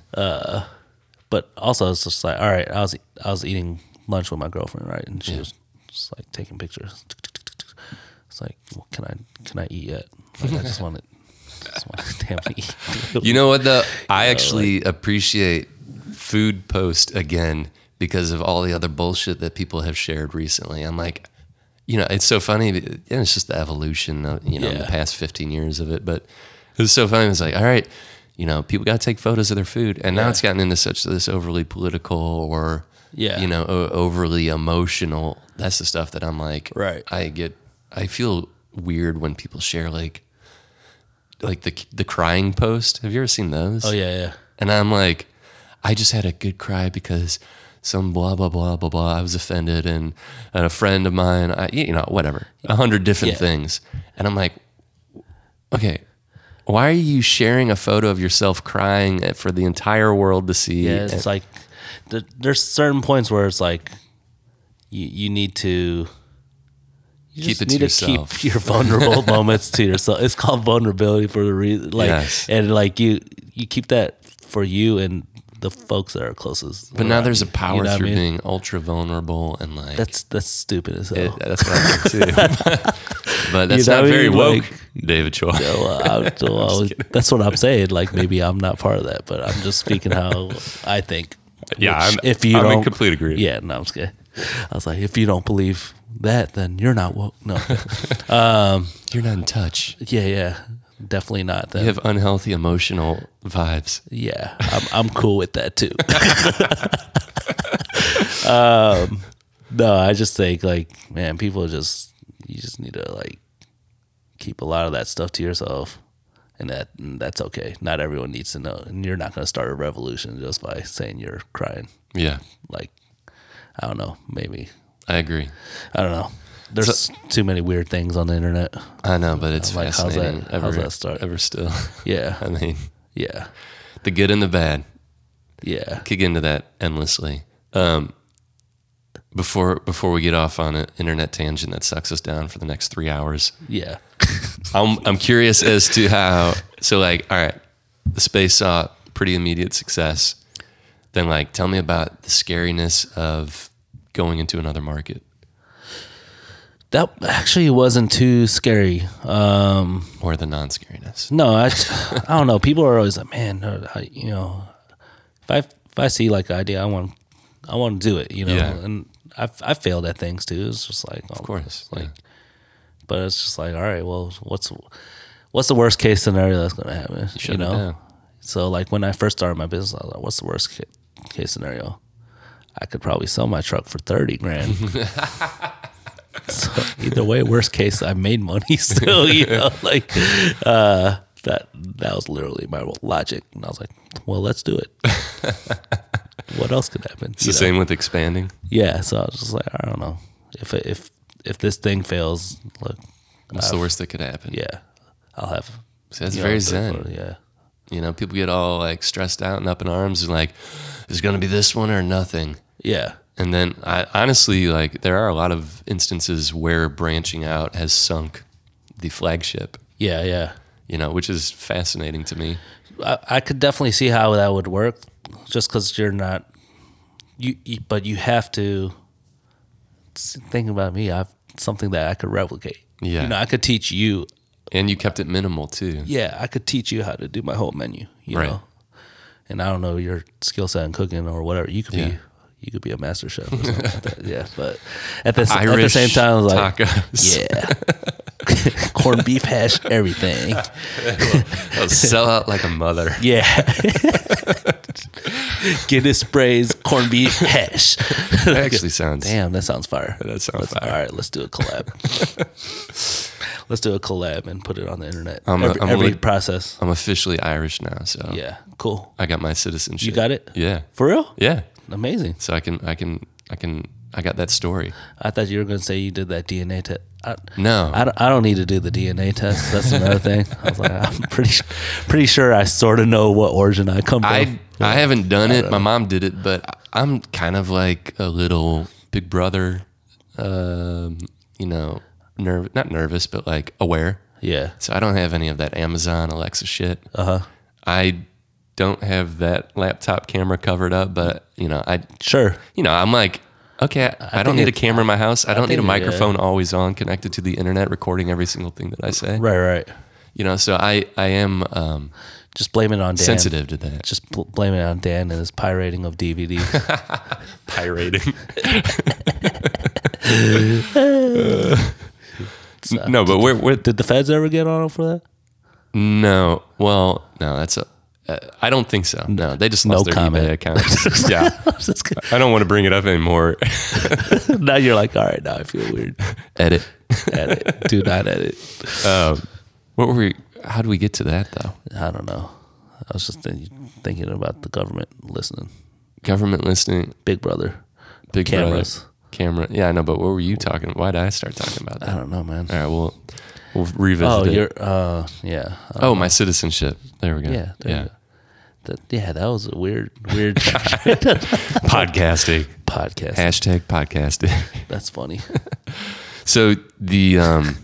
Speaker 2: But also, it's just like, all right. I was I was eating lunch with my girlfriend, right? And she was just like taking pictures. It's like, well, can I can I eat yet? Like, I just want to just want to damn eat.
Speaker 1: you know what though i actually appreciate food post again because of all the other bullshit that people have shared recently i'm like you know, it's so funny. And it's just the evolution of, you know, in the
Speaker 2: Yeah.
Speaker 1: past 15 years of it. But it was so funny. It was like, all right, you know, people got to take photos of their food. And now it's gotten into such this overly political or,
Speaker 2: Yeah.
Speaker 1: you know, o- overly emotional. That's the stuff that I'm like,
Speaker 2: Right.
Speaker 1: I get, I feel weird when people share like, like the the crying post. Have you ever seen those?
Speaker 2: Oh yeah, yeah.
Speaker 1: And I'm like, I just had a good cry because some blah blah blah blah blah. I was offended, and, and a friend of mine, I, you know, whatever, a hundred different
Speaker 2: Yeah.
Speaker 1: things. And I'm like, okay, why are you sharing a photo of yourself crying for the entire world to see?
Speaker 2: Yeah, it's like th- there's certain points where it's like you you need to you
Speaker 1: Keep
Speaker 2: just
Speaker 1: it to
Speaker 2: need
Speaker 1: yourself.
Speaker 2: keep your vulnerable moments to yourself. It's called vulnerability for the reason, like
Speaker 1: Yes.
Speaker 2: and like you you keep that for you and the folks that are closest.
Speaker 1: but now
Speaker 2: around
Speaker 1: there's a
Speaker 2: you. You
Speaker 1: power
Speaker 2: know what I
Speaker 1: through
Speaker 2: mean?
Speaker 1: being ultra vulnerable and like
Speaker 2: That's that's stupid as hell.
Speaker 1: it- that's what I think too. but that's
Speaker 2: You know
Speaker 1: not
Speaker 2: what I
Speaker 1: very
Speaker 2: mean?
Speaker 1: woke,
Speaker 2: Like-
Speaker 1: David Choi.
Speaker 2: So, uh, I- so I was- that's what I'm saying. Like maybe I'm not part of that, but I'm just speaking how I think.
Speaker 3: Yeah,
Speaker 2: Which,
Speaker 3: I'm- I'm in complete agreement.
Speaker 2: Yeah, no, I'm just kidding. I was like, if you don't believe that, then you're not woke. No,
Speaker 1: You're not in touch.
Speaker 2: yeah, yeah, definitely not. Then
Speaker 1: You have unhealthy emotional vibes.
Speaker 2: yeah, I'm I'm cool with that too. um, no, I just think like man, people just you just need to like keep a lot of that stuff to yourself, and that and that's okay. Not everyone needs to know, and you're not going to start a revolution just by saying you're crying.
Speaker 1: Yeah,
Speaker 2: Like I don't know, maybe
Speaker 1: I agree.
Speaker 2: I don't know. There's too many weird things on the internet.
Speaker 1: I know, but it's
Speaker 2: like, how's that-
Speaker 1: fascinating.
Speaker 2: how's
Speaker 1: ever,
Speaker 2: that start?
Speaker 1: Ever still. I
Speaker 2: Yeah,
Speaker 1: mean,
Speaker 2: yeah,
Speaker 1: the good and the bad.
Speaker 2: yeah.
Speaker 1: Kick into that endlessly. Um, before before we get off on an internet tangent that sucks us down for the next three hours,
Speaker 2: Yeah.
Speaker 1: I'm I'm curious as to how. So like, all right, the space saw pretty immediate success. Then like, tell me about the scariness of going into another market.
Speaker 2: That actually wasn't too scary. Um,
Speaker 1: Or the non-scariness.
Speaker 2: No, I, I don't know. People are always like, man, uh, I, you know, if I if I see like an idea, I want I want to do it, you know.
Speaker 1: Yeah.
Speaker 2: And I I failed at things too. It's just like,
Speaker 1: Of course,
Speaker 2: like,
Speaker 1: yeah.
Speaker 2: but it's just like, all right, well, what's what's the worst case scenario that's gonna happen?
Speaker 1: shut
Speaker 2: you
Speaker 1: it
Speaker 2: know.
Speaker 1: down.
Speaker 2: So like when I first started my business, I was like, what's the worst ca- case scenario? I could probably sell my truck for thirty grand. so either way, worst case, I made money still. You know, like uh, that. That was literally my logic, and I was like, "Well, let's do it." what else could happen?
Speaker 1: It's
Speaker 2: you
Speaker 1: the
Speaker 2: know?
Speaker 1: same with expanding.
Speaker 2: Yeah. So I was just like, I don't know if if if this thing fails, look,
Speaker 1: What's the worst that could happen?
Speaker 2: yeah, I'll have.
Speaker 1: So that's
Speaker 2: you know,
Speaker 1: very
Speaker 2: the-
Speaker 1: zen.
Speaker 2: Yeah.
Speaker 1: You know, people get all like stressed out and up in arms and like, there's going to be this one or nothing.
Speaker 2: Yeah.
Speaker 1: And then I honestly, like, there are a lot of instances where branching out has sunk the flagship,
Speaker 2: Yeah. Yeah.
Speaker 1: you know, which is fascinating to me.
Speaker 2: I, I could definitely see how that would work, just because you're not you, you. But you have to think about me. I've something that I could replicate.
Speaker 1: Yeah.
Speaker 2: you know, I could teach you.
Speaker 1: And you kept it minimal too.
Speaker 2: Yeah, I could teach you how to do my whole menu. You
Speaker 1: Right.
Speaker 2: know, and I don't know your skill set in cooking or whatever. You could
Speaker 1: Yeah.
Speaker 2: be. You could be a master chef. Or something like that. Yeah, but at the, s- at the
Speaker 1: Irish
Speaker 2: same time, I was like,
Speaker 1: tacos.
Speaker 2: yeah, corned beef hash, everything.
Speaker 1: I'll sell out like a mother.
Speaker 2: Yeah. Guinness sprays corned beef hash.
Speaker 1: That actually sounds.
Speaker 2: Damn, that sounds fire.
Speaker 1: That sounds
Speaker 2: Let's-
Speaker 1: fire.
Speaker 2: All right, let's do a collab. let's do a collab and put it on the internet.
Speaker 1: I'm a-
Speaker 2: every
Speaker 1: I'm a
Speaker 2: every
Speaker 1: lit-
Speaker 2: process.
Speaker 1: I'm officially Irish now. So
Speaker 2: Yeah, cool.
Speaker 1: I got my citizenship.
Speaker 2: You got it?
Speaker 1: Yeah.
Speaker 2: For real?
Speaker 1: Yeah.
Speaker 2: Amazing.
Speaker 1: So I can, I can, I can, I got that story.
Speaker 2: I thought you were going to say you did that DNA test. I,
Speaker 1: No.
Speaker 2: I don't, I don't need to do the DNA test. That's another thing. I was like, I'm pretty, su- pretty sure I sort of know what origin I come from.
Speaker 1: I I haven't done it.
Speaker 2: Uh,
Speaker 1: My mom did it, but I- I'm kind of like a little big brother, um, you know, nerv not nervous, but like aware.
Speaker 2: yeah.
Speaker 1: So I don't have any of that Amazon Alexa shit.
Speaker 2: Uh-huh.
Speaker 1: Uh huh. I don't have that laptop camera covered up, but you know, I
Speaker 2: Sure.
Speaker 1: you know, I'm like. Okay, I, don't
Speaker 2: think
Speaker 1: need a
Speaker 2: it's-
Speaker 1: camera in my house. I don't need a
Speaker 2: think it- yeah.
Speaker 1: microphone always on connected to the internet recording every single thing that I say.
Speaker 2: Right, right.
Speaker 1: You know, so I I am um,
Speaker 2: Just blame it on Dan.
Speaker 1: sensitive to that.
Speaker 2: just bl- blame it on Dan and his pirating of DVDs.
Speaker 1: Pirating.
Speaker 3: no, but we're, we're
Speaker 2: Did the feds ever get on him for that?
Speaker 1: No. Well, no, that's a. Uh, I don't think so. No, they just lost
Speaker 2: No
Speaker 1: their
Speaker 2: comment.
Speaker 1: eBay account. yeah,
Speaker 2: That's good.
Speaker 1: I don't want to bring it up anymore.
Speaker 2: now you're like, all right, now I feel weird.
Speaker 1: Edit.
Speaker 2: edit. Do not edit.
Speaker 1: Um, what were we? How do we get to that though?
Speaker 2: I don't know. I was just think- thinking about the government listening.
Speaker 1: Government listening,
Speaker 2: Big brother.
Speaker 1: big brother,
Speaker 2: Cameras.
Speaker 1: camera. Yeah, I know. But what were you talking? Why did I start talking about that?
Speaker 2: I don't know, man.
Speaker 1: All right, well, we'll revisit.
Speaker 2: Uh-huh. Oh,
Speaker 1: it.
Speaker 2: you're, uh, yeah. I
Speaker 1: Oh, my citizenship. There we go.
Speaker 2: don't- yeah. there
Speaker 1: yeah.
Speaker 2: you go. That, yeah, that was a weird, weird
Speaker 1: Podcasting.
Speaker 2: podcast.
Speaker 1: Hashtag podcasting.
Speaker 2: That's funny.
Speaker 1: So the um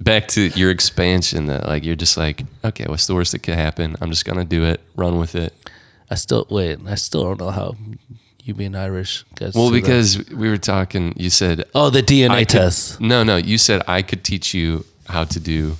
Speaker 1: back to your expansion that like you're just like, okay, what's the worst that could happen? I'm just gonna do it, run with it.
Speaker 2: I still, wait, I still don't know how you being Irish guys.
Speaker 1: Well,
Speaker 2: do that.
Speaker 1: because we were talking, you said
Speaker 2: oh, the DNA
Speaker 1: I could-
Speaker 2: test.
Speaker 1: No, no, you said I could teach you how to do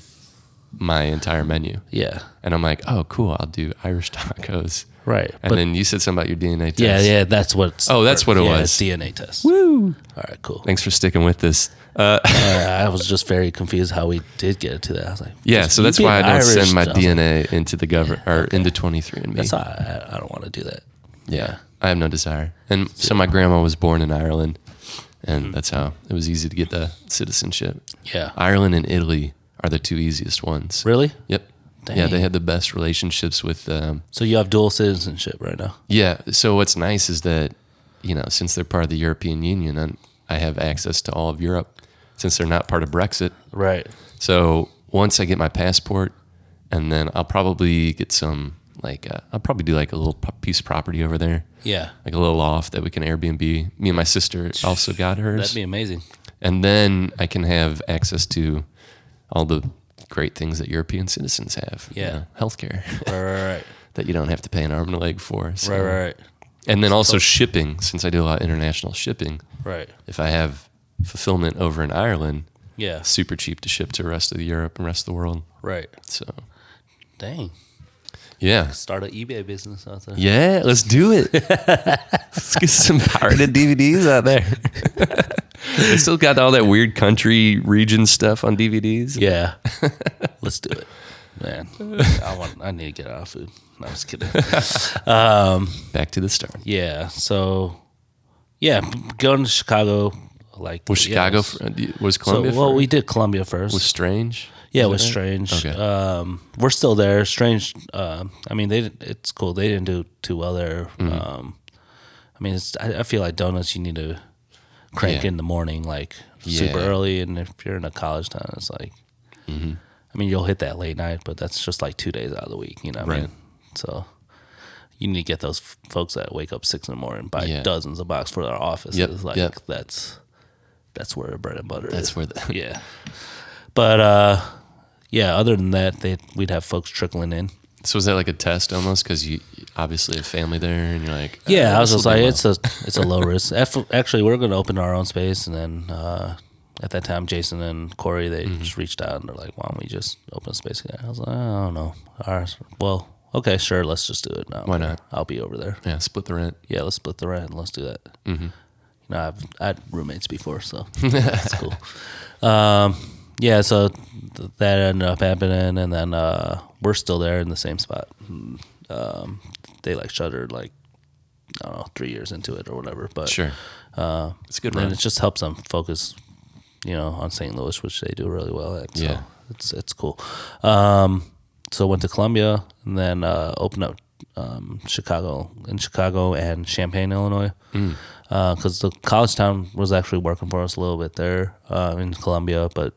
Speaker 1: my entire menu.
Speaker 2: yeah.
Speaker 1: And I'm like, oh cool, I'll do Irish tacos.
Speaker 2: Right.
Speaker 1: And
Speaker 2: but
Speaker 1: then you said something about your DNA test.
Speaker 2: yeah, yeah, that's what.
Speaker 1: Oh, that's what it
Speaker 2: yeah,
Speaker 1: was.
Speaker 2: it's DNA test. Woo. All right, cool.
Speaker 1: Thanks for sticking with this.
Speaker 2: Uh, I was just very confused how we did get to that. I was like,
Speaker 1: Yeah,
Speaker 2: just
Speaker 1: so that's
Speaker 2: you
Speaker 1: why I
Speaker 2: being
Speaker 1: don't
Speaker 2: Irish,
Speaker 1: send my
Speaker 2: I was like,
Speaker 1: DNA into the government or into 23andMe.
Speaker 2: That's not, I, I don't want to do that.
Speaker 1: Yeah. I have no desire. And so my grandma was born in Ireland,
Speaker 2: Hmm.
Speaker 1: and that's how it was easy to get the citizenship.
Speaker 2: Yeah.
Speaker 1: Ireland and Italy are the two easiest ones.
Speaker 2: Really?
Speaker 1: Yep. Yeah, they
Speaker 2: Dang.
Speaker 1: had the best relationships with. Um,
Speaker 2: So you have dual citizenship right now.
Speaker 1: yeah. So what's nice is that, you know, since they're part of the European Union, i I have access to all of Europe since they're not part of Brexit.
Speaker 2: Right.
Speaker 1: So once I get my passport, and then I'll probably get some, like, uh, I'll probably do like a little p- piece of property over there
Speaker 2: Yeah.
Speaker 1: like a little off that we can Airbnb. Me and my sister also got hers,
Speaker 2: That'd be amazing.
Speaker 1: and then I can have access to all the great things that European citizens have.
Speaker 2: Yeah.
Speaker 1: healthcare
Speaker 2: Right, right, right.
Speaker 1: that you don't have to pay an arm and a leg for. So.
Speaker 2: Right, right, right.
Speaker 1: And then also shipping, since I do a lot of international shipping.
Speaker 2: Right.
Speaker 1: If I have fulfillment over in Ireland,
Speaker 2: Yeah.
Speaker 1: super cheap to ship to the rest of Europe and rest of the world.
Speaker 2: Right.
Speaker 1: So
Speaker 2: Dang.
Speaker 1: yeah.
Speaker 2: Start an eBay business out there.
Speaker 1: Yeah, let's do it. let's get some pirated DVDs out there. they still got all that weird country region stuff on DVDs.
Speaker 2: Yeah. Let's do it. Man. I want I need to get out of food. No, I'm just kidding.
Speaker 1: Back to the start.
Speaker 2: yeah. So yeah, b- going to Chicago like
Speaker 1: Was
Speaker 2: yeah,
Speaker 1: Chicago
Speaker 2: it was-
Speaker 1: fr- was
Speaker 2: so,
Speaker 1: Columbia?
Speaker 2: well,
Speaker 1: fr-
Speaker 2: we did Columbia first.
Speaker 1: was strange.
Speaker 2: Yeah, it was strange.
Speaker 1: Okay.
Speaker 2: Um, we're still there. Strange. um I mean, they didn't- it's cool. They didn't do too well there.
Speaker 1: Mm-hmm.
Speaker 2: Um, I mean, it's, I, I feel like donuts you need to crank
Speaker 1: Yeah.
Speaker 2: in the morning, like super
Speaker 1: Yeah. Mm-hmm.
Speaker 2: early. And if you're in a college town, it's like, I mean, you'll hit that late night, but that's just like two days out of the week. You know, what I
Speaker 1: Right.
Speaker 2: mean, so you need to get those f- folks that wake up six in the morning, buy
Speaker 1: Yeah.
Speaker 2: dozens of boxes for their offices. Like
Speaker 1: yep.
Speaker 2: that's that's where bread and butter is
Speaker 1: That's where the
Speaker 2: yeah. But uh yeah, other than that, they we'd have folks trickling in.
Speaker 1: so was that like a test almost because you obviously have family there and you're like uh,
Speaker 2: Yeah, I was
Speaker 1: this
Speaker 2: just
Speaker 1: will
Speaker 2: like,
Speaker 1: do
Speaker 2: it's a it's a low risk. Af- Actually, we're going to open our own space, and then uh, at that time, Jason and Corey they
Speaker 1: Mm-hmm.
Speaker 2: just reached out and they're like, "Why don't we just open a space?" Again? I was like, "I don't know." All right, well, okay, sure, let's just do it. No,
Speaker 1: Why not?
Speaker 2: I'll be over there.
Speaker 1: well. yeah split the rent.
Speaker 2: Yeah, let's split the rent. Let's do that. Mm-hmm. You know, I've I had roommates before, so that's cool. Um, yeah, so th- that ended up happening, and then uh, we're still there in the same spot. Um, they like shuttered like I don't know three years into it or whatever, but
Speaker 1: Sure, Uh, it's a good
Speaker 2: and
Speaker 1: run.
Speaker 2: it just helps them focus, you know, on St. Louis, which they do really well at. So
Speaker 1: Yeah.
Speaker 2: it's it's cool. Um, so went to Columbia and then uh, opened up um, Chicago in Chicago and Champaign, Illinois, because the college town was actually working for us a little bit there uh, in Columbia, but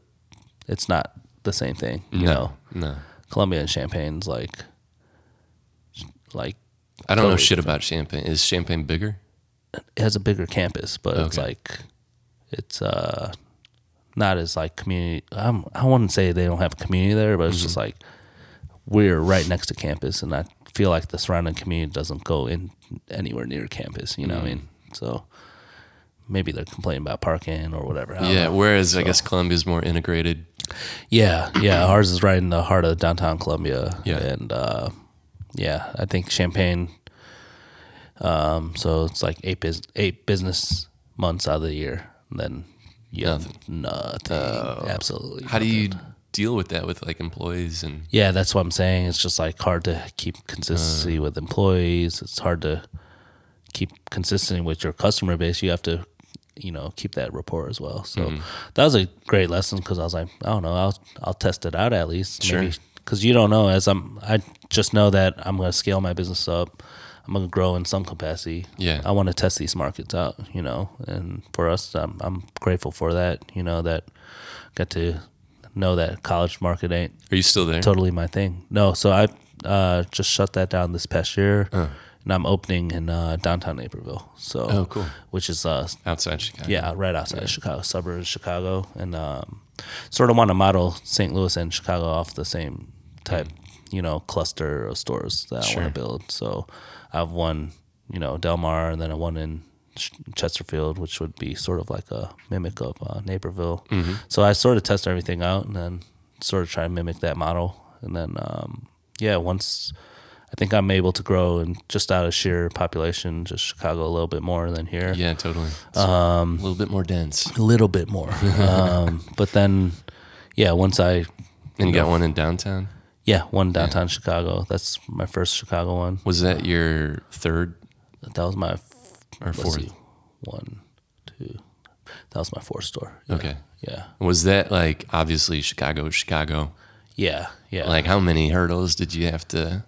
Speaker 2: it's not the same thing. You know,
Speaker 1: No,
Speaker 2: Columbia and Champaign's like like
Speaker 1: I don't know
Speaker 2: Totally
Speaker 1: shit about champagne. Is champagne bigger?
Speaker 2: it has a bigger campus, but it's
Speaker 1: Okay.
Speaker 2: like it's uh not as like community. I'm, I wouldn't say they don't have community there, but it's just like we're right next to campus, and I feel like the surrounding community doesn't go in anywhere near campus. You know what I mean? So maybe they're complaining about parking or whatever. I don't
Speaker 1: Yeah.
Speaker 2: know.
Speaker 1: Whereas I guess Columbia's more integrated.
Speaker 2: yeah, yeah. Ours is right in the heart of downtown Columbia.
Speaker 1: Yeah.
Speaker 2: and uh, yeah, I think Champagne. Um, so it's like eight bus- eight business months out of the year. And then Yeah, nothing. Nothing. Absolutely.
Speaker 1: How do
Speaker 2: nothing.
Speaker 1: you deal with that with like employees and
Speaker 2: Yeah, that's what I'm saying. It's just like hard to keep consistency
Speaker 1: Uh.
Speaker 2: with employees. It's hard to keep consistent with your customer base. You have to, you know, keep that rapport as well. So
Speaker 1: Mm-hmm.
Speaker 2: that was a great lesson because I was like, I don't know, I'll I'll test it out at least.
Speaker 1: Sure.
Speaker 2: Because you don't know. As I'm, I just know that I'm going to scale my business up. I'm going to grow in some capacity.
Speaker 1: Yeah.
Speaker 2: I want to test these markets out. You know, and for us, I'm I'm grateful for that. You know that got to know that college market ain't
Speaker 1: are you still there?
Speaker 2: totally my thing. No, so I uh, just shut that down this past year, and I'm opening in uh, downtown Naperville. So,
Speaker 1: Uh. Oh, cool.
Speaker 2: Which is uh,
Speaker 1: Outside Chicago.
Speaker 2: yeah, right outside of Chicago, suburbs of Chicago, and um, sort of want to model St. Louis and Chicago off the same type, you know, cluster of stores that I
Speaker 1: Sure.
Speaker 2: want to build. So I have one, you know, Del Mar, and then a one in Ch- Chesterfield, which would be sort of like a mimic of uh, Naperville. So I sort of test everything out, and then sort of try and mimic that model, and then um, yeah, once. I think I'm able to grow and just out of sheer population, just Chicago a little bit more than here
Speaker 1: Yeah, totally. Um, a little bit more dense.
Speaker 2: a little bit more. um, but then, yeah, once I,
Speaker 1: And you got one in downtown.
Speaker 2: yeah, one downtown Chicago. That's my first Chicago one.
Speaker 1: Was that your third
Speaker 2: That was my f-
Speaker 1: or
Speaker 2: Uh, let's see,
Speaker 1: fourth?
Speaker 2: one, two. That was my fourth store. Yeah,
Speaker 1: Okay.
Speaker 2: Yeah.
Speaker 1: Was that like obviously Chicago, Chicago?
Speaker 2: Yeah. Yeah.
Speaker 1: Like how many hurdles did you have to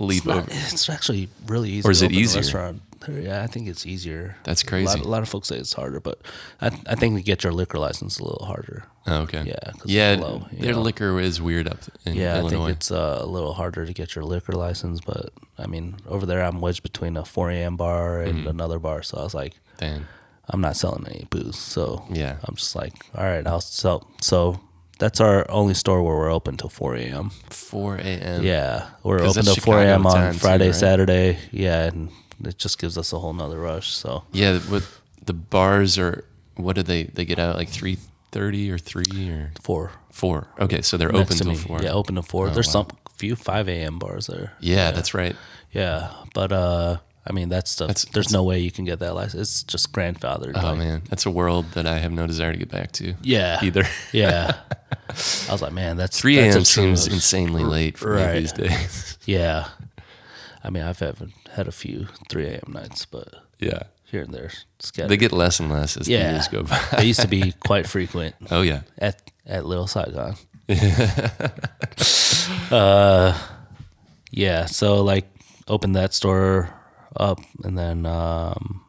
Speaker 1: leap
Speaker 2: Not-
Speaker 1: over?
Speaker 2: it's actually really easy.
Speaker 1: Or is
Speaker 2: to
Speaker 1: it
Speaker 2: open a
Speaker 1: easier?
Speaker 2: Restaurant. Yeah, I think it's easier.
Speaker 1: That's
Speaker 2: A
Speaker 1: crazy.
Speaker 2: lot, a lot of folks say it's harder, but I, I think to get your liquor license a little harder.
Speaker 1: Oh, okay.
Speaker 2: Yeah, 'cause
Speaker 1: Yeah.
Speaker 2: it's low, you
Speaker 1: their
Speaker 2: know.
Speaker 1: liquor is weird up in
Speaker 2: Yeah, I
Speaker 1: Illinois.
Speaker 2: think it's uh, a little harder to get your liquor license, but I mean, over there I'm wedged between a 4 a.m. bar and
Speaker 1: Mm-hmm.
Speaker 2: another bar, so I was like,
Speaker 1: Damn.
Speaker 2: I'm not selling any booze, so
Speaker 1: Yeah.
Speaker 2: I'm just like, all right, I'll sell. So that's our only store where we're open till 4 a.m.
Speaker 1: 4 a.m.
Speaker 2: Yeah, we're
Speaker 1: 'Cause
Speaker 2: open
Speaker 1: that's
Speaker 2: till 4
Speaker 1: Chicago
Speaker 2: a.m.
Speaker 1: time
Speaker 2: on
Speaker 1: too,
Speaker 2: Friday,
Speaker 1: right?
Speaker 2: Saturday. Yeah, and it just gives us a whole nother rush. So
Speaker 1: Yeah. With the bars are, what do they, they get out like 3.30 or 3 or
Speaker 2: four
Speaker 1: 4? Okay. So they're
Speaker 2: next
Speaker 1: open
Speaker 2: to
Speaker 1: till Oh,
Speaker 2: me.
Speaker 1: 4.
Speaker 2: Yeah, open to four. There's some few 5 a.m. bars there.
Speaker 1: Yeah, that's right.
Speaker 2: Yeah, but uh, I mean that stuff.
Speaker 1: That's-
Speaker 2: there's no way you can get that license. It's just grandfathered.
Speaker 1: Oh
Speaker 2: like-
Speaker 1: man, that's a world that I have no desire to get back to.
Speaker 2: Yeah.
Speaker 1: Either
Speaker 2: Yeah. I was like, man, that's
Speaker 1: 3
Speaker 2: that's a
Speaker 1: a.m. seems
Speaker 2: true-
Speaker 1: insanely late for
Speaker 2: right.
Speaker 1: me these days.
Speaker 2: Yeah. I mean, I've had, had a few 3 a.m. nights, but
Speaker 1: yeah,
Speaker 2: here and there, scattered.
Speaker 1: they get less and less as the
Speaker 2: Yeah.
Speaker 1: years go by.
Speaker 2: they used to be quite frequent
Speaker 1: Oh yeah,
Speaker 2: at at Little Saigon. uh, yeah. So like, opened that store up, and then um,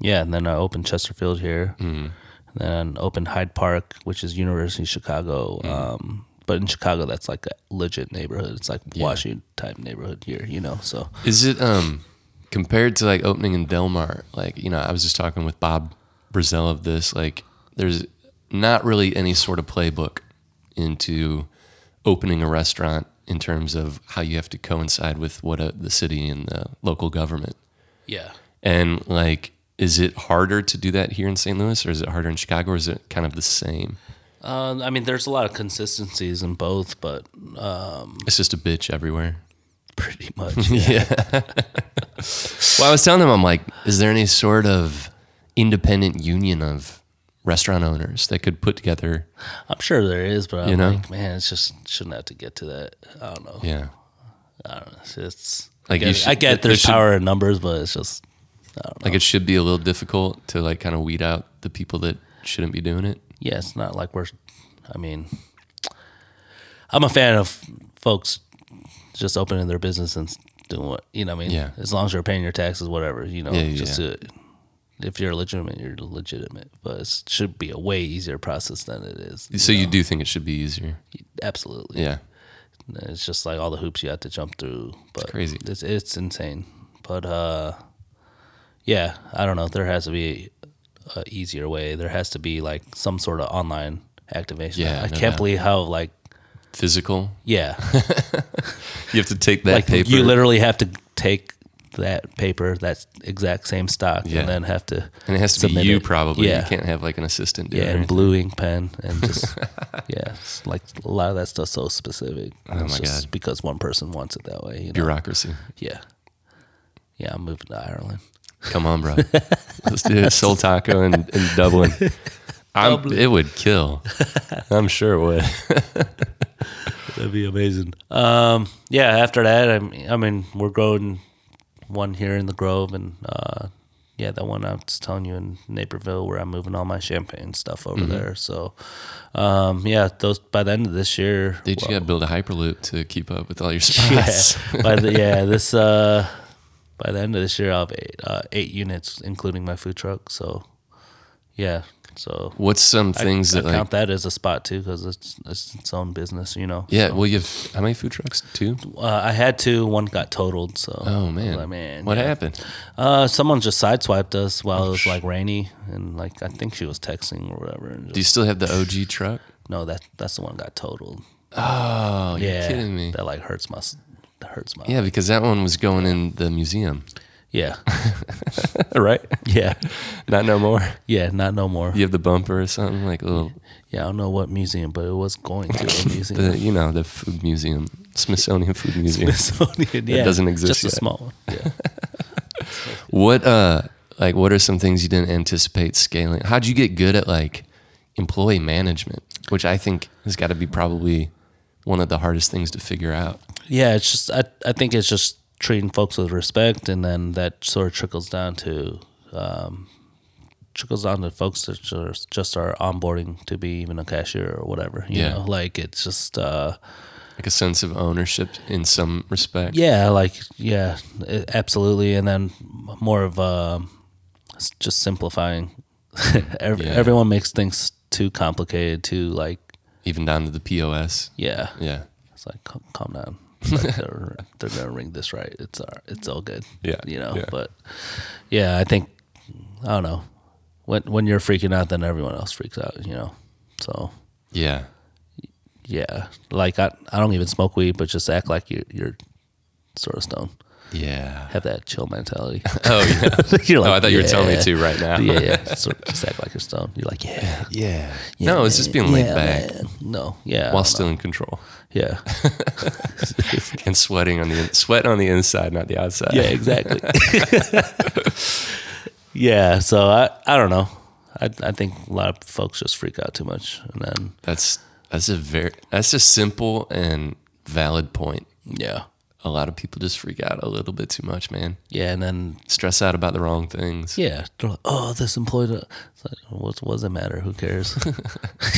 Speaker 2: yeah, and then I opened Chesterfield here, and then opened Hyde Park, which is University of Chicago. Um, but in Chicago, that's like a legit neighborhood. It's like Washington type neighborhood here, you know. So
Speaker 1: is it um compared to like opening in Delmar? Like you know, I was just talking with Bob Brazell of this. Like, there's not really any sort of playbook into opening a restaurant in terms of how you have to coincide with what uh the city and the local government.
Speaker 2: yeah,
Speaker 1: And like, is it harder to do that here in St. Louis, or is it harder in Chicago, or is it kind of the same?
Speaker 2: uh, I mean, there's a lot of consistencies in both, but
Speaker 1: It's just a bitch everywhere.
Speaker 2: pretty much, yeah.
Speaker 1: Well, I was telling them, I'm like, is there any sort of independent union of restaurant owners that could put together?
Speaker 2: I'm sure there is, but I'm
Speaker 1: You know?
Speaker 2: like, man, it's just shouldn't have to get to that. I don't know.
Speaker 1: Yeah,
Speaker 2: I don't know. It's, it's
Speaker 1: Like,
Speaker 2: like I
Speaker 1: you
Speaker 2: get,
Speaker 1: should-
Speaker 2: I get
Speaker 1: there
Speaker 2: there's
Speaker 1: should-
Speaker 2: power in numbers, but it's just
Speaker 1: like it should be a little difficult to like kind of weed out the people that shouldn't be doing it.
Speaker 2: yeah, it's not like we're. I mean, I'm a fan of folks just opening their business and doing what you know. what I mean,
Speaker 1: Yeah.
Speaker 2: as long as you're paying your taxes, whatever you know,
Speaker 1: yeah,
Speaker 2: just
Speaker 1: yeah.
Speaker 2: do it. If you're legitimate, you're legitimate, but it should be a way easier process than it is.
Speaker 1: So you do think it should be easier?
Speaker 2: Absolutely,
Speaker 1: Yeah,
Speaker 2: It's just like all the hoops you have to jump through. But
Speaker 1: crazy.
Speaker 2: It's it's insane. But uh, yeah, I don't know. There has to be a easier way. There has to be like some sort of online activation.
Speaker 1: Yeah, no
Speaker 2: I can't
Speaker 1: doubt.
Speaker 2: believe how like
Speaker 1: physical.
Speaker 2: yeah,
Speaker 1: You have to take that
Speaker 2: like
Speaker 1: paper.
Speaker 2: you literally have to take that paper, that exact same stock,
Speaker 1: Yeah.
Speaker 2: and then have to
Speaker 1: and it has to be
Speaker 2: submit
Speaker 1: you,
Speaker 2: it.
Speaker 1: probably.
Speaker 2: Yeah.
Speaker 1: You can't have like an assistant do
Speaker 2: yeah,
Speaker 1: it.
Speaker 2: and blue ink pen, and just yeah, it's like a lot of that stuff's so specific. Oh
Speaker 1: my God.
Speaker 2: Because one person wants it that way. You know?
Speaker 1: Bureaucracy.
Speaker 2: Yeah. Yeah, I'm moving to Ireland.
Speaker 1: Come on, bro. Let's do it. Soul taco in, in Dublin. I'm, it would kill. I'm sure it would.
Speaker 2: That'd be amazing. Um, yeah, after that, I mean, I mean, we're growing one here in the Grove, and uh, yeah, that one I was telling you in Naperville, where I'm moving all my champagne stuff over there. So, um, yeah, those by the end of this year,
Speaker 1: Did you
Speaker 2: well,
Speaker 1: got to build a hyperloop to keep up with all your
Speaker 2: yeah,
Speaker 1: spots?
Speaker 2: by the yeah this uh, by the end of this year, I'll have eight, uh, eight units, including my food truck. So, yeah, so.
Speaker 1: What's some things
Speaker 2: I,
Speaker 1: that
Speaker 2: I
Speaker 1: like?
Speaker 2: count that as a spot too, because it's it's its own business, you know.
Speaker 1: Yeah. Well, you have how many food trucks? Two.
Speaker 2: Uh, I had two. One got totaled. So.
Speaker 1: Oh
Speaker 2: I
Speaker 1: man.
Speaker 2: was like, man.
Speaker 1: What
Speaker 2: yeah.
Speaker 1: happened?
Speaker 2: Uh, someone just sideswiped us while it was like rainy, and like I think she was texting or whatever. And
Speaker 1: Do you
Speaker 2: just,
Speaker 1: still have the OG truck?
Speaker 2: no, that that's the one that got totaled.
Speaker 1: Oh, you're
Speaker 2: yeah,
Speaker 1: kidding me.
Speaker 2: That like hurts my s- that hurts my
Speaker 1: Yeah, because that one was going in the museum,
Speaker 2: yeah
Speaker 1: right?
Speaker 2: yeah
Speaker 1: Not no more.
Speaker 2: yeah. Not no more.
Speaker 1: You have the bumper or something like, well,
Speaker 2: Yeah, I don't know what museum, but it was going to a museum.
Speaker 1: the, you know, the food museum, Smithsonian Food Museum.
Speaker 2: Smithsonian, yeah,
Speaker 1: doesn't exist
Speaker 2: Just
Speaker 1: yet.
Speaker 2: a small one. Yeah.
Speaker 1: What uh like what are some things you didn't anticipate scaling? How'd you get good at like employee management, which I think has got to be probably one of the hardest things to figure out.
Speaker 2: yeah it's just I, I think it's just treating folks with respect and then that sort of trickles down to um, trickles down to folks that are just are onboarding to be even a cashier or whatever you
Speaker 1: Yeah.
Speaker 2: know like it's just uh,
Speaker 1: Like a sense of ownership in some respect.
Speaker 2: yeah like yeah it- absolutely and then more of um, s- just simplifying Ev-
Speaker 1: Yeah.
Speaker 2: everyone makes things too complicated too like
Speaker 1: Even down to the POS.
Speaker 2: yeah
Speaker 1: Yeah.
Speaker 2: It's like calm, calm down. It's like, they're, they're gonna ring this right. It's all, it's all good.
Speaker 1: Yeah,
Speaker 2: you know.
Speaker 1: yeah.
Speaker 2: But yeah, I think I don't know. When when you're freaking out, then everyone else freaks out. You know. So
Speaker 1: Yeah.
Speaker 2: yeah, like I I don't even smoke weed, but just act like you're you're sort of stoned.
Speaker 1: Yeah.
Speaker 2: Have that chill mentality.
Speaker 1: Oh yeah.
Speaker 2: you're
Speaker 1: oh, I thought you were telling me
Speaker 2: yeah.
Speaker 1: to right now.
Speaker 2: yeah, yeah. So just act like you're stoned. You're like, yeah,
Speaker 1: Yeah.
Speaker 2: yeah
Speaker 1: no, it's just being laid
Speaker 2: yeah,
Speaker 1: back
Speaker 2: man. No, yeah,
Speaker 1: while
Speaker 2: I don't know.
Speaker 1: still in control
Speaker 2: yeah,
Speaker 1: and sweating on the in- sweat on the inside, not the outside.
Speaker 2: yeah, exactly. yeah, so I, I don't know. I, I think a lot of folks just freak out too much, and then
Speaker 1: That's that's a very that's a simple and valid point.
Speaker 2: yeah,
Speaker 1: a lot of people just freak out a little bit too much, man.
Speaker 2: yeah, and then
Speaker 1: Stress out about the wrong things.
Speaker 2: yeah, they're like, oh, this employee. do-" It's like, what what does it matter? Who cares?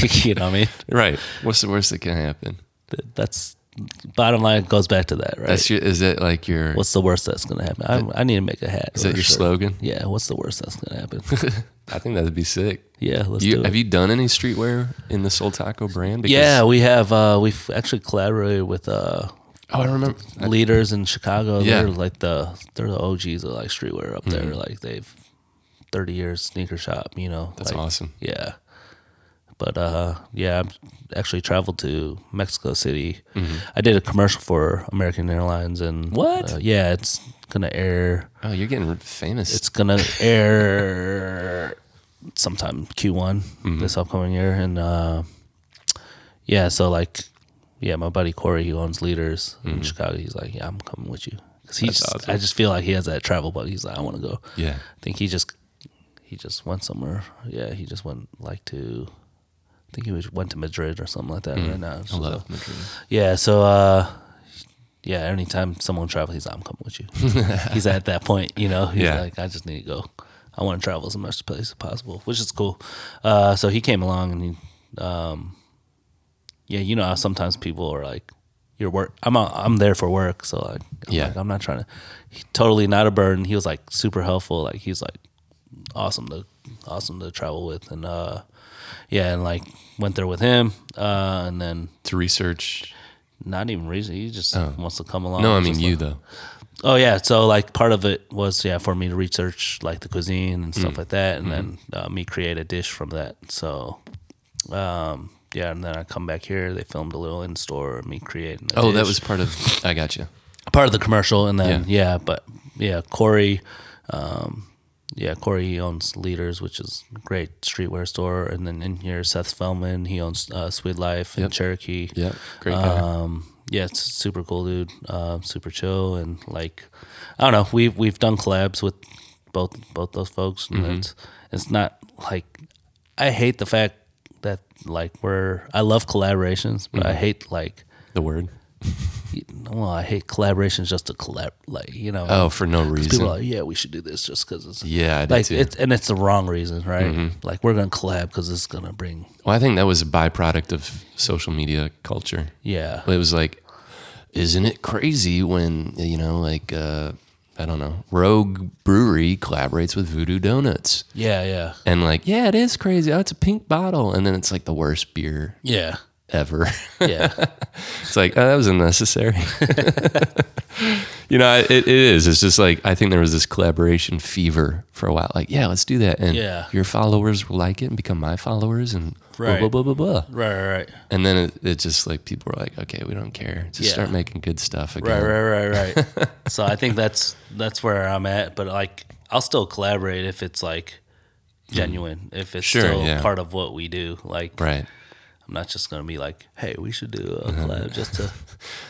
Speaker 2: you know what I mean?
Speaker 1: Right. What's the worst that can happen?
Speaker 2: Th- That's bottom line. It goes back to that, right?
Speaker 1: That's your is that like your
Speaker 2: what's the worst that's gonna happen? I, I need to make a hat.
Speaker 1: is
Speaker 2: or
Speaker 1: that
Speaker 2: a
Speaker 1: your
Speaker 2: shirt.
Speaker 1: slogan?
Speaker 2: Yeah, what's the worst that's gonna happen?
Speaker 1: I think that'd be sick.
Speaker 2: yeah, let's do
Speaker 1: You,
Speaker 2: it.
Speaker 1: have you done any streetwear in the Soul Taco brand? Because-
Speaker 2: yeah, we have. Uh, we've actually collaborated with uh,
Speaker 1: Oh, I remember.
Speaker 2: leaders in
Speaker 1: Yeah.
Speaker 2: Chicago.
Speaker 1: Mm-hmm.
Speaker 2: They're like the they're the OGs of like streetwear up there. Like they've thirty years sneaker shop, you know.
Speaker 1: That's
Speaker 2: like,
Speaker 1: awesome.
Speaker 2: Yeah. But uh yeah, I actually traveled to Mexico City. I did a commercial for American Airlines and
Speaker 1: Mm-hmm. What?
Speaker 2: uh, yeah, it's gonna air
Speaker 1: Oh, you're getting famous.
Speaker 2: it's gonna air sometime Q one
Speaker 1: Mm-hmm.
Speaker 2: this upcoming year, and uh, yeah, so like, yeah, my buddy Corey, who owns Leaders in Chicago, he's like, yeah, I'm coming with you because he
Speaker 1: Mm-hmm. That's
Speaker 2: just,
Speaker 1: awesome.
Speaker 2: I just feel like he has that travel bug. He's like, I want to go.
Speaker 1: yeah.
Speaker 2: I think he just he just went somewhere. Yeah, he just went like to. I think he was, went to Madrid or something like that right now.
Speaker 1: I
Speaker 2: So-
Speaker 1: love Madrid.
Speaker 2: yeah, so uh yeah, anytime someone travels, he's like, I'm coming with you. he's at that point, you know. He's
Speaker 1: Yeah.
Speaker 2: like, I just need to go. I want to travel as much place as possible, which is cool. Uh so he came along and he um yeah, you know how sometimes people are like your work I'm out, I'm there for work, so like I'm
Speaker 1: Yeah.
Speaker 2: like, I'm not trying to he, totally not a burden. He was like super helpful, like he's like awesome to awesome to travel with and uh yeah, and like went there with him, uh and then
Speaker 1: To research.
Speaker 2: not even reason. He just wants to come along.
Speaker 1: Oh. No, I
Speaker 2: It's
Speaker 1: mean
Speaker 2: just
Speaker 1: you
Speaker 2: like-
Speaker 1: though.
Speaker 2: oh yeah. So like part of it was yeah for me to research like the cuisine and
Speaker 1: Hmm.
Speaker 2: stuff like that, and then
Speaker 1: Mm-hmm.
Speaker 2: uh, me create a dish from that. So, um, yeah, and then I come back here. They filmed a little in store. Me creating. a
Speaker 1: Oh, that
Speaker 2: dish.
Speaker 1: was part of. I got you.
Speaker 2: part of the commercial, and then yeah, but yeah, Corey. Um, yeah, Corey he owns Leaders, which is a great streetwear store, and then in here Seth Feldman he owns uh, Sweet Life in
Speaker 1: Yep.
Speaker 2: Cherokee.
Speaker 1: Yeah, great guy.
Speaker 2: Um, yeah, it's super cool, dude. Um, super chill and like, I don't know. We've
Speaker 1: Mm-hmm.
Speaker 2: we've done collabs with both both those folks, and it's it's not like I hate the fact that like we're I love collaborations, but I
Speaker 1: Mm-hmm.
Speaker 2: hate like
Speaker 1: The word.
Speaker 2: well, I hate collaborations just to collab like you know.
Speaker 1: Oh, for no
Speaker 2: 'cause
Speaker 1: reason.
Speaker 2: people are like, yeah, we should do this just because it's
Speaker 1: yeah, I did
Speaker 2: like
Speaker 1: too. Mm-hmm.
Speaker 2: it's and it's the wrong reason, right? Like we're gonna collab because it's gonna bring
Speaker 1: well, I think that was a byproduct of social media culture.
Speaker 2: yeah
Speaker 1: It was like, isn't it crazy when you know, like, uh, I don't know, Rogue Brewery collaborates with Voodoo Donuts,
Speaker 2: yeah yeah
Speaker 1: and like, yeah, it is crazy. Oh, it's a pink bottle, and then it's like the worst beer
Speaker 2: yeah
Speaker 1: ever.
Speaker 2: yeah
Speaker 1: It's like, oh, that was unnecessary. you know, it, it is. It's just like, I think there was this collaboration fever for a while. Like, yeah, let's do that. And
Speaker 2: Yeah.
Speaker 1: your followers will like it and become my followers and
Speaker 2: Right.
Speaker 1: blah, blah, blah, blah, blah.
Speaker 2: right right right.
Speaker 1: And then it, it just like, people were like, okay, we don't care. Just
Speaker 2: Yeah.
Speaker 1: start making good stuff again.
Speaker 2: Right, right, right, right. so I think that's that's where I'm at. But like, I'll still collaborate if it's like Hmm. genuine, if it's
Speaker 1: Sure,
Speaker 2: still
Speaker 1: yeah.
Speaker 2: part of what we do. Like,
Speaker 1: Right.
Speaker 2: I'm not just gonna be like, hey, we should do a collab just to.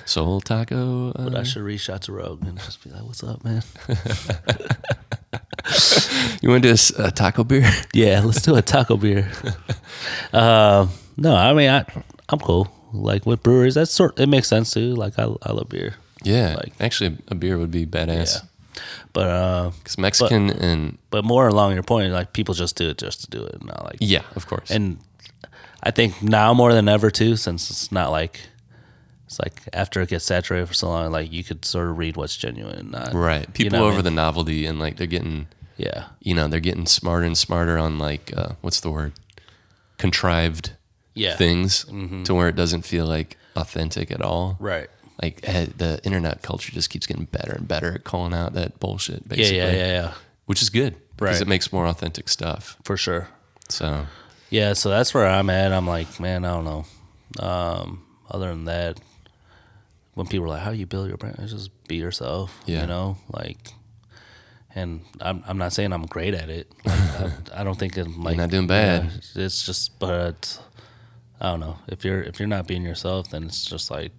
Speaker 1: Soul taco. uh,
Speaker 2: I should reach out to Rogue and just be like, what's up, man?
Speaker 1: you want to do a s- a taco beer?
Speaker 2: yeah, let's do a taco beer. um, no, I mean, I I'm cool. Like with breweries, that's sort it makes sense too. Like I I love beer,
Speaker 1: yeah.
Speaker 2: Like-
Speaker 1: Actually, a beer would be badass.
Speaker 2: Yeah. but uh,
Speaker 1: Because Mexican and,
Speaker 2: but more along your point, like people just do it just to do it, not like
Speaker 1: yeah, of course.
Speaker 2: and I think now more than ever too, since it's not like it's like after it gets saturated for so long, like you could sort of read what's genuine and not
Speaker 1: right. People
Speaker 2: know what I
Speaker 1: over
Speaker 2: mean?
Speaker 1: the novelty and like, they're getting.
Speaker 2: yeah
Speaker 1: you know they're getting smarter and smarter on like uh, what's the word contrived
Speaker 2: yeah Mm-hmm.
Speaker 1: things to where it doesn't feel like authentic at all
Speaker 2: right
Speaker 1: like eh, the internet culture just keeps getting better and better at calling out that bullshit
Speaker 2: yeah
Speaker 1: basically
Speaker 2: yeah yeah yeah
Speaker 1: which is good because
Speaker 2: Right.
Speaker 1: it makes more authentic stuff
Speaker 2: for sure
Speaker 1: so
Speaker 2: yeah so that's where I'm at I'm like man I don't know um other than that when people are like how do you build your brand It's just be yourself
Speaker 1: Yeah.
Speaker 2: you know like and I'm I'm not saying I'm great at it like, I, I don't think I'm like
Speaker 1: not doing bad.
Speaker 2: Yeah, it's- it's just but I don't know. If you're if you're not being yourself, then it's just like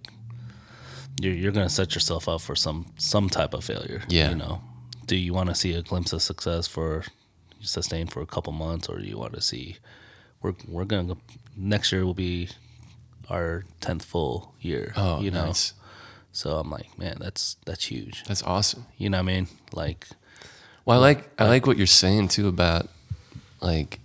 Speaker 2: you're you're gonna set yourself up for some some type of failure.
Speaker 1: Yeah.
Speaker 2: You know. Do you wanna see a glimpse of success for sustained for a couple months or do you wanna see we're we're gonna go next year will be our tenth full year.
Speaker 1: oh
Speaker 2: you know.
Speaker 1: nice.
Speaker 2: So I'm like, man, that's that's huge.
Speaker 1: that's awesome
Speaker 2: You know what I mean? Like
Speaker 1: Well, I like I like what you're saying too about like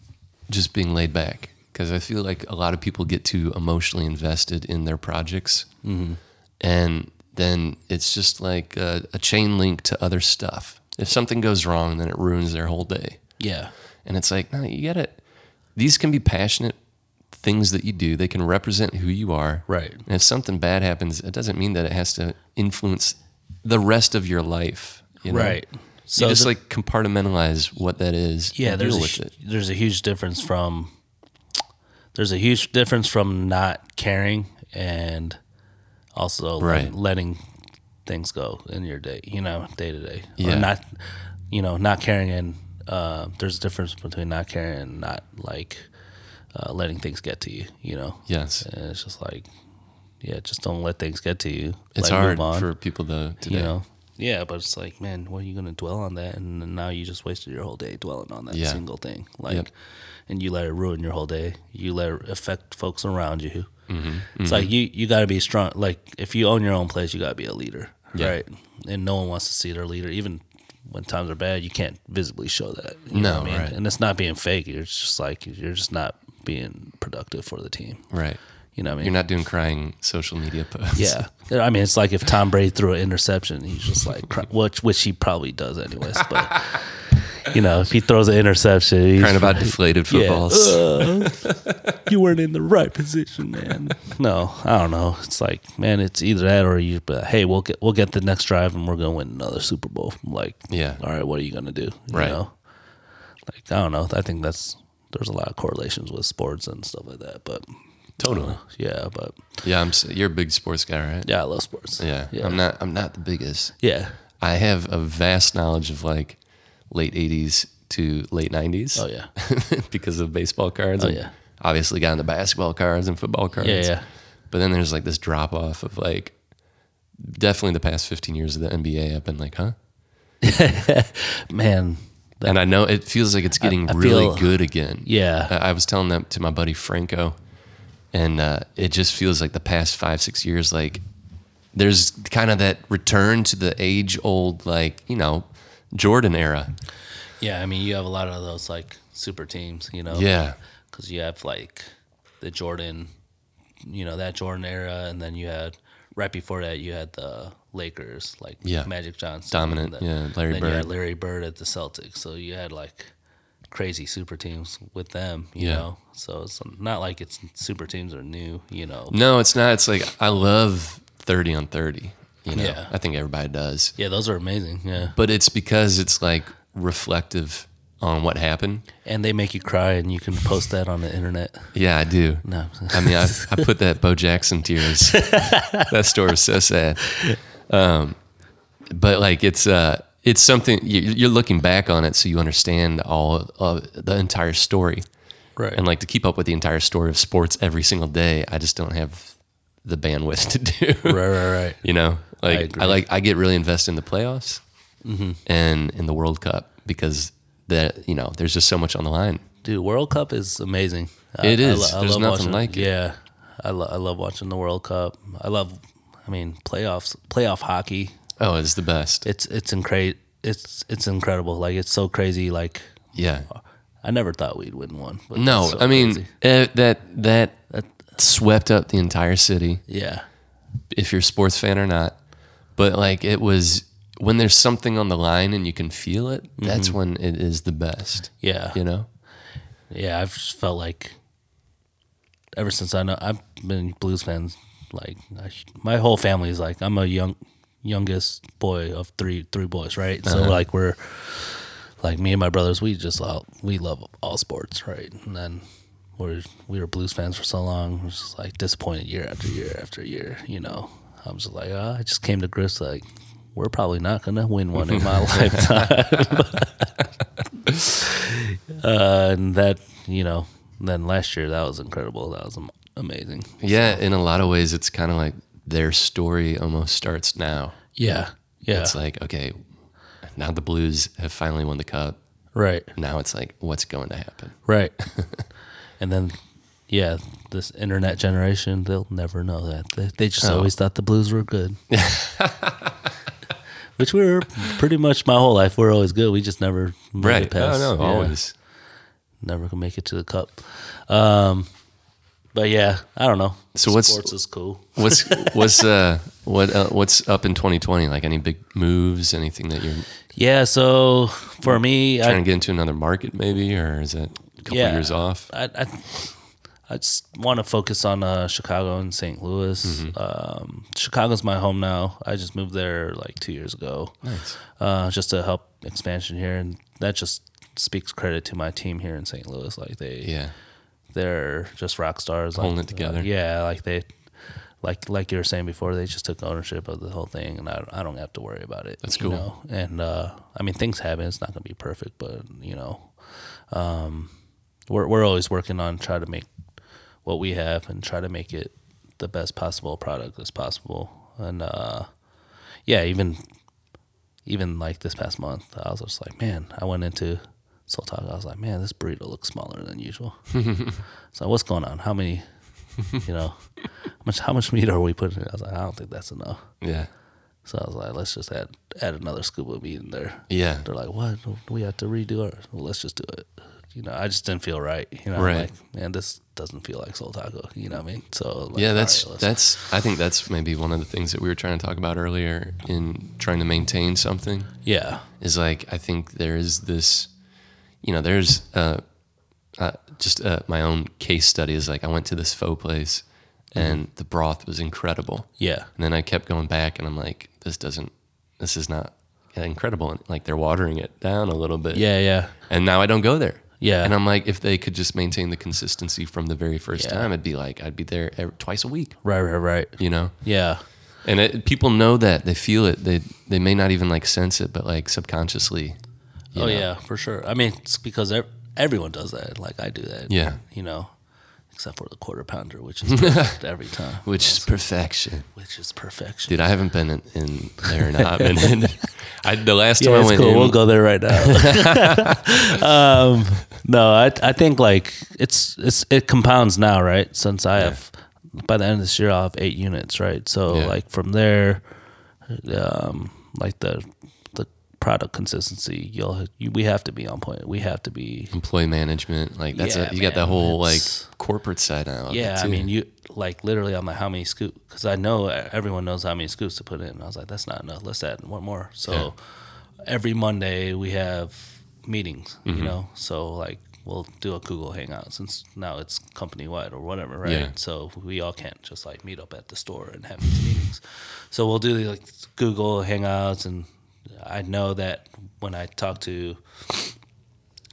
Speaker 1: just being laid back because I feel like a lot of people get too emotionally invested in their projects,
Speaker 2: Mm-hmm.
Speaker 1: and then it's just like a, a chain link to other stuff. If something goes wrong, then it ruins their whole day.
Speaker 2: yeah.
Speaker 1: And it's like, no, you got to These can be passionate things that you do. They can represent who you are.
Speaker 2: Right.
Speaker 1: And if something bad happens, it doesn't mean that it has to influence the rest of your life. You know?
Speaker 2: Right.
Speaker 1: So you just
Speaker 2: the-
Speaker 1: like compartmentalize what that is.
Speaker 2: yeah
Speaker 1: and
Speaker 2: there's
Speaker 1: deal
Speaker 2: a,
Speaker 1: with
Speaker 2: hu-
Speaker 1: it.
Speaker 2: there's a huge difference from there's a huge difference from not caring and also let-
Speaker 1: Right.
Speaker 2: letting things go in your day you know day to day
Speaker 1: Yeah.
Speaker 2: or not you know not caring and uh, there's a difference between not caring and not like uh, letting things get to you you know
Speaker 1: Yes,
Speaker 2: and it's just like yeah just don't let things get to you
Speaker 1: it's
Speaker 2: Like, move
Speaker 1: hard
Speaker 2: on,
Speaker 1: for people to today.
Speaker 2: you know yeah but it's like man what are you gonna dwell on that and then now you just wasted your whole day dwelling on that
Speaker 1: Yeah.
Speaker 2: single thing like
Speaker 1: Yep.
Speaker 2: and you let it ruin your whole day you let it affect folks around you
Speaker 1: Mm-hmm.
Speaker 2: it's like you you gotta be strong like if you own your own place you gotta be a leader
Speaker 1: Yeah.
Speaker 2: right and no one wants to see their leader even when times are bad you can't visibly show that you
Speaker 1: No,
Speaker 2: what
Speaker 1: right.
Speaker 2: and it's not being fake you're just like you're just not being productive for the team
Speaker 1: right?
Speaker 2: you know what i mean
Speaker 1: You're not doing crying social media posts.
Speaker 2: yeah. I mean, it's like if Tom Brady threw an interception, he's just like, cr- which which he probably does anyways. But you know, if he throws an interception, he's
Speaker 1: crying about deflated footballs.
Speaker 2: "Ugh, you weren't in the right position, man. No, I don't know. It's like, man, it's either that or you. But hey, we'll get we'll get the next drive and we're gonna win another Super Bowl. I'm like,
Speaker 1: Yeah.
Speaker 2: all right, what are you gonna do? You
Speaker 1: Right.
Speaker 2: know? Like, I don't know. I think that's there's a lot of correlations with sports and stuff like that. But uh,
Speaker 1: Totally.
Speaker 2: yeah, but
Speaker 1: Yeah, I'm. s- You're a big sports guy, right?
Speaker 2: yeah, I love sports.
Speaker 1: Yeah.
Speaker 2: yeah,
Speaker 1: I'm not. I'm not the biggest.
Speaker 2: yeah.
Speaker 1: I have a vast knowledge of like late '80s to late '90s.
Speaker 2: Oh yeah.
Speaker 1: because of baseball cards. Oh
Speaker 2: yeah.
Speaker 1: Obviously, got into basketball cards and football cards.
Speaker 2: Yeah, yeah.
Speaker 1: But then there's like this drop off of like definitely the past 15 years of the NBA. I've been like, huh?
Speaker 2: man,
Speaker 1: and I know it feels like it's getting
Speaker 2: I
Speaker 1: really
Speaker 2: feel-
Speaker 1: good again.
Speaker 2: Yeah.
Speaker 1: I, I was telling that to my buddy Franco, and uh, it just feels like the past five six years, like there's kind of that return to the age old, like you know, Jordan era.
Speaker 2: Yeah, I mean, you have a lot of those like super teams, you know.
Speaker 1: Yeah.
Speaker 2: because you have like the Jordan, you know, that Jordan era, and then you had right before that you had the Lakers, like
Speaker 1: Yeah.
Speaker 2: Magic Johnson,
Speaker 1: Dominant,
Speaker 2: and the-
Speaker 1: yeah, Larry
Speaker 2: then
Speaker 1: Bird.
Speaker 2: You had Larry Bird at the Celtics, so you had like crazy super teams with them, you
Speaker 1: Yeah.
Speaker 2: know. So it's not like it's super teams are new, you know.
Speaker 1: No, it's not. It's like I love thirty on thirty. You know,
Speaker 2: Yeah.
Speaker 1: I think everybody does.
Speaker 2: Yeah, those are amazing. Yeah,
Speaker 1: but it's because it's like reflective on what happened.
Speaker 2: and they make you cry, and you can post that on the internet.
Speaker 1: Yeah, I do.
Speaker 2: No,
Speaker 1: I mean, I, I put that Bo Jackson tears. that story was so sad. Um, but like, it's uh, it's something you, you're looking back on it, so you understand all of the entire story.
Speaker 2: right.
Speaker 1: And like to keep up with the entire story of sports every single day, I just don't have the bandwidth to do.
Speaker 2: right, right, right.
Speaker 1: You know, like
Speaker 2: agree.
Speaker 1: I, Mm-hmm. like I get really invested in the playoffs and in the World Cup because that you know there's just so much on the line.
Speaker 2: Dude, World Cup is amazing. I,
Speaker 1: It is. There's nothing
Speaker 2: watching,
Speaker 1: like it.
Speaker 2: Yeah, I, lo- I love watching the World Cup. I love, I mean, playoffs, playoff hockey.
Speaker 1: Oh, it's the best.
Speaker 2: It's it's incredible. It's it's incredible. Like it's so crazy. Like
Speaker 1: yeah.
Speaker 2: I never thought we'd win one. But
Speaker 1: No,
Speaker 2: it's so
Speaker 1: I mean
Speaker 2: crazy.
Speaker 1: uh, that that swept up the entire city.
Speaker 2: yeah,
Speaker 1: If you're a sports fan or not, but like it was when there's something on the line and you can feel it. That's when it is the best.
Speaker 2: yeah,
Speaker 1: You know.
Speaker 2: yeah. I've just felt like ever since I know I've been Blues fans. Like I, sh- my whole family is like I'm a young youngest boy of three three boys, right? So like we're like me and my brothers, we just all, we love all sports, right? And then we're we were Blues fans for so long, we're just like disappointed year after year after year. You know, I'm just like ah, I just came to grips like we're probably not gonna win one in my lifetime. uh, and that you know, then last year that was incredible. That was am- amazing.
Speaker 1: Yeah. In a lot of ways, it's kind of like their story almost starts now.
Speaker 2: Yeah, yeah,
Speaker 1: It's like okay, now the Blues have finally won the cup.
Speaker 2: right.
Speaker 1: Now it's like what's going to happen?
Speaker 2: Right. and then, yeah, this internet generation, they'll never know that. They, they just always thought the blues were good. Which we were pretty much my whole life. We're always good. We just never made it past.
Speaker 1: Oh no.
Speaker 2: yeah,
Speaker 1: Always.
Speaker 2: Never can make it to the cup. Um, but yeah, I don't know.
Speaker 1: So what's-
Speaker 2: sports is cool.
Speaker 1: what's what's uh what uh, what's up in 2020 like any big moves anything that you're
Speaker 2: Yeah. So for me, I
Speaker 1: trying to get into another market maybe or is it a couple
Speaker 2: Yeah.
Speaker 1: years off
Speaker 2: I, I, I just want to focus on uh, Chicago and St. Louis.
Speaker 1: Mm-hmm.
Speaker 2: Um, Chicago's my home now. I just moved there like two years ago,
Speaker 1: nice
Speaker 2: uh, just to help expansion here, and that just speaks credit to my team here in St. Louis. Like they,
Speaker 1: yeah
Speaker 2: they're just rock stars.
Speaker 1: Pulling
Speaker 2: like,
Speaker 1: it together.
Speaker 2: uh, yeah, like they, like like you were saying before, they just took ownership of the whole thing, and I, I don't have to worry about it.
Speaker 1: That's
Speaker 2: you
Speaker 1: cool.
Speaker 2: know? And uh, I mean, things happen. It's not gonna be perfect, but you know, um, we're we're always working on try to make what we have and try to make it the best possible product as possible. And uh, yeah, even even like this past month, I was just like, man, I went into Soul Talk. I was like, man, this burrito looks smaller than usual. so what's going on? How many, you know, how much how much meat are we putting? in? I was like, I don't think that's enough.
Speaker 1: yeah
Speaker 2: So I was like, let's just add add another scoop of meat in there.
Speaker 1: yeah
Speaker 2: They're like, what? We have to redo it. Well, let's just do it. You know, I just didn't feel right. You know, I'm
Speaker 1: Right.
Speaker 2: like, man, this doesn't feel like Soul Taco. You know what I mean? So like,
Speaker 1: yeah
Speaker 2: all
Speaker 1: that's
Speaker 2: right, let's-
Speaker 1: that's i think that's maybe one of the things that we were trying to talk about earlier in trying to maintain something
Speaker 2: yeah,
Speaker 1: is like I think there is this, you know, there's uh, uh, just uh, my own case study is like I went to this faux place
Speaker 2: Mm-hmm.
Speaker 1: and the broth was incredible.
Speaker 2: yeah,
Speaker 1: And then I kept going back and I'm like, this doesn't, this is not incredible. And like they're watering it down a little bit.
Speaker 2: yeah, yeah.
Speaker 1: And now I don't go there.
Speaker 2: Yeah.
Speaker 1: And I'm like, if they could just maintain the consistency from the very first
Speaker 2: Yeah.
Speaker 1: time, it'd be like, I'd be there ev twice a week,
Speaker 2: Right, right, right.
Speaker 1: you know?
Speaker 2: Yeah,
Speaker 1: And it, people know that they feel it. They, they may not even like sense it, but like subconsciously. you
Speaker 2: oh
Speaker 1: know?
Speaker 2: yeah, for sure. I mean, it's because ev- everyone does that. Like I do that.
Speaker 1: Yeah.
Speaker 2: you know, except for the quarter pounder, which is perfect every time,
Speaker 1: Which is perfection.
Speaker 2: which is perfection.
Speaker 1: Dude, I haven't been in, in there and I've been in. I, the last
Speaker 2: Yeah,
Speaker 1: time I
Speaker 2: it's
Speaker 1: went
Speaker 2: cool.
Speaker 1: in,
Speaker 2: We'll go there right now. um, no, I I think like it's it's it compounds now, right? Since I have by the end of this year, I'll have eight units, right? So
Speaker 1: Yeah.
Speaker 2: like from there, um, like the the product consistency, you'll you, we have to be on point. We have to be.
Speaker 1: employee management, like that's
Speaker 2: Yeah,
Speaker 1: a, you got
Speaker 2: man,
Speaker 1: that whole like
Speaker 2: it's-
Speaker 1: corporate side now. of it,
Speaker 2: Yeah, I
Speaker 1: too.
Speaker 2: mean, you like literally. I'm like, how many scoops? Because I know uh, everyone knows how many scoops to put in. I was like, that's not enough. Let's add one more. So
Speaker 1: Yeah. Mm-hmm.
Speaker 2: every Monday we have meetings. You know, so like we'll do a Google Hangout since now it's company wide or whatever, right?
Speaker 1: Yeah.
Speaker 2: So we all can't just like meet up at the store and have these meetings. So we'll do like Google Hangouts, and I know that when I talk to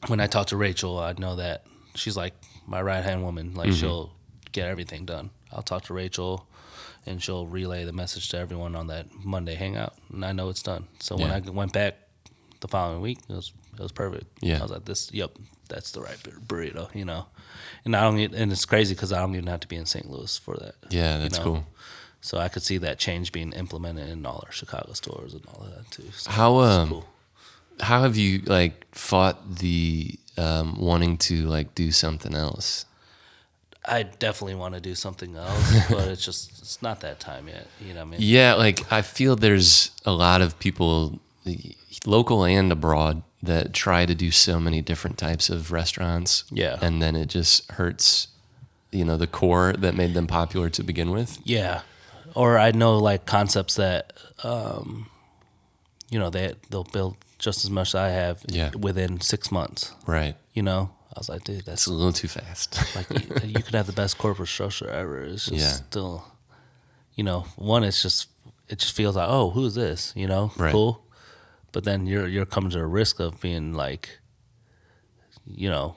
Speaker 2: when I talk to Rachel, I know that she's like my right hand woman. Like
Speaker 1: Mm-hmm.
Speaker 2: she'll get everything done. I'll talk to Rachel, and she'll relay the message to everyone on that Monday hangout, and I know it's done. So when
Speaker 1: Yeah.
Speaker 2: I went back the following week, it was it was perfect.
Speaker 1: Yeah.
Speaker 2: I was like, this, yep, that's the right bur- burrito, you know. And I don't, get, and it's crazy because I don't even have to be in St. Louis for that.
Speaker 1: yeah, that's
Speaker 2: know.
Speaker 1: cool.
Speaker 2: So I could see that change being implemented in all our Chicago stores and all of that too. So
Speaker 1: How,
Speaker 2: it's
Speaker 1: um, How have you like fought the um, wanting to like do something else?
Speaker 2: I definitely want to do something else, but it's just it's not that time yet. You know what I mean?
Speaker 1: Yeah, like I feel there's a lot of people, local and abroad, that try to do so many different types of restaurants.
Speaker 2: Yeah.
Speaker 1: and then it just hurts, you know, the core that made them popular to begin with.
Speaker 2: Yeah. Or I know like concepts that um you know, they they'll build just as much as I have
Speaker 1: Yeah.
Speaker 2: within six months.
Speaker 1: Right,
Speaker 2: You know? I was like, dude, that's
Speaker 1: it's a little too fast.
Speaker 2: like you, you could have the best corporate structure ever. It's just
Speaker 1: Yeah.
Speaker 2: still, you know, one. It's just it just feels like oh, who's this? You know,
Speaker 1: Right.
Speaker 2: cool. But then you're you're coming to a risk of being like, you know,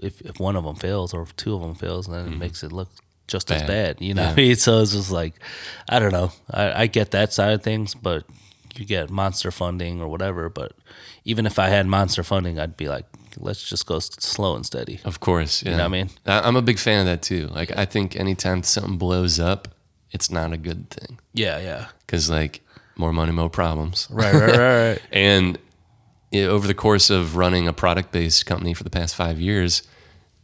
Speaker 2: if if one of them fails or if two of them fails, then it makes it look just as
Speaker 1: Mm-hmm. Bad.
Speaker 2: bad. You know, what I mean, so it's just like, I don't know. I, I get that side of things, but you get monster funding or whatever. But even if I had monster funding, I'd be like, let's just go s- slow and steady.
Speaker 1: Of course. Yeah.
Speaker 2: know what I mean?
Speaker 1: I, I'm a big fan of that too. Like, I think anytime something blows up, it's not a good thing
Speaker 2: Yeah, yeah.
Speaker 1: because, like, more money, more problems.
Speaker 2: Right, right, right, right.
Speaker 1: And you know, over the course of running a product based company for the past five years,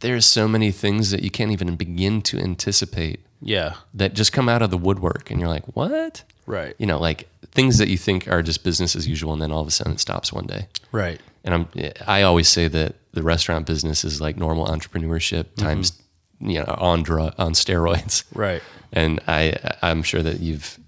Speaker 1: there's so many things that you can't even begin to anticipate
Speaker 2: Yeah.
Speaker 1: that just come out of the woodwork. And you're like, what?
Speaker 2: Right.
Speaker 1: You know, like things that you think are just business as usual. And then all of a sudden it stops one day.
Speaker 2: Right.
Speaker 1: and I'm I always say that the restaurant business is like normal entrepreneurship times you know on dr- on steroids.
Speaker 2: Mm-hmm. Right.
Speaker 1: And I I'm sure that you've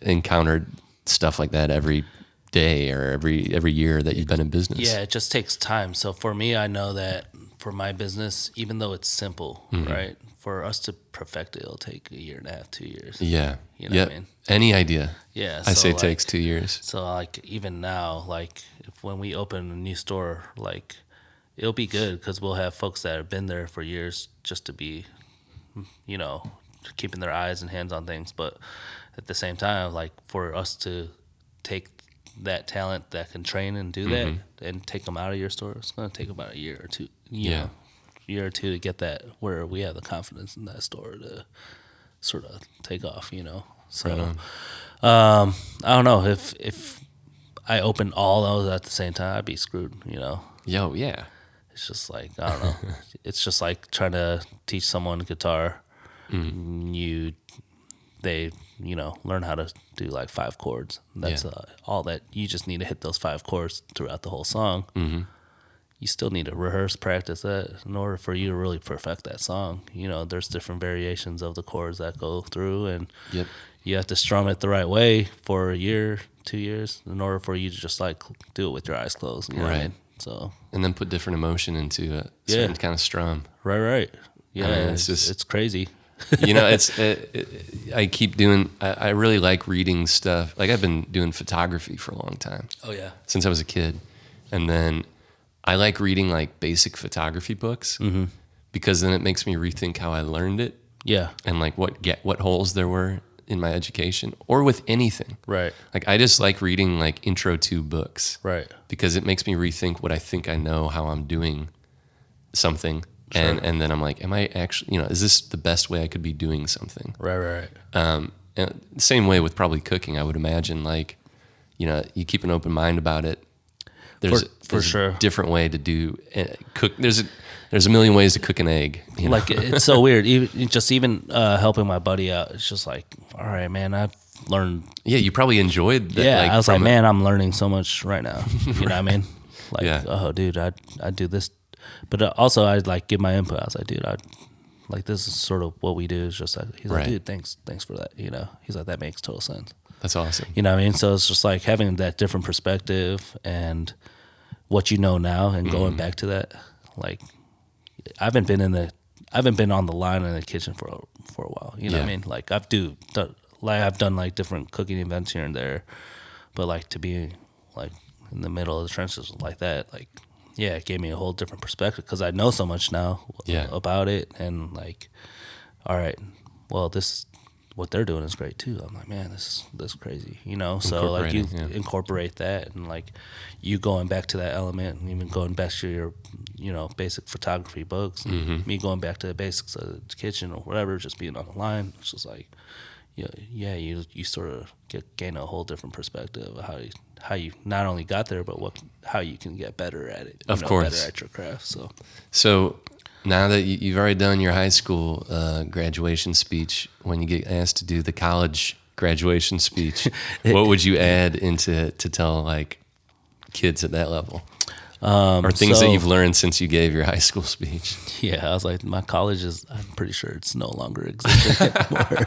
Speaker 1: encountered stuff like that every day or every every year that you've been in business.
Speaker 2: Yeah, it just takes time. So for me, I know that for my business, even though it's simple, right? For us to perfect it, it'll take a year and a half, two years.
Speaker 1: Yeah.
Speaker 2: You know
Speaker 1: Yep.
Speaker 2: what I mean?
Speaker 1: Any idea?
Speaker 2: Yeah.
Speaker 1: I say it
Speaker 2: like-
Speaker 1: takes 2 years.
Speaker 2: So like even now, like if when we open a new store, like it'll be good because we'll have folks that have been there for years just to be, you know, keeping their eyes and hands on things. But at the same time, like for us to take that talent that can train and do that and take them out of your store, it's gonna take about a year or two. You
Speaker 1: Yeah.
Speaker 2: Know, year or two to get that where we have the confidence in that store to sort of take off. You know. So. Um, I don't know if if I opened all those at the same time, I'd be screwed. You know,
Speaker 1: Yo, yeah.
Speaker 2: it's just like I don't know. it's just like trying to teach someone guitar.
Speaker 1: Mm.
Speaker 2: You, they, you know, learn how to do like five chords. That's
Speaker 1: Yeah.
Speaker 2: uh, all that you just need to hit those five chords throughout the whole song. Mm-hmm. You still need to rehearse, practice that in order for you to really perfect that song. You know, there's different variations of the chords that go through and
Speaker 1: Yep.
Speaker 2: you have to strum it the right way for a year, two years, in order for you to just like do it with your eyes closed. You know what I
Speaker 1: Right.
Speaker 2: mean? So
Speaker 1: And then put different emotion into a
Speaker 2: Yeah.
Speaker 1: certain kind of strum.
Speaker 2: right, right. Yeah,
Speaker 1: mean,
Speaker 2: it's,
Speaker 1: it's
Speaker 2: just
Speaker 1: just-
Speaker 2: it's crazy.
Speaker 1: you know, it's it, it, I keep doing. I, I really like reading stuff. Like I've been doing photography for a long time
Speaker 2: Oh yeah,
Speaker 1: since I was a kid, and then I like reading like basic photography books
Speaker 2: Mm-hmm.
Speaker 1: because then it makes me rethink how I learned it
Speaker 2: yeah,
Speaker 1: and like what get what holes there were in my education or with anything.
Speaker 2: right,
Speaker 1: Like I just like reading like intro to books
Speaker 2: right,
Speaker 1: because it makes me rethink what I think I know, how I'm doing something. And, and then I'm like, am I actually, you know, is this the best way I could be doing something?
Speaker 2: right, right,
Speaker 1: Um, and same way with probably cooking, I would imagine. Like, you know you keep an open mind about it. There's
Speaker 2: For- for
Speaker 1: there's a
Speaker 2: sure.
Speaker 1: different way to do uh, cook. There's a, there's a million ways to cook an egg. You know?
Speaker 2: like it's so weird. Even just even uh, helping my buddy out, it's just like, all right, man, I've learned.
Speaker 1: yeah, you probably enjoyed that.
Speaker 2: yeah, I was like,
Speaker 1: from it.
Speaker 2: man, I'm learning so much right now. You know what I mean? Like,
Speaker 1: Yeah.
Speaker 2: oh, dude, I I do this, but uh, also I like give my input. I was like, dude, I like this is sort of what we do. It's just like he's
Speaker 1: Right.
Speaker 2: like, dude, thanks, thanks for that. You know, he's like, that makes total sense.
Speaker 1: that's awesome.
Speaker 2: You know what I mean? So it's just like having that different perspective and what you know now and
Speaker 1: Mm-hmm.
Speaker 2: going back to that. Like I haven't been in the I haven't been on the line in the kitchen for a, for a while. You know what I
Speaker 1: Yeah.
Speaker 2: mean? Like I've do do- like I've done like different cooking events here and there, but like to be like in the middle of the trenches like that, like yeah, it gave me a whole different perspective because I know so much now
Speaker 1: Yeah.
Speaker 2: about it and like all right, well, this what they're doing is great too. I'm like, man, this is this is crazy, you know. So like you
Speaker 1: Incorporating, yeah.
Speaker 2: incorporate that and like you going back to that element and even going back to your you know basic photography books, and
Speaker 1: Mm-hmm.
Speaker 2: me going back to the basics of the kitchen or whatever, just being on the line. It's just like, yeah, yeah, you you sort of get gain a whole different perspective of how you how you not only got there but what how you can get better at it. you
Speaker 1: Of
Speaker 2: know,
Speaker 1: course.
Speaker 2: better at your craft. So
Speaker 1: So now that you, you've already done your high school uh, graduation speech, when you get asked to do the college graduation speech, what would you add into to tell like kids at that level? Um, or things that
Speaker 2: so-
Speaker 1: you've learned since you gave your high school speech.
Speaker 2: Yeah, I was like, my college is. I'm pretty sure it's no longer existing anymore.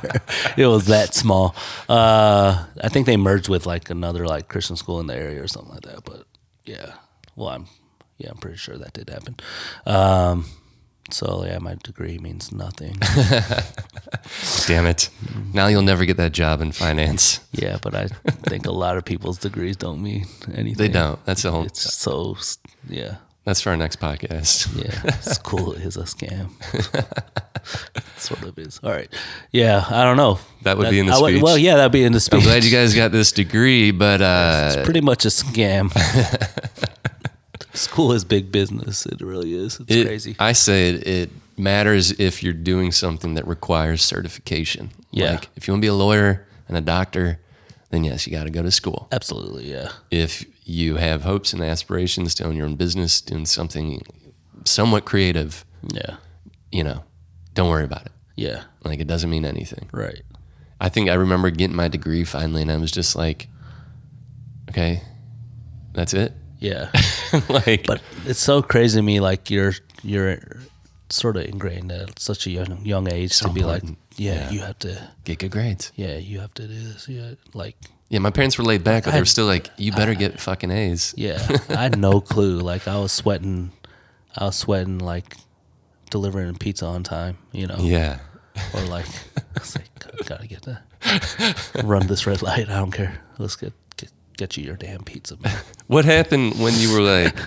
Speaker 2: it was that small. Uh, I think they merged with like another like Christian school in the area or something like that. But yeah, well, I'm yeah, I'm pretty sure that did happen. Um, so yeah, my degree means nothing.
Speaker 1: Damn it! Now you'll never get that job in finance.
Speaker 2: yeah, but I think a lot of people's degrees don't mean anything.
Speaker 1: They don't. That's the whole.
Speaker 2: It's so s- yeah,
Speaker 1: That's for our next podcast.
Speaker 2: yeah. School is a scam. sort of is. All right. Yeah, I don't know.
Speaker 1: That would be in the
Speaker 2: I would-
Speaker 1: speech.
Speaker 2: well, yeah, that'd be in the speech.
Speaker 1: I'm glad you guys got this degree, but uh,
Speaker 2: It's pretty much a scam. School is big business. It really is. It's
Speaker 1: It-
Speaker 2: crazy.
Speaker 1: I say it, it matters if you're doing something that requires certification.
Speaker 2: Yeah.
Speaker 1: Like if you want to be a lawyer and a doctor, then yes, you got to go to school.
Speaker 2: Absolutely, yeah.
Speaker 1: If you have hopes and aspirations to own your own business, doing something somewhat creative,
Speaker 2: Yeah.
Speaker 1: you know, don't worry about it.
Speaker 2: Yeah.
Speaker 1: Like it doesn't mean anything.
Speaker 2: Right.
Speaker 1: I think I remember getting my degree finally, and I was just like, okay, that's it.
Speaker 2: Yeah.
Speaker 1: like,
Speaker 2: but it's so crazy to me like you're you're sort of ingrained at such a young young age to be like,
Speaker 1: important.
Speaker 2: yeah,
Speaker 1: Yeah.
Speaker 2: you have to
Speaker 1: get good grades.
Speaker 2: yeah, you have to do this. Yeah. Like
Speaker 1: Yeah, my parents were laid back, but they
Speaker 2: I-
Speaker 1: were still like, you better get fucking A's.
Speaker 2: Yeah, I had no clue. Like I was sweating, I was sweating like delivering pizza on time, you know,
Speaker 1: Yeah.
Speaker 2: or like I was like, "God, gotta get that, run this red light. I don't care. Let's get get, get you your damn pizza, man.
Speaker 1: What happened when you were like,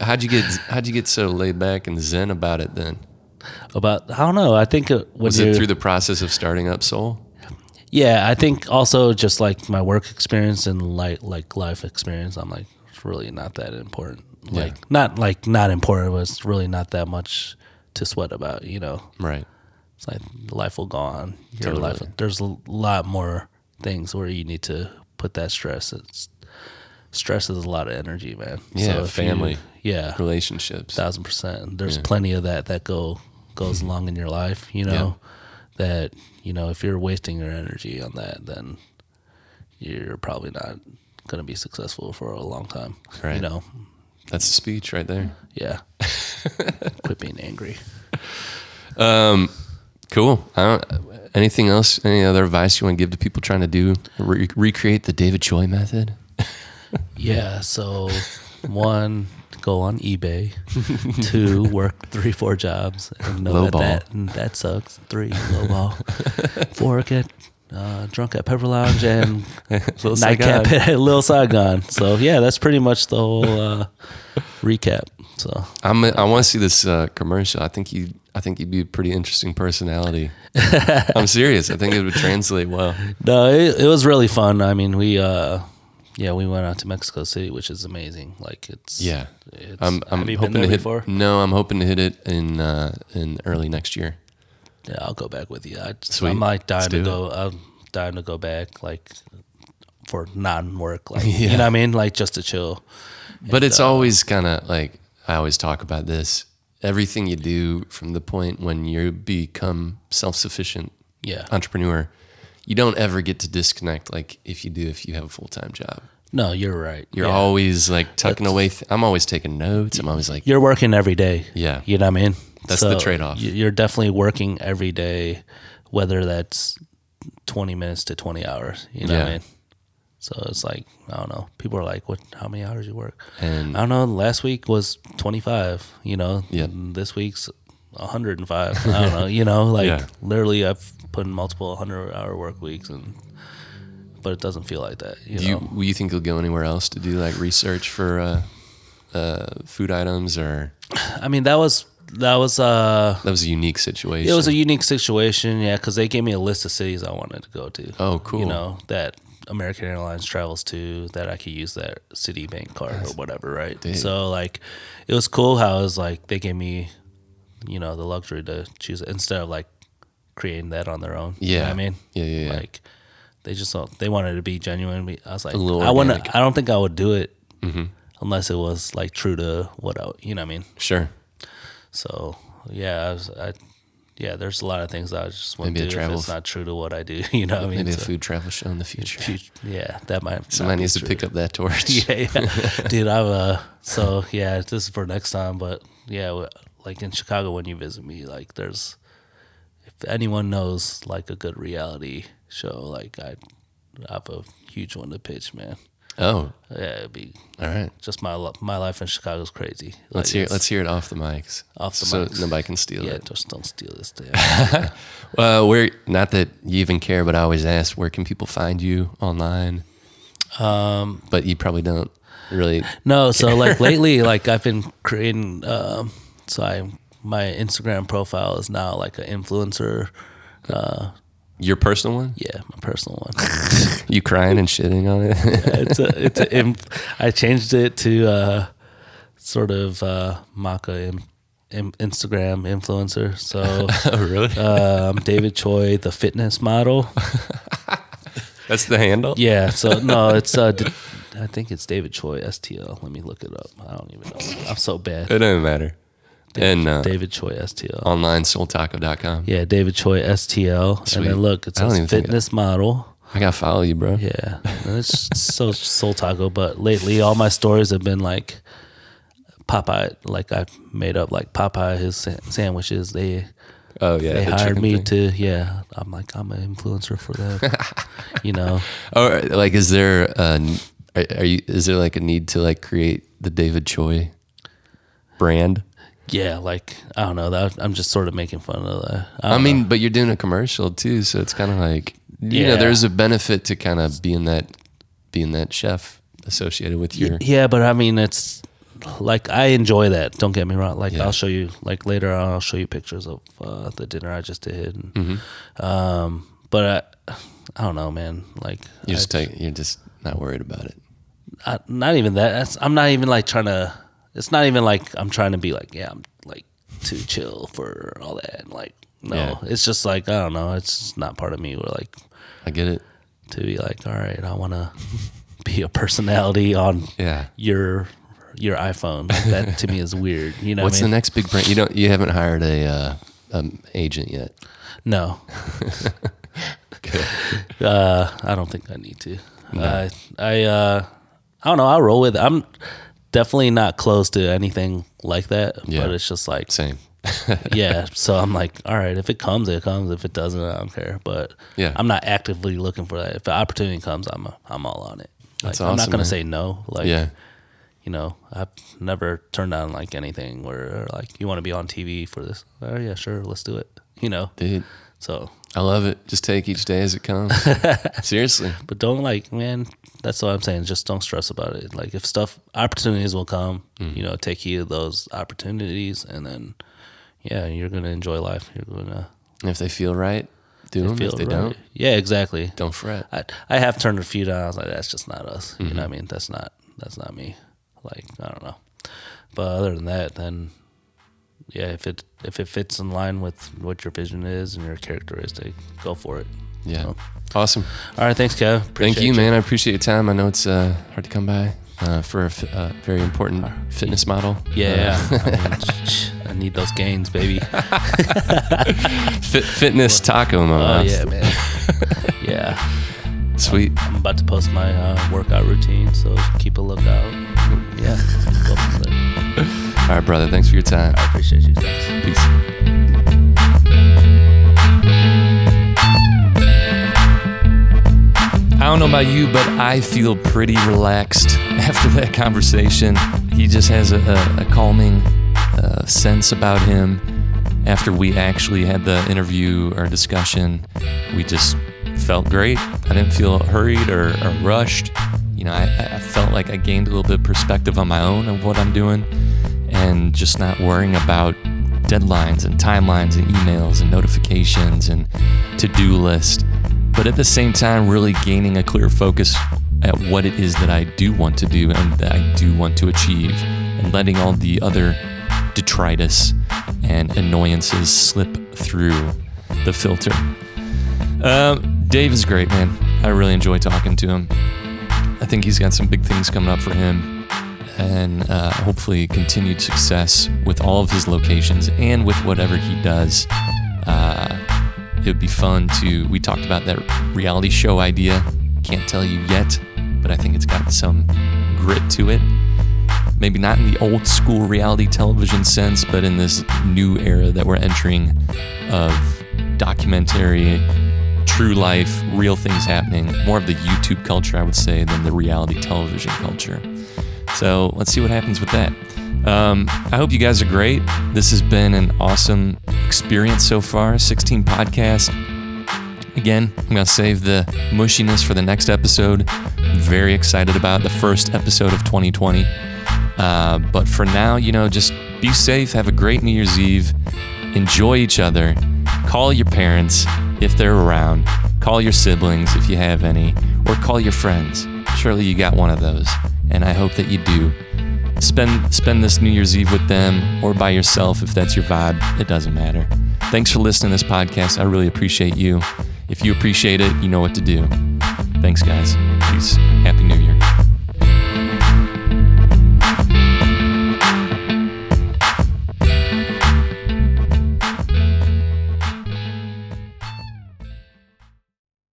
Speaker 1: how'd you get how'd you get so laid back and zen about it then?
Speaker 2: About I don't know. I think it, when
Speaker 1: Was
Speaker 2: you
Speaker 1: it through the process of starting up Soul?
Speaker 2: yeah, I think also just like my work experience and like like life experience, I'm like it's really not that important.
Speaker 1: Yeah.
Speaker 2: Like not like not important, but it's really not that much to sweat about, you know.
Speaker 1: Right.
Speaker 2: It's like life will go on. Your
Speaker 1: Totally.
Speaker 2: life. There's a lot more things where you need to put that stress. It's stress is a lot of energy, man.
Speaker 1: Yeah,
Speaker 2: if you-
Speaker 1: family.
Speaker 2: yeah,
Speaker 1: Relationships.
Speaker 2: thousand percent. There's plenty of that that go goes along in your life. You know that you know if you're wasting your energy on that, then you're probably not going to be successful for a long time. You
Speaker 1: Right.
Speaker 2: know.
Speaker 1: That's the speech right there.
Speaker 2: Yeah. Quit being angry.
Speaker 1: Cool. I don't, anything else? Any other advice you want to give to people trying to do re- recreate the David Choi method?
Speaker 2: Yeah. So, one, go on eBay. Two, work three, four jobs. And know
Speaker 1: Low
Speaker 2: that,
Speaker 1: ball.
Speaker 2: that that sucks. Three, low ball. Four, get uh, drunk at Pepper Lounge and
Speaker 1: Little
Speaker 2: nightcap at Little Saigon. So yeah, that's pretty much the whole uh, recap. So
Speaker 1: I'm, I want to see this uh, commercial. I think you. I think you'd be a pretty interesting personality. I'm serious. I think it would translate well.
Speaker 2: no, it, it was really fun. I mean, we uh, yeah, we went out to Mexico City, which is amazing. Like it's
Speaker 1: Yeah.
Speaker 2: It's,
Speaker 1: I'm, I'm
Speaker 2: have you
Speaker 1: hoping
Speaker 2: been
Speaker 1: to
Speaker 2: there
Speaker 1: hit.
Speaker 2: before?
Speaker 1: No, I'm hoping to hit it in uh, in early next year.
Speaker 2: Yeah, I'll go back with you. I,
Speaker 1: Sweet.
Speaker 2: I'm like
Speaker 1: Let's
Speaker 2: dying to
Speaker 1: do it.
Speaker 2: go. I'm dying to go back. Like for non work, like you know what I mean, like just to chill.
Speaker 1: But it's
Speaker 2: uh,
Speaker 1: always kind of like I always talk about this. Everything you do from the point when you become self sufficient
Speaker 2: Yeah.
Speaker 1: entrepreneur, you don't ever get to disconnect like if you do if you have a full time job.
Speaker 2: No, you're right.
Speaker 1: You're
Speaker 2: Yeah.
Speaker 1: always like tucking away. Th- I'm always taking notes. I'm always like,
Speaker 2: you're working every day.
Speaker 1: Yeah.
Speaker 2: You know what I mean?
Speaker 1: That's the trade-off.
Speaker 2: y- You're definitely working every day, whether that's 20 minutes to 20 hours. You know what I
Speaker 1: Yeah.
Speaker 2: mean? So it's like, I don't know. People are like, what, how many hours you work?
Speaker 1: and
Speaker 2: I don't know. Last week was 25, you know?
Speaker 1: Yeah.
Speaker 2: This week's 105. I don't know. You know, like
Speaker 1: Yeah.
Speaker 2: literally I've put in multiple 100 hour work weeks and, but it doesn't feel like that. You
Speaker 1: do
Speaker 2: know?
Speaker 1: you, will you think you'll go anywhere else to do like research for uh, uh, food items or
Speaker 2: I mean, that was, that was, uh,
Speaker 1: that was a unique situation?
Speaker 2: It was a unique situation, yeah, because they gave me a list of cities I wanted to go to.
Speaker 1: Oh, cool.
Speaker 2: You know that American Airlines travels to that I could use that Citibank card or whatever, right? So like, it was cool how it was like they gave me, you know, the luxury to choose it instead of like creating that on their own. you know
Speaker 1: Yeah.
Speaker 2: what I mean,
Speaker 1: Yeah, yeah, yeah.
Speaker 2: Like, they just don't- they wanted to be genuine. I was like,
Speaker 1: little
Speaker 2: I want
Speaker 1: organic. Mm-hmm.
Speaker 2: to. I don't think I would do it unless it was like true to what I, you know, what I mean.
Speaker 1: sure.
Speaker 2: So yeah, I, was, I yeah, there's a lot of things that I just want
Speaker 1: Maybe a
Speaker 2: to do if
Speaker 1: travel
Speaker 2: it's not true to what I do. You know, what I mean,
Speaker 1: Maybe a
Speaker 2: So,
Speaker 1: food travel show in the future.
Speaker 2: fu- yeah, that might
Speaker 1: Somebody
Speaker 2: not be
Speaker 1: needs to
Speaker 2: true.
Speaker 1: pick up that torch.
Speaker 2: Yeah, yeah. dude, I've uh, so yeah, this is for next time. But yeah, w- like in Chicago when you visit me, like there's if anyone knows like a good reality show, like I, I have a huge one to pitch, man.
Speaker 1: Oh,
Speaker 2: Yeah, it'd be
Speaker 1: all right.
Speaker 2: just my lo- my life in Chicago's crazy.
Speaker 1: Let's
Speaker 2: Like,
Speaker 1: hear
Speaker 2: it's-
Speaker 1: let's hear it off the mics.
Speaker 2: Off the
Speaker 1: so
Speaker 2: mics.
Speaker 1: nobody can steal
Speaker 2: Yeah,
Speaker 1: it.
Speaker 2: just don't steal this thing.
Speaker 1: Uh, where not that you even care, but I always ask, where can people find you online? Um, but you probably don't really.
Speaker 2: No, so like lately, like I've been creating. Um, so I my Instagram profile is now like an influencer. Uh,
Speaker 1: Your personal one?
Speaker 2: Yeah, my personal one.
Speaker 1: You crying and shitting on it?
Speaker 2: it's a it's a imp, I changed it to uh, sort of uh, Maka im, im, Instagram influencer. So
Speaker 1: oh, really?
Speaker 2: um, David Choi, the fitness model.
Speaker 1: That's the handle.
Speaker 2: Yeah. So no, it's uh, d- I think it's David Choi STL. Let me look it up. I don't even know. I'm so bad.
Speaker 1: It doesn't matter. And uh,
Speaker 2: David Choi STL.
Speaker 1: online soultaco.com.
Speaker 2: Yeah, David Choi STL.
Speaker 1: Sweet.
Speaker 2: And then look, it's
Speaker 1: I don't even
Speaker 2: a
Speaker 1: think
Speaker 2: fitness model.
Speaker 1: I gotta follow you, bro.
Speaker 2: Yeah. And It's so soul taco, but lately all my stories have been like Popeye like I made up like Popeye his sa- sandwiches. They
Speaker 1: Oh yeah, the
Speaker 2: they hired
Speaker 1: chicken
Speaker 2: me
Speaker 1: thing.
Speaker 2: to yeah. I'm like I'm an influencer for them. you know.
Speaker 1: Or Oh, like, is there uh, are, are you? Is there like a need to like create the David Choi brand?
Speaker 2: Yeah, like I don't know. That I'm just sort of making fun of that. I,
Speaker 1: I
Speaker 2: don't
Speaker 1: mean, but you're doing a commercial too, so it's kind of like you know,
Speaker 2: Yeah.
Speaker 1: there's a benefit to kind of being that being that chef associated with your.
Speaker 2: Yeah, but I mean, it's like I enjoy that. Don't get me wrong. Like
Speaker 1: Yeah.
Speaker 2: I'll show you like later on. I'll show you pictures of uh, the dinner I just did. And,
Speaker 1: Mm-hmm.
Speaker 2: Um, but I, I don't know, man. Like
Speaker 1: You're just take, you're just not worried about it.
Speaker 2: I, not even that. That's, I'm not even like trying to. It's not even like I'm trying to be like yeah, I'm like too chill for all that. And like no,
Speaker 1: Yeah.
Speaker 2: it's just like I don't know. It's just not part of me. We're like
Speaker 1: I get it.
Speaker 2: to be like all right. I want to be a personality on
Speaker 1: Yeah.
Speaker 2: your your iPhone. Like, that to me is weird. You know,
Speaker 1: What's the
Speaker 2: what I mean?
Speaker 1: next big brand? You don't. You haven't hired a uh, um, agent yet.
Speaker 2: No, uh, I don't think I need to. Uh, I uh, I don't know. I'll roll with. It. I'm definitely not close to anything like that.
Speaker 1: Yeah.
Speaker 2: But it's just like
Speaker 1: Same.
Speaker 2: yeah. So I'm like, all right. If it comes, it comes. If it doesn't, I don't care. But
Speaker 1: Yeah.
Speaker 2: I'm not actively looking for that. If the opportunity comes, I'm I'm all on it. Like,
Speaker 1: That's
Speaker 2: I'm not
Speaker 1: awesome,
Speaker 2: gonna
Speaker 1: man.
Speaker 2: say no. Like
Speaker 1: Yeah.
Speaker 2: you know, I've never turned down like anything where like you want to be on TV for this. Oh yeah, sure, let's do it. You know,
Speaker 1: Dude,
Speaker 2: so
Speaker 1: I love it. Just take each day as it comes. Seriously.
Speaker 2: but don't like man. That's what I'm saying. Just don't stress about it. Like if stuff opportunities will come, you know, take heed of those opportunities, and then yeah, you're gonna enjoy life. You're gonna
Speaker 1: And if they feel right, do them.
Speaker 2: feel
Speaker 1: If they
Speaker 2: right.
Speaker 1: don't,
Speaker 2: Yeah, exactly.
Speaker 1: don't fret.
Speaker 2: I I have turned a few down. I was like, that's just not us. You know, what I mean, that's not that's not me. Like I don't know, but other than that, then yeah, if it if it fits in line with what your vision is and your characteristic, go for it.
Speaker 4: Yeah.
Speaker 2: So,
Speaker 4: Awesome.
Speaker 2: all right, thanks, Kev.
Speaker 4: Thank
Speaker 2: Appreciate
Speaker 4: you, man. I appreciate your time. I know it's uh, hard to come by uh, for a f- uh, very important fitness model.
Speaker 2: Yeah,
Speaker 1: Uh,
Speaker 2: I, mean, I need those gains, baby. Oh,
Speaker 4: Uh, fit, fitness taco, my
Speaker 2: Oh
Speaker 4: man.
Speaker 2: yeah, man. yeah,
Speaker 4: Sweet.
Speaker 2: I'm about to post my uh, workout routine, so keep a lookout. Yeah, Go for it.
Speaker 4: All right, brother. Thanks for your time.
Speaker 2: I appreciate you. Thanks.
Speaker 4: Peace.
Speaker 1: I don't know about you, but I feel pretty relaxed after that conversation. He just has a, a, a calming uh, sense about him. After we actually had the interview or discussion, we just felt great. I didn't feel hurried or, or rushed. You know, I, I felt like I gained a little bit of perspective on my own of what I'm doing and just not worrying about deadlines and timelines and emails and notifications and to do list but at the same time, really gaining a clear focus at what it is that I do want to do and that I do want to achieve, and letting all the other detritus and annoyances slip through the filter. Um, Dave is great, man. I really enjoy talking to him. I think he's got some big things coming up for him, and uh, hopefully, continued success with all of his locations and with whatever he does. Uh, it would be fun to we talked about that reality show idea can't tell you yet but i think it's got some grit to it maybe not in the old school reality television sense but in this new era that we're entering of documentary true life real things happening more of the youtube culture i would say than the reality television culture so let's see what happens with that. Um, I hope you guys are great. This has been an awesome experience so far. 16 podcasts. Again, I'm going to save the mushiness for the next episode. Very excited about the first episode of 2020. Uh, but for now, you know, just be safe. Have a great New Year's Eve. Enjoy each other. Call your parents if they're around. Call your siblings if you have any, or call your friends. Surely you got one of those, and I hope that you do. Spend spend this New Year's Eve with them or by yourself if that's your vibe. It doesn't matter. Thanks for listening to this podcast. I really appreciate you. If you appreciate it, you know what to do. Thanks, guys. Peace. Happy